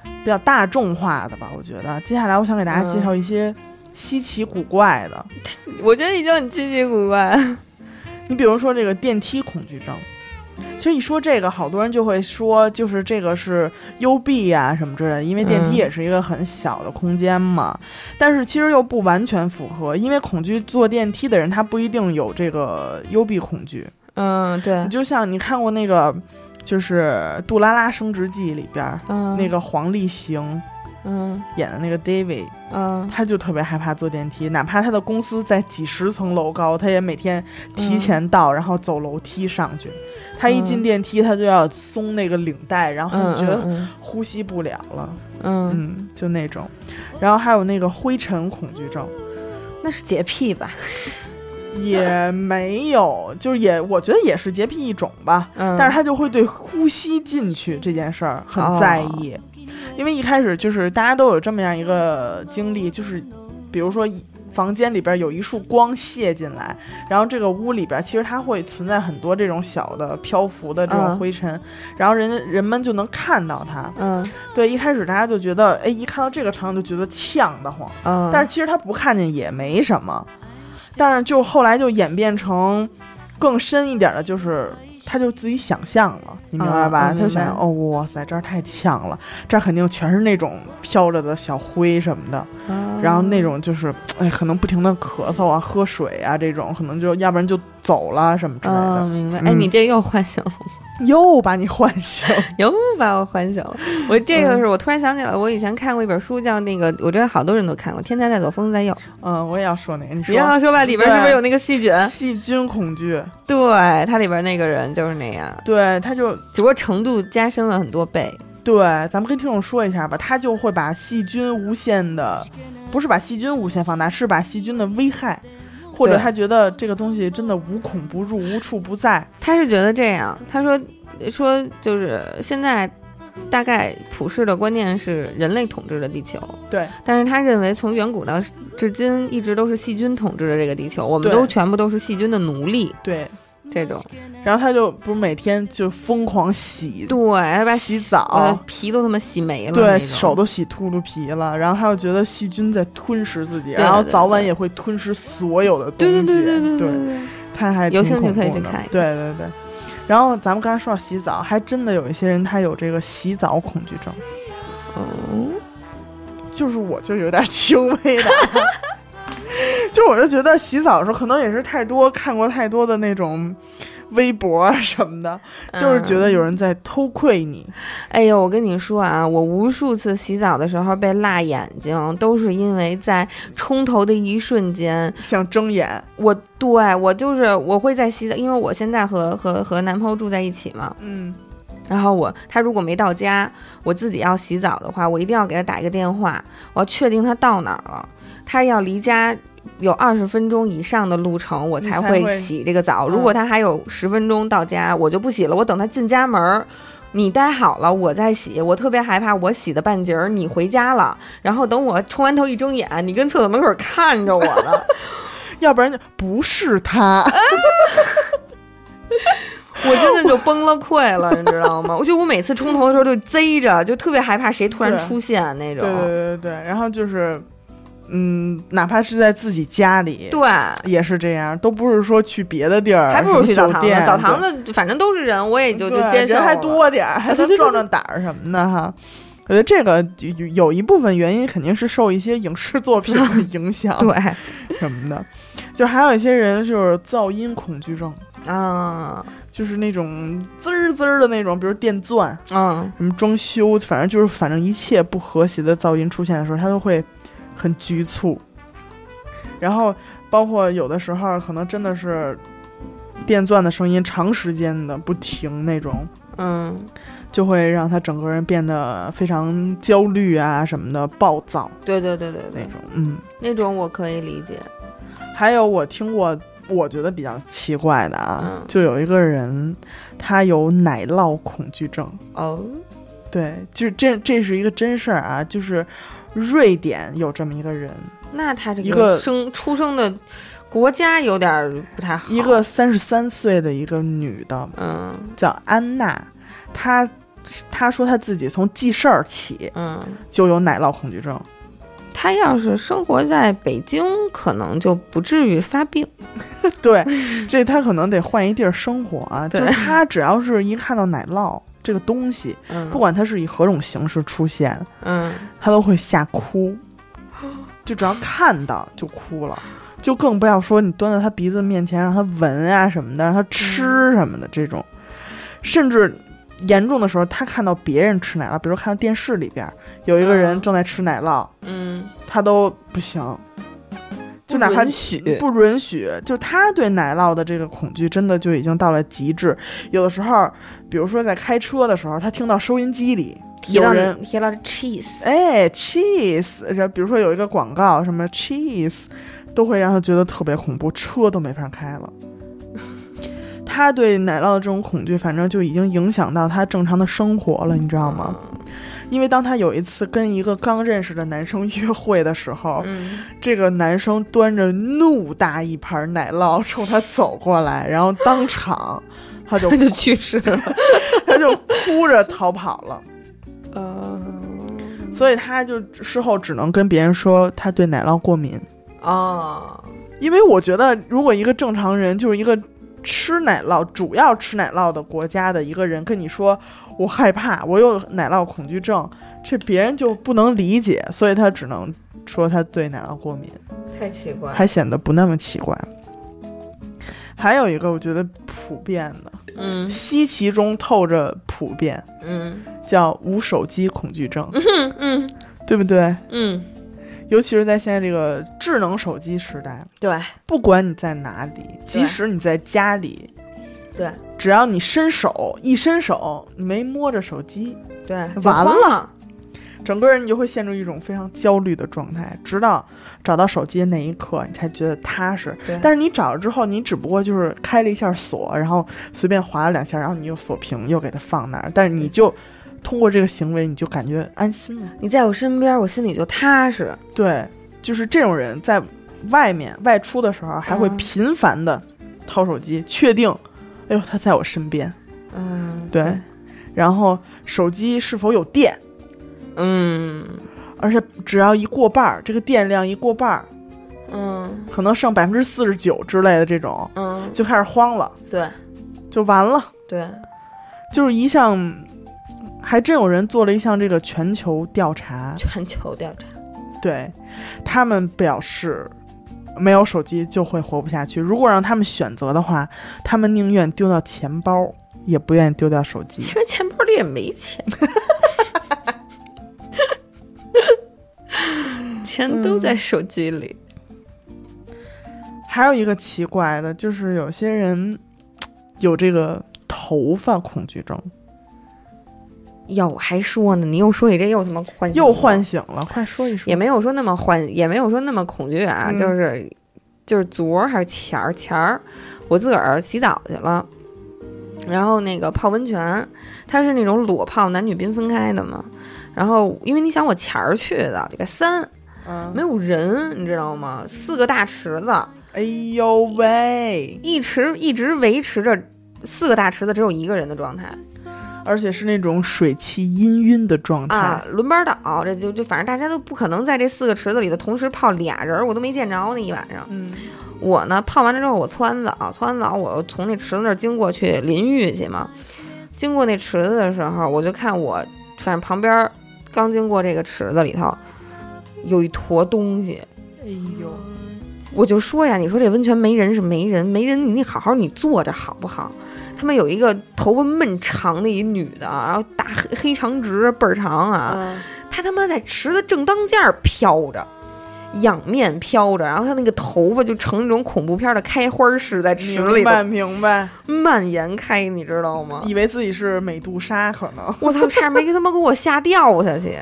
Speaker 1: 比较大众化的吧，我觉得。接下来我想给大家介绍一些稀奇古怪的。
Speaker 2: 我觉得已经很稀奇古怪。
Speaker 1: 你比如说这个电梯恐惧症，其实一说这个，好多人就会说，就是这个是幽闭呀、什么之类的，因为电梯
Speaker 2: 嗯
Speaker 1: 也是一个很小的空间嘛。但是其实又不完全符合，因为恐惧坐电梯的人，他不一定有这个幽闭恐惧。
Speaker 2: 嗯，对
Speaker 1: 你，就像你看过那个，就是《杜拉拉升职记》里边儿、
Speaker 2: 嗯，
Speaker 1: 那个黄立行，
Speaker 2: 嗯
Speaker 1: 演的那个 David，
Speaker 2: 嗯
Speaker 1: 他就特别害怕坐电梯，哪怕他的公司在几十层楼高，他也每天提前到，然后走楼梯上去。他一进
Speaker 2: 嗯
Speaker 1: 电梯，他就要松那个领带，然后
Speaker 2: 嗯，
Speaker 1: 就觉得
Speaker 2: 嗯
Speaker 1: 呼吸不了了，
Speaker 2: 嗯，
Speaker 1: 嗯，就那种。然后还有那个灰尘恐惧症，
Speaker 2: 那是洁癖吧？
Speaker 1: 也没有，就是也我觉得也是洁癖一种吧，
Speaker 2: 嗯，
Speaker 1: 但是他就会对呼吸进去这件事儿很在意，因为一开始就是大家都有这么样一个经历，就是比如说一房间里边有一束光泄进来，然后这个屋里边其实它会存在很多这种小的漂浮的这种
Speaker 2: 嗯
Speaker 1: 灰尘，然后人人们就能看到它。
Speaker 2: 嗯
Speaker 1: 对，一开始大家就觉得，哎，一看到这个场景就觉得呛得慌，
Speaker 2: 嗯，
Speaker 1: 但是其实他不看见也没什么，但是就后来就演变成更深一点的，就是他就自己想象了，你明白吧？
Speaker 2: 嗯嗯
Speaker 1: 他就想
Speaker 2: 明
Speaker 1: 象，
Speaker 2: 白
Speaker 1: 哦，哇塞，这儿太呛了，这儿肯定全是那种飘着的小灰什么的，
Speaker 2: 嗯
Speaker 1: 然后那种就是，哎，可能不停的咳嗽啊、喝水啊这种，可能就要不然就走了什么之类的，
Speaker 2: 嗯，明白。哎，
Speaker 1: 嗯
Speaker 2: 你这又唤醒了，
Speaker 1: 又把你唤醒。 [laughs]
Speaker 2: 又把我唤醒了。我这
Speaker 1: 嗯
Speaker 2: 个是我突然想起来，我以前看过一本书，叫那个，我觉得好多人都看过《天才在左，疯子在右》。
Speaker 1: 嗯，我也要说那个，你
Speaker 2: 你让
Speaker 1: 说
Speaker 2: 我说吧，里边是不是
Speaker 1: 对
Speaker 2: 有那个细菌？
Speaker 1: 细菌恐惧，
Speaker 2: 对，它里边那个人就是那样，
Speaker 1: 对，他就
Speaker 2: 只不过程度加深了很多倍。
Speaker 1: 对，咱们跟听众说一下吧，他就会把细菌无限的，不是把细菌无限放大，是把细菌的危害，或者
Speaker 2: 对
Speaker 1: 他觉得这个东西真的无孔不入、无处不在。
Speaker 2: 他是觉得这样，他说说就是现在大概普世的观念是人类统治的地球，
Speaker 1: 对，
Speaker 2: 但是他认为从远古到至今一直都是细菌统治的这个地球，我们
Speaker 1: 对
Speaker 2: 都全部都是细菌的奴隶。
Speaker 1: 对，
Speaker 2: 这种，
Speaker 1: 然后他就不是每天就疯狂洗，
Speaker 2: 对，他把
Speaker 1: 洗
Speaker 2: 呃
Speaker 1: 澡，
Speaker 2: 皮都他妈洗没了，
Speaker 1: 对手都洗秃噜皮了，然后他又觉得细菌在吞噬自己，
Speaker 2: 对
Speaker 1: 然后
Speaker 2: 对
Speaker 1: 早晚
Speaker 2: 对
Speaker 1: 也会吞噬所有的东
Speaker 2: 对
Speaker 1: 西。
Speaker 2: 对对对对
Speaker 1: 对
Speaker 2: 对，
Speaker 1: 他还
Speaker 2: 有
Speaker 1: 挺
Speaker 2: 兴趣
Speaker 1: 恐
Speaker 2: 可以
Speaker 1: 怖
Speaker 2: 去
Speaker 1: 的
Speaker 2: 看一看
Speaker 1: 对对对，然后咱们刚才说到洗澡，还真的有一些人他有这个洗澡恐惧症。
Speaker 2: 嗯，
Speaker 1: 就是我就有点 [laughs] 轻微的，就我就觉得洗澡的时候可能也是太多看过太多的那种微博啊什么的，就是觉得有人在偷窥你。
Speaker 2: 嗯哎呦，我跟你说啊，我无数次洗澡的时候被辣眼睛，都是因为在冲头的一瞬间，
Speaker 1: 想睁眼，
Speaker 2: 我对我就是我会在洗澡，因为我现在和和和男朋友住在一起嘛，
Speaker 1: 嗯，
Speaker 2: 然后我他如果没到家，我自己要洗澡的话，我一定要给他打一个电话，我要确定他到哪儿了，他要离家。有二十分钟以上的路程，我
Speaker 1: 你
Speaker 2: 才
Speaker 1: 才
Speaker 2: 会
Speaker 1: 会
Speaker 2: 洗这个澡。嗯如果他还有十分钟到家，我就不洗了。我等他进家门儿，你待好了，我再洗。我特别害怕，我洗的半截儿，你回家了，然后等我冲完头一睁眼，你跟厕所门口看着我了，
Speaker 1: 要不然就不是他， [laughs]
Speaker 2: 我真的就崩了溃了，你知道吗？我就我每次冲头的时候就贼着，就特别害怕谁突然
Speaker 1: 对
Speaker 2: 出现那
Speaker 1: 对
Speaker 2: 种
Speaker 1: 对。对对对，然后就是，嗯，哪怕是在自己家里。
Speaker 2: 对，
Speaker 1: 也是这样，都不是说去别的地儿，
Speaker 2: 还不如去
Speaker 1: 什
Speaker 2: 澡
Speaker 1: 么酒
Speaker 2: 堂
Speaker 1: 店
Speaker 2: 子，澡堂
Speaker 1: 对
Speaker 2: 子反正都是人，我也就就
Speaker 1: 对
Speaker 2: 接受
Speaker 1: 人还
Speaker 2: 了。
Speaker 1: 多点儿，还能
Speaker 2: 对对对
Speaker 1: 壮壮胆儿什么的哈。我觉得这个有有一部分原因肯定是受一些影视作品的影响，
Speaker 2: [laughs] 对，
Speaker 1: 什么的。就还有一些人就是噪音恐惧症，
Speaker 2: 嗯
Speaker 1: 就是那种滋儿滋儿的那种，比如电钻、
Speaker 2: 嗯，
Speaker 1: 什么装修，反正就是反正一切不和谐的噪音出现的时候，他都会很局促。然后包括有的时候可能真的是电钻的声音长时间的不停那种，
Speaker 2: 嗯，
Speaker 1: 就会让他整个人变得非常焦虑啊什么的，暴躁
Speaker 2: 对对对对
Speaker 1: 那
Speaker 2: 对，
Speaker 1: 种。嗯，
Speaker 2: 那种我可以理解。
Speaker 1: 还有我听过，我觉得比较奇怪的啊，
Speaker 2: 嗯
Speaker 1: 就有一个人他有奶酪恐惧症，
Speaker 2: 哦，
Speaker 1: 对，就是这这是一个真事儿啊，就是瑞典有这么一个人，
Speaker 2: 那他这
Speaker 1: 一个
Speaker 2: 生出生的国家有点儿不太好。
Speaker 1: 一个三十三岁的一个女的
Speaker 2: 嗯
Speaker 1: 叫安娜，她她说她自己从记事儿起
Speaker 2: 嗯，
Speaker 1: 就有奶酪恐惧症。 [laughs]
Speaker 2: 他要是生活在北京，可能就不至于发病。 [laughs]
Speaker 1: 对，这他可能得换一地儿生活啊。就
Speaker 2: 对
Speaker 1: 他只要是一看到奶酪这个东西，
Speaker 2: 嗯，
Speaker 1: 不管它是以何种形式出现，
Speaker 2: 嗯。
Speaker 1: 他都会吓哭。就只要看到就哭了，就更不要说你端到他鼻子面前让他闻啊什么的，让他吃什么的这种，甚至严重的时候，他看到别人吃奶酪，比如看到电视里边有一个人
Speaker 2: 嗯
Speaker 1: 正在吃奶酪，
Speaker 2: 嗯，
Speaker 1: 他都不行，就哪
Speaker 2: 不
Speaker 1: 怕
Speaker 2: 允许，
Speaker 1: 不允许，就他对奶酪的这个恐惧真的就已经到了极致。有的时候，比如说在开车的时候，他听到收音机里
Speaker 2: 提
Speaker 1: 有
Speaker 2: 到
Speaker 1: 人。
Speaker 2: 提到 cheese，
Speaker 1: 哎，cheese，然后比如说有一个广告，什么 cheese，都会让他觉得特别恐怖，车都没法开了。他对奶酪的这种恐惧，反正就已经影响到他正常的生活了，你知道吗？
Speaker 2: 嗯
Speaker 1: 因为当他有一次跟一个刚认识的男生约会的时候，
Speaker 2: 嗯？
Speaker 1: [laughs] 这个男生端着怒大一盘奶酪冲他走过来，然后当场他
Speaker 2: [laughs]
Speaker 1: 就
Speaker 2: 嗯，就去世了。 [laughs]
Speaker 1: 他就哭着逃跑了。
Speaker 2: 呃嗯，
Speaker 1: 所以他就事后只能跟别人说他对奶酪过敏，
Speaker 2: 哦，
Speaker 1: 因为我觉得如果一个正常人就是一个吃奶酪主要吃奶酪的国家的一个人跟你说我害怕，我有奶酪恐惧症，这别人就不能理解，所以他只能说他对奶酪过敏，
Speaker 2: 太奇怪了。
Speaker 1: 还显得不那么奇怪。还有一个我觉得普遍的，
Speaker 2: 嗯
Speaker 1: 稀奇中透着普遍，
Speaker 2: 嗯
Speaker 1: 叫无手机恐惧症，
Speaker 2: 嗯嗯
Speaker 1: 对不对？
Speaker 2: 嗯，
Speaker 1: 尤其是在现在这个智能手机时代，
Speaker 2: 对
Speaker 1: 不管你在哪里，即使你在家里，
Speaker 2: 对
Speaker 1: 只要你伸手一伸手，你没摸着手机，
Speaker 2: 对，
Speaker 1: 完
Speaker 2: 了。
Speaker 1: 整个人你就会陷入一种非常焦虑的状态，直到找到手机的那一刻，你才觉得踏实。
Speaker 2: 对，
Speaker 1: 但是你找了之后，你只不过就是开了一下锁，然后随便划了两下，然后你又锁屏，又给它放那儿，但是你就通过这个行为，你就感觉安心了。
Speaker 2: 你在我身边，我心里就踏实。
Speaker 1: 对，就是这种人在外面外出的时候，还会
Speaker 2: 嗯
Speaker 1: 频繁的掏手机，确定，哎呦，他在我身边，
Speaker 2: 嗯，
Speaker 1: 对，然后手机是否有电，
Speaker 2: 嗯
Speaker 1: 而且只要一过半儿，这个电量一过半儿，
Speaker 2: 嗯
Speaker 1: 可能剩百分之四十九之类的这种，
Speaker 2: 嗯，
Speaker 1: 就开始慌了，
Speaker 2: 对
Speaker 1: 就完了，
Speaker 2: 对，
Speaker 1: 就是一项，还真有人做了一项这个全球调查，
Speaker 2: 全球调查。
Speaker 1: 对他们表示，没有手机就会活不下去。如果让他们选择的话，他们宁愿丢掉钱包，也不愿意丢掉手机
Speaker 2: 因。为钱包里也没 [laughs] 钱，钱都在手机里。
Speaker 1: 还有一个奇怪的，就是有些人有这个头发恐惧症，
Speaker 2: 要我还说呢，你又说你这又他妈唤醒
Speaker 1: 又
Speaker 2: 我
Speaker 1: 唤，醒了，快说一说。
Speaker 2: 也没有说那么唤，也没有说那么恐惧啊，
Speaker 1: 嗯
Speaker 2: 就是就是昨儿还是前儿前儿，我自个儿洗澡去了，然后那个泡温泉，它是那种裸泡，男女宾分开的嘛。然后，因为你想我前儿去的礼拜三，
Speaker 1: 嗯，
Speaker 2: 没有人，你知道吗？四个大池子，
Speaker 1: 哎呦喂，
Speaker 2: 一直一直维持着四个大池子只有一个人的状态
Speaker 1: 而且是那种水汽氤氲的状态。
Speaker 2: 啊，轮班倒，这就就反正大家都不可能在这四个池子里头同时泡俩人儿，我都没见着那一晚上。
Speaker 1: 嗯
Speaker 2: 我呢泡完了之后，我搓完澡，搓完澡我从那池子那儿经过去淋浴去嘛，经过那池子的时候，我就看我反正旁边儿刚经过这个池子里头有一坨东西，
Speaker 1: 哎呦，
Speaker 2: 我就说呀，你说这温泉没人是没人，没人你你好好你坐着好不好？他们有一个头发闷长的一女的啊，然后大黑黑长直倍儿长啊，
Speaker 1: 啊，
Speaker 2: 她他妈在池子正当间儿飘着，仰面飘着，然后她那个头发就成那种恐怖片儿的开花式在池
Speaker 1: 明
Speaker 2: 里头
Speaker 1: 白嗯明白，
Speaker 2: 蔓延开，你知道吗？
Speaker 1: 以为自己是美杜莎可能。
Speaker 2: 我操，差点没给他妈给我吓掉下去。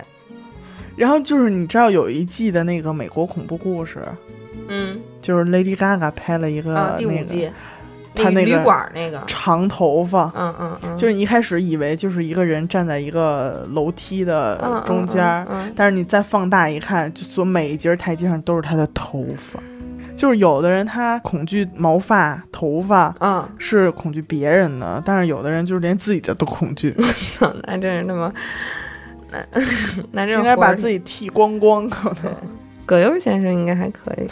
Speaker 1: 然后就是你知道有一季的那个美国恐怖故事，
Speaker 2: 嗯
Speaker 1: 就是 Lady Gaga 拍了一个、
Speaker 2: 啊，第五
Speaker 1: 呃那个
Speaker 2: 季，
Speaker 1: 她那
Speaker 2: 旅
Speaker 1: 个
Speaker 2: 馆儿那个，
Speaker 1: 长头发，
Speaker 2: 嗯嗯嗯，
Speaker 1: 就是你一开始以为就是一个人站在一个楼梯
Speaker 2: 嗯
Speaker 1: 的中间，
Speaker 2: 嗯嗯嗯
Speaker 1: 但是你再放大一看，就所每一节台阶上都是他的头发。就是有的人他恐惧毛发、头发
Speaker 2: 嗯，
Speaker 1: 是恐惧别人的，但是有的人就是连自己的都恐惧，
Speaker 2: [laughs] 操，那真是他妈，那 [laughs] 那这
Speaker 1: 应该把自己
Speaker 2: 己
Speaker 1: 剃光光可能。
Speaker 2: 葛优先生应该还可以。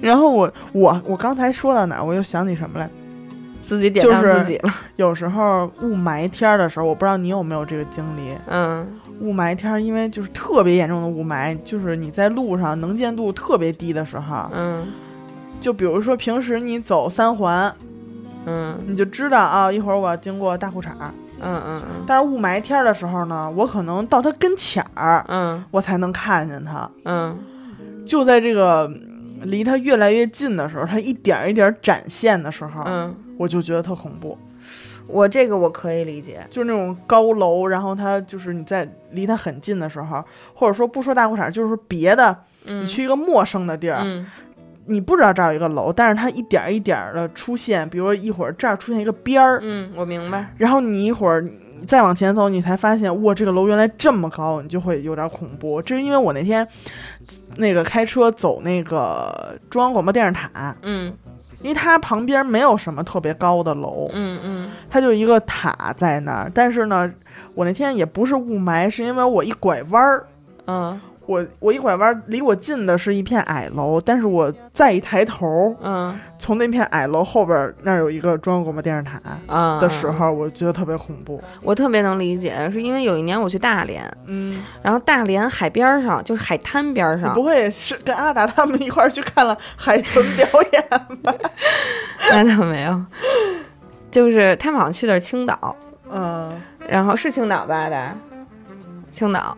Speaker 1: 然后我我我刚才说到哪儿，我又想起什么来。
Speaker 2: 自己点
Speaker 1: 就
Speaker 2: 亮
Speaker 1: 是
Speaker 2: 自己了，
Speaker 1: 有时候雾霾天儿的时候，我不知道你有没有这个经历。
Speaker 2: 嗯
Speaker 1: 雾霾天儿，因为就是特别严重的雾霾，就是你在路上能见度特别低的时候，
Speaker 2: 嗯
Speaker 1: 就比如说平时你走三环，
Speaker 2: 嗯
Speaker 1: 你就知道啊，一会儿我要经过大裤衩儿。
Speaker 2: 嗯嗯
Speaker 1: 但是雾霾天儿的时候呢，我可能到它跟前儿，
Speaker 2: 嗯
Speaker 1: 我才能看见它。
Speaker 2: 嗯
Speaker 1: 就在这个嗯离它越来越近的时候，它一点儿一点儿展现的时候，
Speaker 2: 嗯，
Speaker 1: 我就觉得特恐怖。
Speaker 2: 我这个我可以理解。
Speaker 1: 就是那种高楼，然后它就是你在离它很近的时候，或者说不说大裤衩，就是别的，
Speaker 2: 嗯
Speaker 1: 你去一个陌生的地儿，
Speaker 2: 嗯
Speaker 1: 你不知道这儿有一个楼，但是它一点儿一点儿的出现，比如说一会儿这儿出现一个边儿，
Speaker 2: 嗯，我明白。
Speaker 1: 然后你一会儿你再往前走，你才发现哇，这个楼原来这么高，你就会有点恐怖。这是因为我那天那个开车走那个中央广播电视塔，
Speaker 2: 嗯
Speaker 1: 因为它旁边没有什么特别高的楼，
Speaker 2: 嗯嗯
Speaker 1: 它就一个塔在那儿。但是呢，我那天也不是雾霾，是因为我一拐弯儿。
Speaker 2: 嗯
Speaker 1: 我我一拐弯儿，离我近的是一片矮楼，但是我再一抬头，
Speaker 2: 嗯
Speaker 1: 从那片矮楼后边儿那儿有一个中央广播电视塔
Speaker 2: 啊
Speaker 1: 的时，候，我觉得特别恐怖。
Speaker 2: 我特别能理解，是因为有一年我去大连，
Speaker 1: 嗯，
Speaker 2: 然后大连海边儿上就是海滩边儿
Speaker 1: 你
Speaker 2: 上
Speaker 1: 不，会是跟阿达他们一块儿去看了海豚表演吧？
Speaker 2: [laughs] 那倒没有，就是他们好像去的是青岛，
Speaker 1: 嗯
Speaker 2: 然后是青岛吧的，青岛。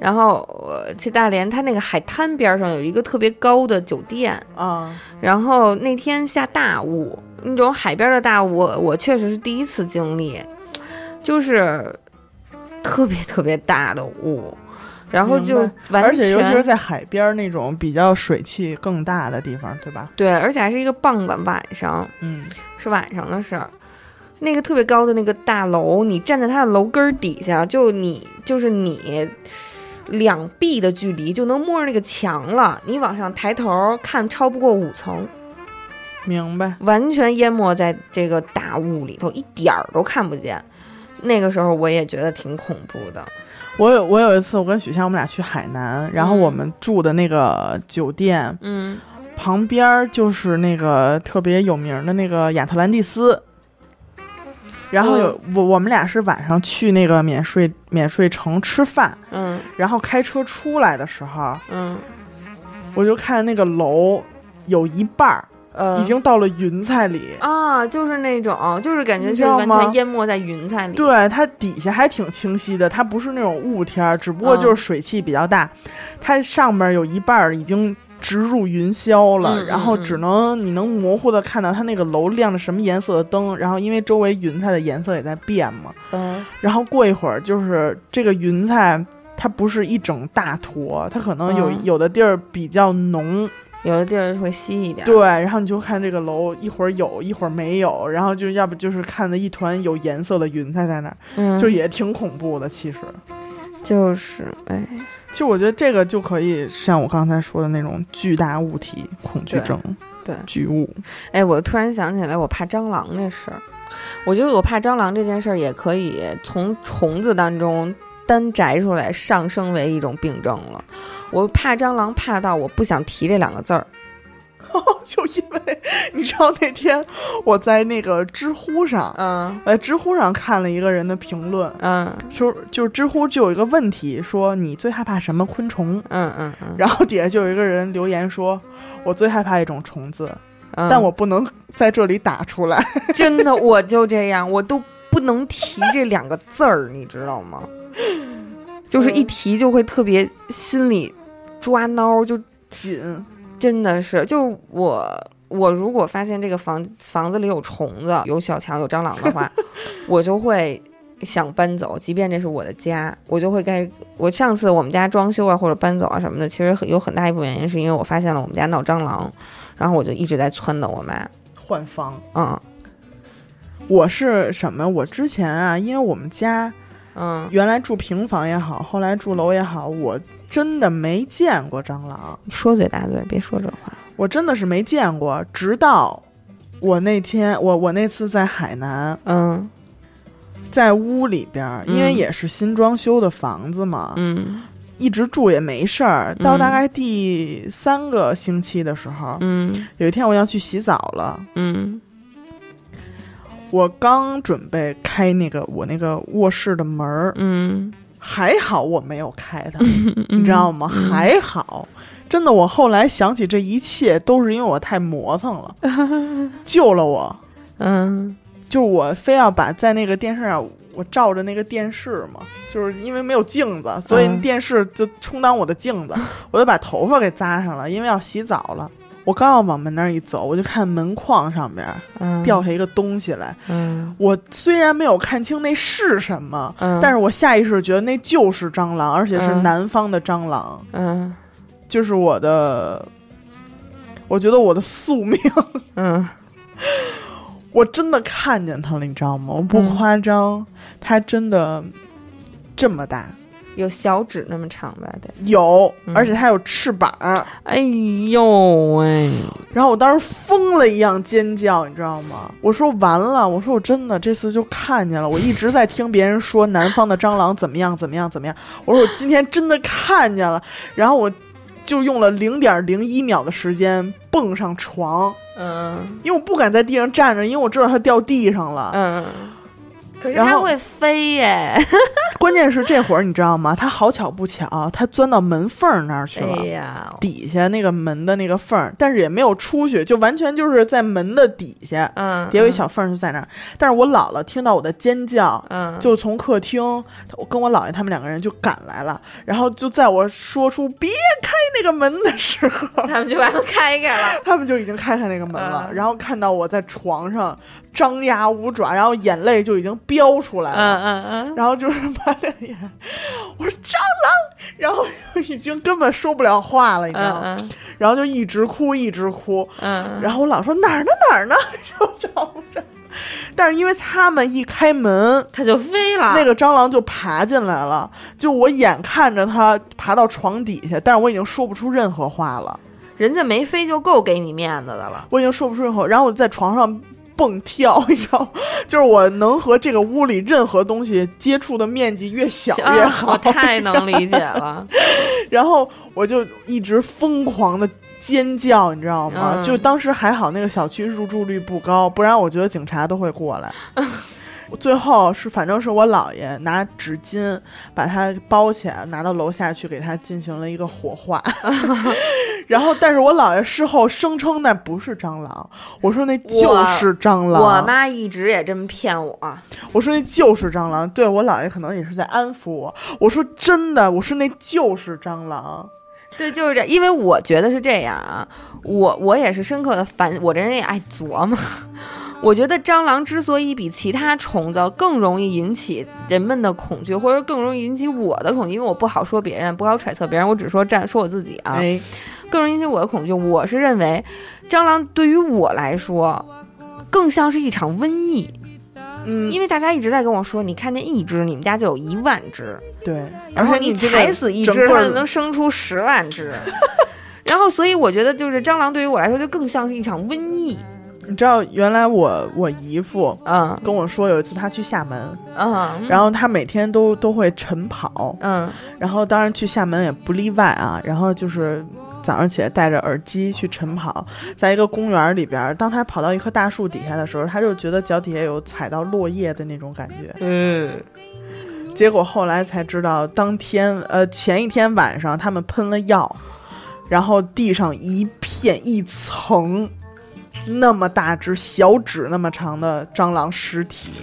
Speaker 2: 然后我去大连，它那个海滩边儿上有一个特别高的酒店，
Speaker 1: 啊，
Speaker 2: 然后那天下大雾，那种海边的大雾，我我确实是第一次经历，就是特别特别大的雾，然后就
Speaker 1: 明
Speaker 2: 完全
Speaker 1: 而且尤其是在海边儿那种比较水汽更大的地方，对吧？
Speaker 2: 对，而且还是一个傍晚晚上，
Speaker 1: 嗯，
Speaker 2: 是晚上的事儿。那个特别高的那个大楼，你站在它的楼根儿底下，就你就是你两臂的距离就能摸着那个墙了。你往上抬头看，超不过五层，
Speaker 1: 明白。
Speaker 2: 完全淹没在这个大雾里头，一点儿都看不见。那个时候我也觉得挺恐怖的。
Speaker 1: 我有我有一次，我跟许仙我们俩去海南，然后
Speaker 2: 嗯
Speaker 1: 我们住的那个酒店
Speaker 2: 嗯，
Speaker 1: 旁边儿就是那个特别有名的那个亚特兰蒂斯。然后有我我们俩是晚上去那个免税免税城吃饭，
Speaker 2: 嗯
Speaker 1: 然后开车出来的时候，
Speaker 2: 嗯
Speaker 1: 我就看那个楼有一半儿
Speaker 2: 呃，
Speaker 1: 已经到了云彩里，
Speaker 2: 啊，就是那种，就是感觉
Speaker 1: 你知
Speaker 2: 就是
Speaker 1: 道
Speaker 2: 完
Speaker 1: 吗
Speaker 2: 全淹没在云彩里。
Speaker 1: 对，它底下还挺清晰的，它不是那种雾天儿，只不过
Speaker 2: 嗯
Speaker 1: 就是水汽比较大，它上面有一半儿已经。直入云霄了，
Speaker 2: 嗯
Speaker 1: 然后
Speaker 2: 嗯嗯
Speaker 1: 只能你能模糊的看到它那个楼亮着什么颜色的灯，然后因为周围云彩的颜色也在变嘛，
Speaker 2: 嗯
Speaker 1: 然后过一会儿就是这个云彩，它不是一整大坨，它可能有、
Speaker 2: 嗯
Speaker 1: 有的地儿比较浓，
Speaker 2: 有的地儿会稀一点。
Speaker 1: 对，然后你就看这个楼一会儿有一会儿没有，然后就要不就是看的一团有颜色的云彩在那儿，
Speaker 2: 嗯，
Speaker 1: 就也挺恐怖的。其实，
Speaker 2: 就是哎，
Speaker 1: 其实我觉得这个就可以像我刚才说的那种巨大物体恐惧症，
Speaker 2: 对对
Speaker 1: 巨物，
Speaker 2: 哎，我突然想起来，我怕蟑螂这事儿。我觉得我怕蟑螂这件事儿也可以从虫子当中单摘出来，上升为一种病症了。我怕蟑螂，怕到我不想提这两个字儿。
Speaker 1: [laughs] 就因为你知道那天我在那个知乎上。
Speaker 2: 嗯
Speaker 1: 我在知乎上看了一个人的评论，
Speaker 2: 嗯
Speaker 1: 说就是知乎就有一个问题，说你最害怕什么昆虫？
Speaker 2: 嗯嗯嗯
Speaker 1: 然后底下就有一个人留言说，我最害怕一种虫子，
Speaker 2: 嗯，
Speaker 1: 但我不能在这里打出来。
Speaker 2: [laughs] 真的我就这样，我都不能提这两个字儿，你知道吗？就是一提就会特别心里抓挠，就
Speaker 1: 紧，
Speaker 2: 真的是，就我我如果发现这个房房子里有虫子、有小强、有蟑螂的话，我就会想搬走，即便这是我的家，我就会该我上次我们家装修啊或者搬走啊什么的，其实很有很大一部分原因是因为我发现了我们家闹蟑螂，然后我就一直在撺掇我妈，
Speaker 1: 换房。
Speaker 2: 嗯
Speaker 1: 我是什么？我之前啊，因为我们家
Speaker 2: 嗯，
Speaker 1: 原来住平房也好，后来住楼也好，我真的没见过蟑螂，
Speaker 2: 说嘴大嘴，别说这话，
Speaker 1: 我真的是没见过。直到我那天，我我那次在海南，
Speaker 2: 嗯
Speaker 1: 在屋里边儿，
Speaker 2: 嗯
Speaker 1: 因为也是新装修的房子嘛，
Speaker 2: 嗯
Speaker 1: 一直住也没事儿。到
Speaker 2: 嗯
Speaker 1: 大概第三个星期的时候，
Speaker 2: 嗯
Speaker 1: 有一天我要去洗澡了，
Speaker 2: 嗯
Speaker 1: 我刚准备开那个我那个卧室的门儿，
Speaker 2: 嗯，
Speaker 1: 还好我没有开它，你知道吗？
Speaker 2: 嗯
Speaker 1: 还好，真的，
Speaker 2: [laughs]
Speaker 1: 我后来想起这一切都是因为我太磨蹭了，救了我。
Speaker 2: 嗯，
Speaker 1: 就是我非要把在那个电视上我照着那个电视嘛，就是因为没有镜子，所以
Speaker 2: 嗯
Speaker 1: 电视就充当我的镜子，
Speaker 2: [laughs]
Speaker 1: 我就把头发给扎上了，因为要洗澡了。我刚要往门那儿一走，我就看门框上边
Speaker 2: 嗯
Speaker 1: 掉下一个东西来。
Speaker 2: 嗯
Speaker 1: 我虽然没有看清那是什么，
Speaker 2: 嗯，
Speaker 1: 但是我下意识觉得那就是蟑螂，而且是
Speaker 2: 嗯
Speaker 1: 南方的蟑螂，
Speaker 2: 嗯
Speaker 1: 就是我的，我觉得我的宿命。
Speaker 2: 嗯
Speaker 1: 我真的看见它了，你知道吗？我不
Speaker 2: 嗯
Speaker 1: 夸张，它真的这么大，
Speaker 2: 有小指那么长吧得。
Speaker 1: 有，
Speaker 2: 嗯
Speaker 1: 而且它有翅膀。
Speaker 2: 哎呦喂，
Speaker 1: 然后我当时疯了一样尖叫，你知道吗？我说完了，我说我真的这次就看见了。我一直在听别人说南方的蟑螂怎么样怎么样怎么样，我说我今天真的看见了。然后我就用了零点零一秒的时间蹦上床，
Speaker 2: 嗯
Speaker 1: 因为我不敢在地上站着，因为我知道它掉地上了。
Speaker 2: 嗯，可是
Speaker 1: 然
Speaker 2: 它
Speaker 1: 后
Speaker 2: 会飞耶！
Speaker 1: 关键是这会儿你知道吗？他好巧不巧，他钻到门缝儿那儿去
Speaker 2: 哎
Speaker 1: 了，
Speaker 2: 呀，
Speaker 1: 底下那个门的那个缝儿，但是也没有出去，就完全就是在门的底下，
Speaker 2: 嗯，
Speaker 1: 也有一小缝儿是在那儿。但是我姥姥听到我的尖叫，
Speaker 2: 嗯，
Speaker 1: 就从客厅，我跟我姥爷他们两个人就赶来了，然后就在我说出别开那个门的时
Speaker 2: [laughs]
Speaker 1: 候，
Speaker 2: 他们就把它开开了。
Speaker 1: 他们就已经开开那个门了，
Speaker 2: 嗯
Speaker 1: 然后看到我在床上张牙舞爪，然后眼泪就已经飙出来了。
Speaker 2: 嗯嗯
Speaker 1: 然后就是 [laughs] 满脸眼，我说蟑螂，然后就已经根本说不了话了，你
Speaker 2: 嗯
Speaker 1: 知道吗？
Speaker 2: 嗯
Speaker 1: 然后就一直哭，一直哭。
Speaker 2: 嗯，
Speaker 1: 然后我老说哪儿呢哪儿呢， [laughs] 然后找不着。但是因为他们一开门，
Speaker 2: 它就飞了。
Speaker 1: 那个蟑螂就爬进来了，就我眼看着它爬到床底下，但是我已经说不出任何话了，
Speaker 2: 人家没飞就够给你面子的了。
Speaker 1: 我已经说不出任何。然后我在床上蹦跳， [laughs] 你知道吗？就是我能和这个屋里任何东西接触的面积越小越
Speaker 2: 啊
Speaker 1: 好。
Speaker 2: 我太能理解了。
Speaker 1: 然后我就一直疯狂的尖叫，你知道吗？
Speaker 2: 嗯
Speaker 1: 就当时还好那个小区入住率不高，不然我觉得警察都会过
Speaker 2: [laughs]
Speaker 1: 来。我最后是，反正是我姥爷拿纸巾把它包起来，拿到楼下去给它进行了一个火
Speaker 2: [laughs]
Speaker 1: 化。然后，但是我姥爷事后声称那不是蟑螂，我说那就是蟑螂，
Speaker 2: 我妈一直也这么骗我。
Speaker 1: 我说那就是蟑螂。对我姥爷可能也是在安抚我，我说真的，我说那就是蟑螂。
Speaker 2: 对，就是这，因为我觉得是这样啊，我我也是深刻的反，我这人也爱琢磨。 [laughs] 我觉得蟑螂之所以比其他虫子更容易引起人们的恐惧，或者更容易引起我的恐惧，因为我不好说别人，不好揣测别人，我只说站说我自己啊，
Speaker 1: 哎，
Speaker 2: 更容易引起我的恐惧。我是认为，蟑螂对于我来说，更像是一场瘟疫，
Speaker 1: 嗯，
Speaker 2: 因为大家一直在跟我说，你看见一只，你们家就有一万只，
Speaker 1: 对，
Speaker 2: 然后
Speaker 1: 而且你这个
Speaker 2: 踩死一
Speaker 1: 整
Speaker 2: 只，
Speaker 1: 个
Speaker 2: 它就能生出十
Speaker 1: [laughs]
Speaker 2: 万只。然后，所以我觉得就是蟑螂对于我来说就更像是一场瘟疫。
Speaker 1: 你知道，原来我我姨父
Speaker 2: 嗯
Speaker 1: 跟我说，有一次他去厦门，
Speaker 2: 嗯，
Speaker 1: 然后他每天都都会晨跑，
Speaker 2: 嗯
Speaker 1: 然后当然去厦门也不例外啊。然后就是早上起来戴着耳机去晨跑，在一个公园里边儿，当他跑到一棵大树底下的时候，他就觉得脚底下有踩到落叶的那种感觉。
Speaker 2: 嗯
Speaker 1: 结果后来才知道，当天呃前一天晚上他们喷了药，然后地上一片一层那么大只小指那么长的蟑螂尸体，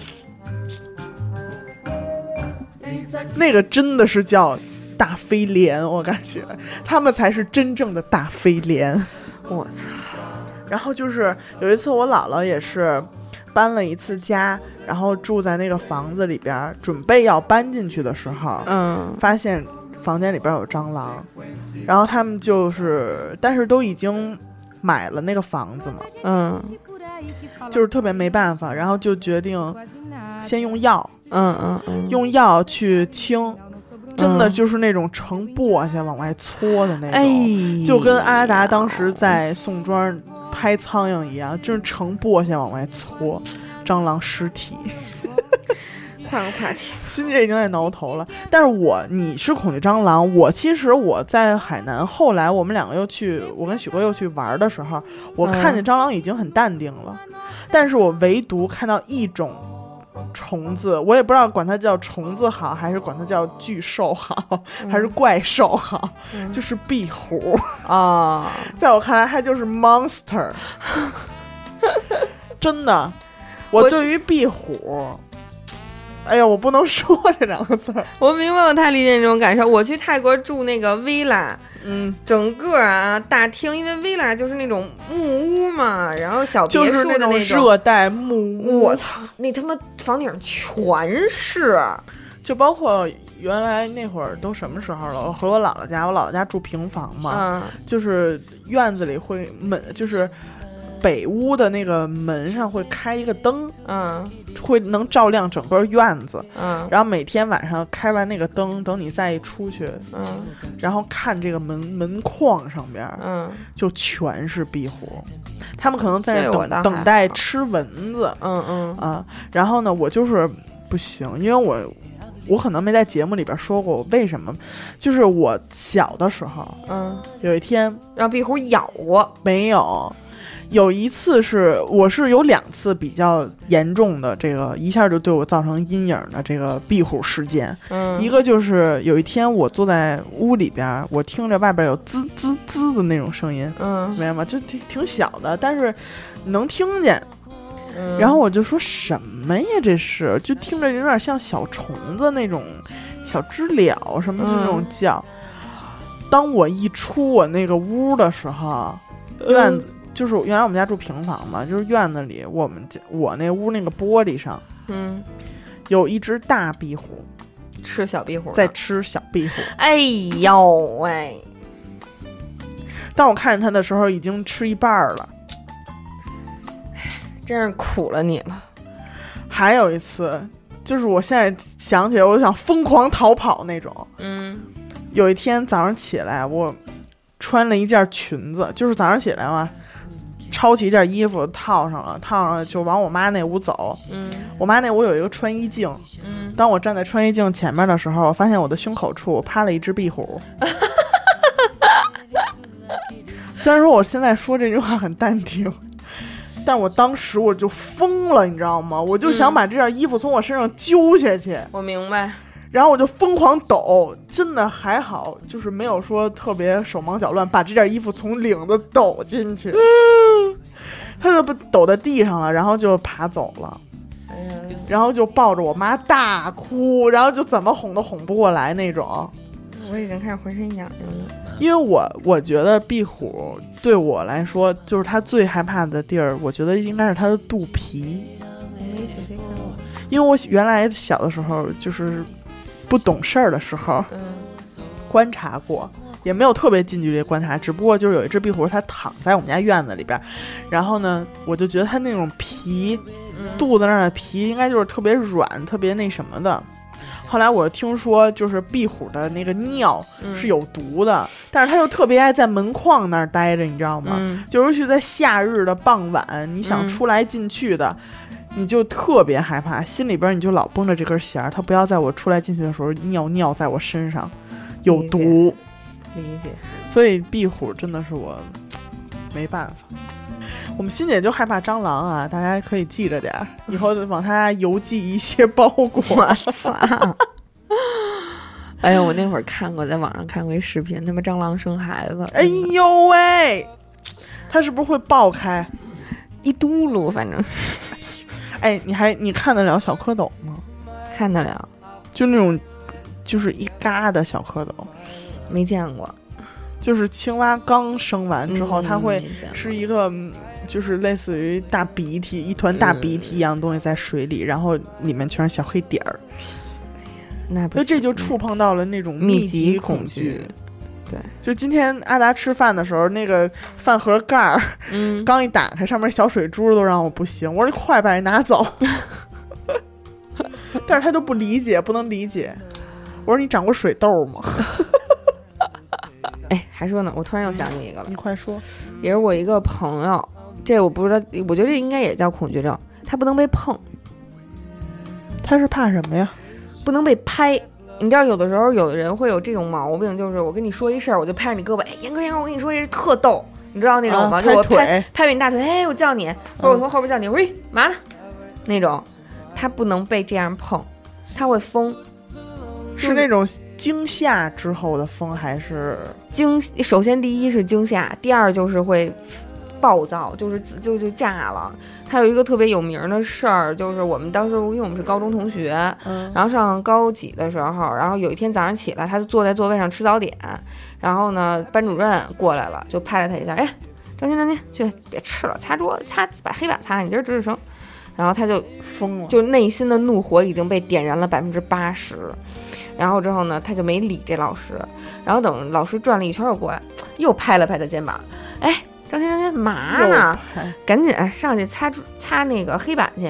Speaker 1: 那个真的是叫大飞廉，我感觉他们才是真正的大飞廉。
Speaker 2: 我操，
Speaker 1: 然后就是有一次我姥姥也是搬了一次家，然后住在那个房子里边儿，准备要搬进去的时候，
Speaker 2: 嗯
Speaker 1: 发现房间里边有蟑螂，然后他们就是，但是都已经买了那个房子嘛，
Speaker 2: 嗯
Speaker 1: 就是特别没办法，然后就决定先用药，
Speaker 2: 嗯嗯嗯，
Speaker 1: 用药去清，真的
Speaker 2: 嗯
Speaker 1: 就是那种成簸箕往外搓的那
Speaker 2: 哎
Speaker 1: 种，，就跟阿达当时
Speaker 2: 呀
Speaker 1: 在宋庄拍苍蝇一样，就是成簸箕往外搓蟑螂尸体。
Speaker 2: 换个话题，
Speaker 1: 欣姐已经在挠头了，但是我你是恐惧蟑螂，我其实我在海南，后来我们两个又去，我跟许哥又去玩的时候，我
Speaker 2: 嗯
Speaker 1: 看见蟑螂已经很淡定了，但是我唯独看到一种虫子，我也不知道管它叫虫子好，还是管它叫巨兽好，还是怪兽好，
Speaker 2: 嗯
Speaker 1: 就是壁虎， [laughs]
Speaker 2: 哦， [laughs]
Speaker 1: 在我看来它就是 monster，真的，我
Speaker 2: 我
Speaker 1: 对于壁虎，哎呀，我不能说这两个字儿。
Speaker 2: 我明白，我太理解你这种感受。我去泰国住那个 villa，
Speaker 1: 嗯，
Speaker 2: 整个啊大厅，因为 villa 就是那种木屋嘛，然后小
Speaker 1: 就
Speaker 2: 别
Speaker 1: 是
Speaker 2: 墅的
Speaker 1: 种
Speaker 2: 种。
Speaker 1: 热带木屋，
Speaker 2: 我操，那他妈房顶全是，
Speaker 1: 就包括原来那会儿都什么时候了？我回我姥姥家，我姥姥家住平房嘛，
Speaker 2: 嗯，
Speaker 1: 就是院子里会门，就是北屋的那个门上会开一个灯，
Speaker 2: 嗯
Speaker 1: 会能照亮整个院子。
Speaker 2: 嗯
Speaker 1: 然后每天晚上开完那个灯，等你再一出去，
Speaker 2: 嗯
Speaker 1: 然后看这个门门框上边儿
Speaker 2: 嗯
Speaker 1: 就全是壁虎，他们可能在那
Speaker 2: 这我倒
Speaker 1: 等
Speaker 2: 还
Speaker 1: 等待
Speaker 2: 好
Speaker 1: 吃蚊子。
Speaker 2: 嗯嗯
Speaker 1: 啊，然后呢，我就是不行，因为我我可能没在节目里边说过我为什么，就是我小的时候
Speaker 2: 嗯，
Speaker 1: 有一天
Speaker 2: 让壁虎咬我，
Speaker 1: 没有，有一次是我是有两次比较严重的这个一下就对我造成阴影的这个壁虎事件，
Speaker 2: 嗯，
Speaker 1: 一个就是有一天我坐在屋里边，我听着外边有滋滋滋的那种声音，
Speaker 2: 嗯
Speaker 1: 明白吗？就挺挺小的，但是能听见。
Speaker 2: 嗯，
Speaker 1: 然后我就说什么呀，这是就听着有点像小虫子那种小知了什么这种叫。当我一出我那个屋的时候，
Speaker 2: 嗯
Speaker 1: 院子、就是原来我们家住平房嘛，就是院子里我们家我那屋那个玻璃上
Speaker 2: 嗯
Speaker 1: 有一只大壁虎
Speaker 2: 吃小壁虎呢
Speaker 1: 在，吃小壁虎，
Speaker 2: 哎呦喂，
Speaker 1: 当我看见它的时候已经吃一半儿了。
Speaker 2: 真是苦了你了，
Speaker 1: 还有一次，就是我现在想起来我就想疯狂逃跑那种。
Speaker 2: 嗯
Speaker 1: 有一天早上起来，我穿了一件裙子，就是早上起来嘛，抄起一件衣服套上了，套上了就往我妈那屋走。
Speaker 2: 嗯
Speaker 1: 我妈那屋有一个穿衣镜，
Speaker 2: 嗯，
Speaker 1: 当我站在穿衣镜前面的时候，我发现我的胸口处趴了一只壁虎。虽然说我现在说这句话很淡定，但我当时我就疯了，你知道吗？我就想把这件衣服从我身上揪下去。
Speaker 2: 我明白，
Speaker 1: 然后我就疯狂抖，真的还好，就是没有说特别手忙脚乱，把这件衣服从领子抖进去，他就被抖在地上了，然后就爬走了，
Speaker 2: 哎呀，
Speaker 1: 然后就抱着我妈大哭，然后就怎么哄都哄不过来那种，
Speaker 2: 我已经开始浑身痒痒了。
Speaker 1: 因为我我觉得壁虎对我来说，就是它最害怕的地儿，我觉得应该是它的肚皮，
Speaker 2: 没仔细看过。
Speaker 1: 因为我原来小的时候就是不懂事儿的时候。
Speaker 2: 嗯
Speaker 1: 观察过，也没有特别近距离观察，只不过就是有一只壁虎，它躺在我们家院子里边儿，然后呢，我就觉得它那种皮
Speaker 2: 嗯，
Speaker 1: 肚子那儿的皮应该就是特别软、特别那什么的。后来我听说，就是壁虎的那个尿
Speaker 2: 嗯
Speaker 1: 是有毒的，但是它又特别爱在门框那儿待着，你知道吗？
Speaker 2: 嗯
Speaker 1: 就尤其在夏日的傍晚，你想
Speaker 2: 嗯
Speaker 1: 出来进去的，你就特别害怕，心里边你就老绷着这根弦儿，它不要在我出来进去的时候尿尿在我身上，有
Speaker 2: 理解
Speaker 1: 毒。
Speaker 2: 理解。
Speaker 1: 所以壁虎真的是我没办法。我们欣姐就害怕蟑螂啊，大家可以记着点儿，以后往她家邮寄一些包裹。 [laughs]
Speaker 2: 我操！哎呀，我那会儿看过，在网上看过一视频，他妈蟑螂生孩子，
Speaker 1: 哎呦喂，它是不是会爆开？
Speaker 2: 一嘟噜，反正
Speaker 1: 哎，你还你看得了小蝌蚪吗？
Speaker 2: 看得了，
Speaker 1: 就那种，就是一嘎的小蝌蚪，
Speaker 2: 没见过。
Speaker 1: 就是青蛙刚生完之后，
Speaker 2: 嗯
Speaker 1: 它会
Speaker 2: 没见过
Speaker 1: 是一个，嗯就是类似于大鼻涕，一团大鼻涕一样的东西在水里，然后里面全是小黑点儿，
Speaker 2: 那不
Speaker 1: 所以这
Speaker 2: 行嗯
Speaker 1: 就触碰到了那种
Speaker 2: 密
Speaker 1: 集
Speaker 2: 恐
Speaker 1: 惧。，就今天阿达吃饭的时候，那个饭盒盖
Speaker 2: [laughs]
Speaker 1: 儿
Speaker 2: 嗯，
Speaker 1: 刚一打开，上面小水珠都让我不行，我说你快把这拿走。 [laughs] 但是他都不理解，不能理解。我说你长过水痘吗？
Speaker 2: 嗯哎，还说呢，我突然又想起一个了
Speaker 1: 你，快说。
Speaker 2: 也是我一个朋友，这我不知道，我觉得这应该也叫恐惧症，他不能被碰，
Speaker 1: 他是怕什么呀？
Speaker 2: 不能被拍。你知道，有的时候有的人会有这种毛病，就是我跟你说一事儿，我就拍着你胳膊，哎，严哥，严哥，我跟你说这是特逗，你知道那种吗？
Speaker 1: 啊
Speaker 2: 就我
Speaker 1: 拍
Speaker 2: 拍
Speaker 1: 腿嗯
Speaker 2: 拍着你大腿，哎，我叫你，或者我从后边叫你，喂，嘛呢？那种，他不能被这样碰，他会疯，
Speaker 1: 是那种惊吓之后的风，还是
Speaker 2: 惊。首先第一是惊吓，第二就是会暴躁，就是自就就炸了。他有一个特别有名儿的事儿，就是我们当时因为我们是高中同学，
Speaker 1: 嗯
Speaker 2: 然后上高几的时候，然后有一天早上起来，他就坐在座位上吃早点，然后呢，班主任过来了，就拍了他一下，哎，张鑫张鑫，去别吃了，擦桌子，擦把黑板擦下，你今儿值日生。然后他就
Speaker 1: 疯了，
Speaker 2: 就内心的怒火已经被点燃了百分之八十，然后之后呢，他就没理这老师，然后等老师转了一圈儿过来，又拍了拍他肩膀，哎，张鑫张鑫嘛呢？
Speaker 1: 哎
Speaker 2: 赶紧上去擦桌擦那个黑板去。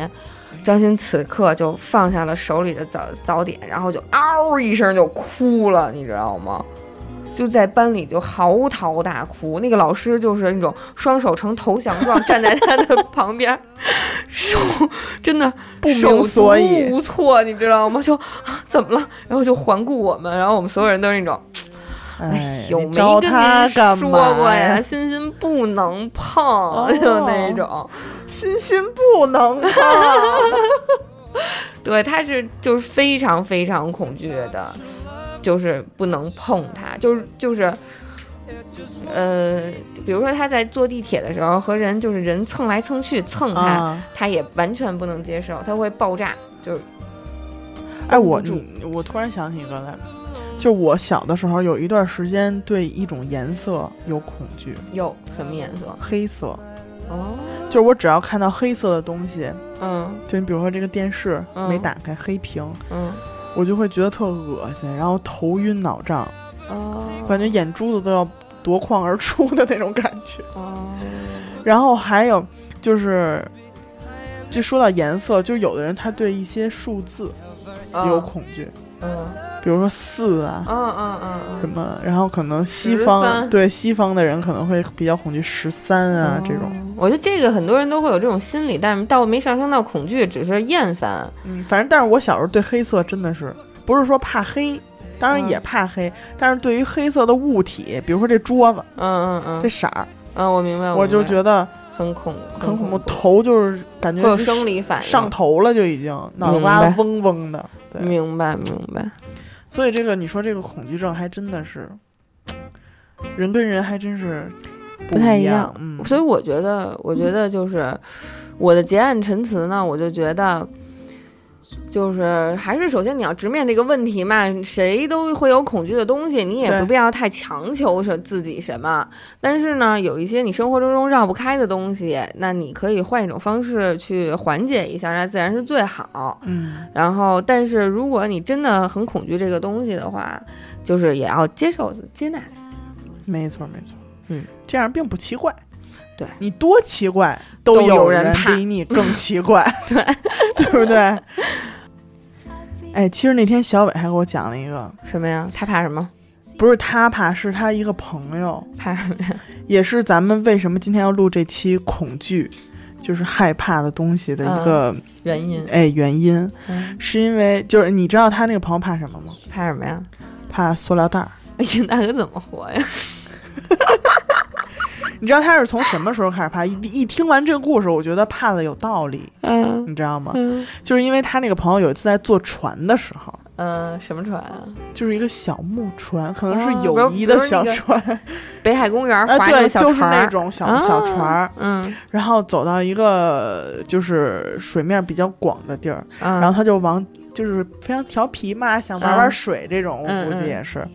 Speaker 2: 张鑫此刻就放下了手里的早早点，然后就嗷一声就哭了，你知道吗？就在班里就嚎啕大哭，那个老师就是那种双手呈投降状站在他的 [laughs] 旁边，手真的
Speaker 1: 不明所以
Speaker 2: 手足无措，你知道吗？就啊怎么了？然后就环顾我们，然后我们所有人都是那种。哎呦，
Speaker 1: 你
Speaker 2: 没
Speaker 1: 招
Speaker 2: 跟
Speaker 1: 他
Speaker 2: 您
Speaker 1: 干
Speaker 2: 说过
Speaker 1: 嘛哦
Speaker 2: 呀，？欣欣不能碰，就那种。
Speaker 1: 欣欣不 [laughs]
Speaker 2: 啊
Speaker 1: 能碰，
Speaker 2: 对，他是就是非常非常恐惧的，就是不能碰他，就是就是，呃，比如说他在坐地铁的时候和人就是人蹭来蹭去蹭他，
Speaker 1: 啊！
Speaker 2: 他也完全不能接受，他会爆炸。就是
Speaker 1: 哎，我
Speaker 2: 住
Speaker 1: 你我突然想起一个来，就我小的时候有一段时间对一种颜色有恐惧，
Speaker 2: 有什么颜色？
Speaker 1: 黑色，
Speaker 2: 哦，
Speaker 1: 就是我只要看到黑色的东西，
Speaker 2: 嗯
Speaker 1: 就你比如说这个电视
Speaker 2: 嗯
Speaker 1: 没打开黑屏，
Speaker 2: 嗯
Speaker 1: 我就会觉得特恶心，然后头晕脑胀，
Speaker 2: 哦
Speaker 1: 感觉眼珠子都要夺眶而出的那种感觉。
Speaker 2: 哦，
Speaker 1: 然后还有就是，就说到颜色，就是有的人他对一些数字有恐惧，
Speaker 2: 哦嗯
Speaker 1: 比如说四啊。
Speaker 2: 嗯嗯嗯嗯
Speaker 1: 什么？然后可能西方
Speaker 2: 13
Speaker 1: 对西方的人可能会比较恐惧十三啊、这种，
Speaker 2: 哦我觉得这个很多人都会有这种心理，但是到没上升到恐惧，只是厌烦。
Speaker 1: 嗯，反正但是我小时候对黑色真的是不是说怕黑，当然
Speaker 2: 嗯
Speaker 1: 也怕黑，但是对于黑色的物体，比如说这桌子
Speaker 2: 嗯嗯嗯
Speaker 1: 这，色儿，
Speaker 2: 嗯，我明白，
Speaker 1: 我就
Speaker 2: 明白
Speaker 1: 觉得
Speaker 2: 很恐，
Speaker 1: 很恐
Speaker 2: 恐
Speaker 1: 怖，头就是感觉
Speaker 2: 会有
Speaker 1: 是
Speaker 2: 生理反应。
Speaker 1: 上头了，就已经脑瓜子嗡嗡的。对，
Speaker 2: 明白明白，
Speaker 1: 所以这个你说这个恐惧症还真的是，人跟人还真是
Speaker 2: 不太
Speaker 1: 一
Speaker 2: 一样
Speaker 1: 嗯，
Speaker 2: 所以我觉得，我觉得就是我的结案陈词呢，我就觉得。就是还是首先你要直面这个问题嘛，谁都会有恐惧的东西，你也
Speaker 1: 对
Speaker 2: 不必要太强求是自己什么。但是呢，有一些你生活中中绕不开的东西，那你可以换一种方式去缓解一下，那自然是最好。
Speaker 1: 嗯，
Speaker 2: 然后，但是如果你真的很恐惧这个东西的话，就是也要接受自接纳自己。
Speaker 1: 没错没错，
Speaker 2: 嗯，
Speaker 1: 这样并不奇怪。
Speaker 2: 对
Speaker 1: 你多奇怪，
Speaker 2: 都
Speaker 1: 有
Speaker 2: 有人怕
Speaker 1: 比你更奇怪，
Speaker 2: [laughs]
Speaker 1: [laughs] 对对不对？哎，其实那天小伟还给我讲了一个，
Speaker 2: 什么呀？他怕什么？
Speaker 1: 不是他怕，是他一个朋友，
Speaker 2: 怕什么呀？
Speaker 1: 也是咱们为什么今天要录这期恐惧，就是害怕的东西的一个、
Speaker 2: 原因？
Speaker 1: 哎原因，
Speaker 2: 嗯，
Speaker 1: 是因为就是你知道他那个朋友怕什么吗？
Speaker 2: 怕什么呀？
Speaker 1: 怕塑料袋儿。
Speaker 2: 哎呀，那可怎么活呀？
Speaker 1: 你知道他是从什么时候开始怕？一一听完这个故事，我觉得怕的有道理，
Speaker 2: 嗯
Speaker 1: 你知道吗？
Speaker 2: 嗯
Speaker 1: 就是因为他那个朋友有一次在坐船的时候，
Speaker 2: 嗯，什么船啊？
Speaker 1: 就是一个小木船，可能
Speaker 2: 哦
Speaker 1: 是友谊的小船，
Speaker 2: 北海公园
Speaker 1: 哎，
Speaker 2: 啊划
Speaker 1: 对，
Speaker 2: 个
Speaker 1: 就
Speaker 2: 小船儿，
Speaker 1: 是那种小、
Speaker 2: 啊
Speaker 1: 小船儿，
Speaker 2: 嗯
Speaker 1: 然后走到一个就是水面比较广的地儿，
Speaker 2: 嗯，
Speaker 1: 然后他就往就是非常调皮嘛，想玩
Speaker 2: 嗯
Speaker 1: 玩水这种，
Speaker 2: 嗯
Speaker 1: 我估计
Speaker 2: 嗯
Speaker 1: 也是。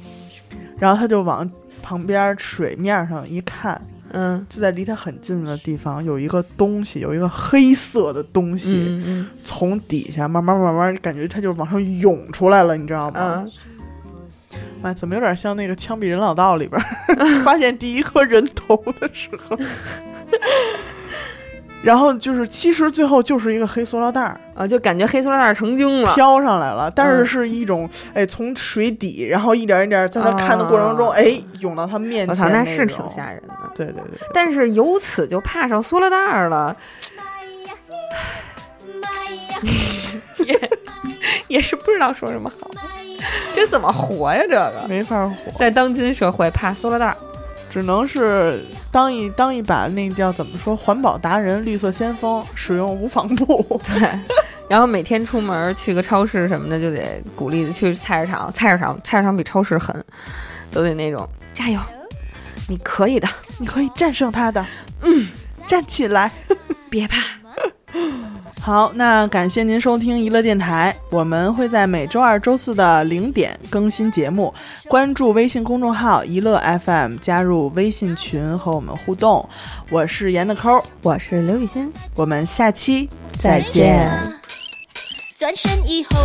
Speaker 1: 然后他就往旁边水面上一看，
Speaker 2: 嗯
Speaker 1: 就在离他很近的地方有一个东西，有一个黑色的东西、
Speaker 2: 嗯嗯
Speaker 1: 从底下慢慢慢慢，感觉它就往上涌出来了，你知道吗？
Speaker 2: 嗯，
Speaker 1: 哎，怎么有点像那个《枪毙人老道》里边儿 [laughs] 发现第一颗人头的时候？然后就是，其实最后就是一个黑塑料袋儿，
Speaker 2: 啊，就感觉黑塑料袋儿成精了。
Speaker 1: 飘上来了，但是
Speaker 2: 嗯
Speaker 1: 是一种、哎，从水底，然后一点一点在他看的过程中，
Speaker 2: 啊
Speaker 1: 哎，涌到他面
Speaker 2: 我
Speaker 1: 前
Speaker 2: 操，
Speaker 1: 种。
Speaker 2: 那是挺吓人的。
Speaker 1: 对对对，
Speaker 2: 但是由此就怕上塑料袋儿了，
Speaker 1: [laughs]
Speaker 2: 也也是不知道说什么好， [laughs] 这怎么活呀？这个
Speaker 1: 没法活，
Speaker 2: 在当今社会怕塑料袋儿，
Speaker 1: 只能是当一当一把那叫怎么说环保达人、绿色先锋，使用无纺
Speaker 2: [laughs]
Speaker 1: 布。 [laughs]
Speaker 2: 然后每天出门去个超市什么的，就得鼓励去菜市场，菜市场菜市场比超市狠，都得那种加油，你可以的，
Speaker 1: 你可以战胜他的。站起来。
Speaker 2: 别怕，
Speaker 1: 好，那感谢您收听娱乐电台，我们会在每周二、周四的零点更新节目。关注微信公众号“娱乐 FM”，加入微信群和我们互动。我是严的抠，
Speaker 2: 我是刘雨欣，
Speaker 1: 我们下期
Speaker 2: 再见。
Speaker 4: 转身以后，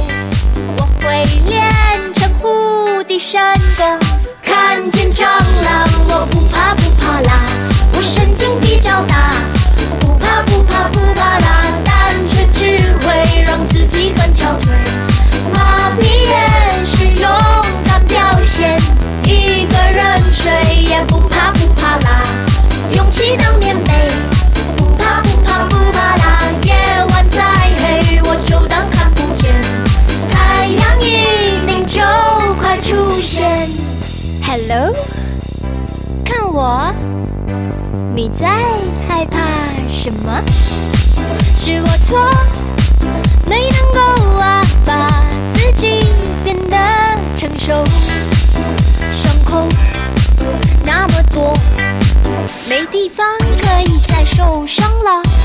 Speaker 4: 我会练成无敌神功。看见蟑螂，我不怕不怕啦，我神经比较大，不怕不怕不怕啦，但却只会让自己更憔悴。麻痹也是勇敢表现，一个人睡也不怕不怕啦，勇气当棉被。不怕不怕不怕啦，夜晚再黑我就当看不见，太阳一定就快出现。Hello，看我，你在害怕什么？是我错，没能够啊把自己变得成熟，伤口那么多。没地方可以再受伤了。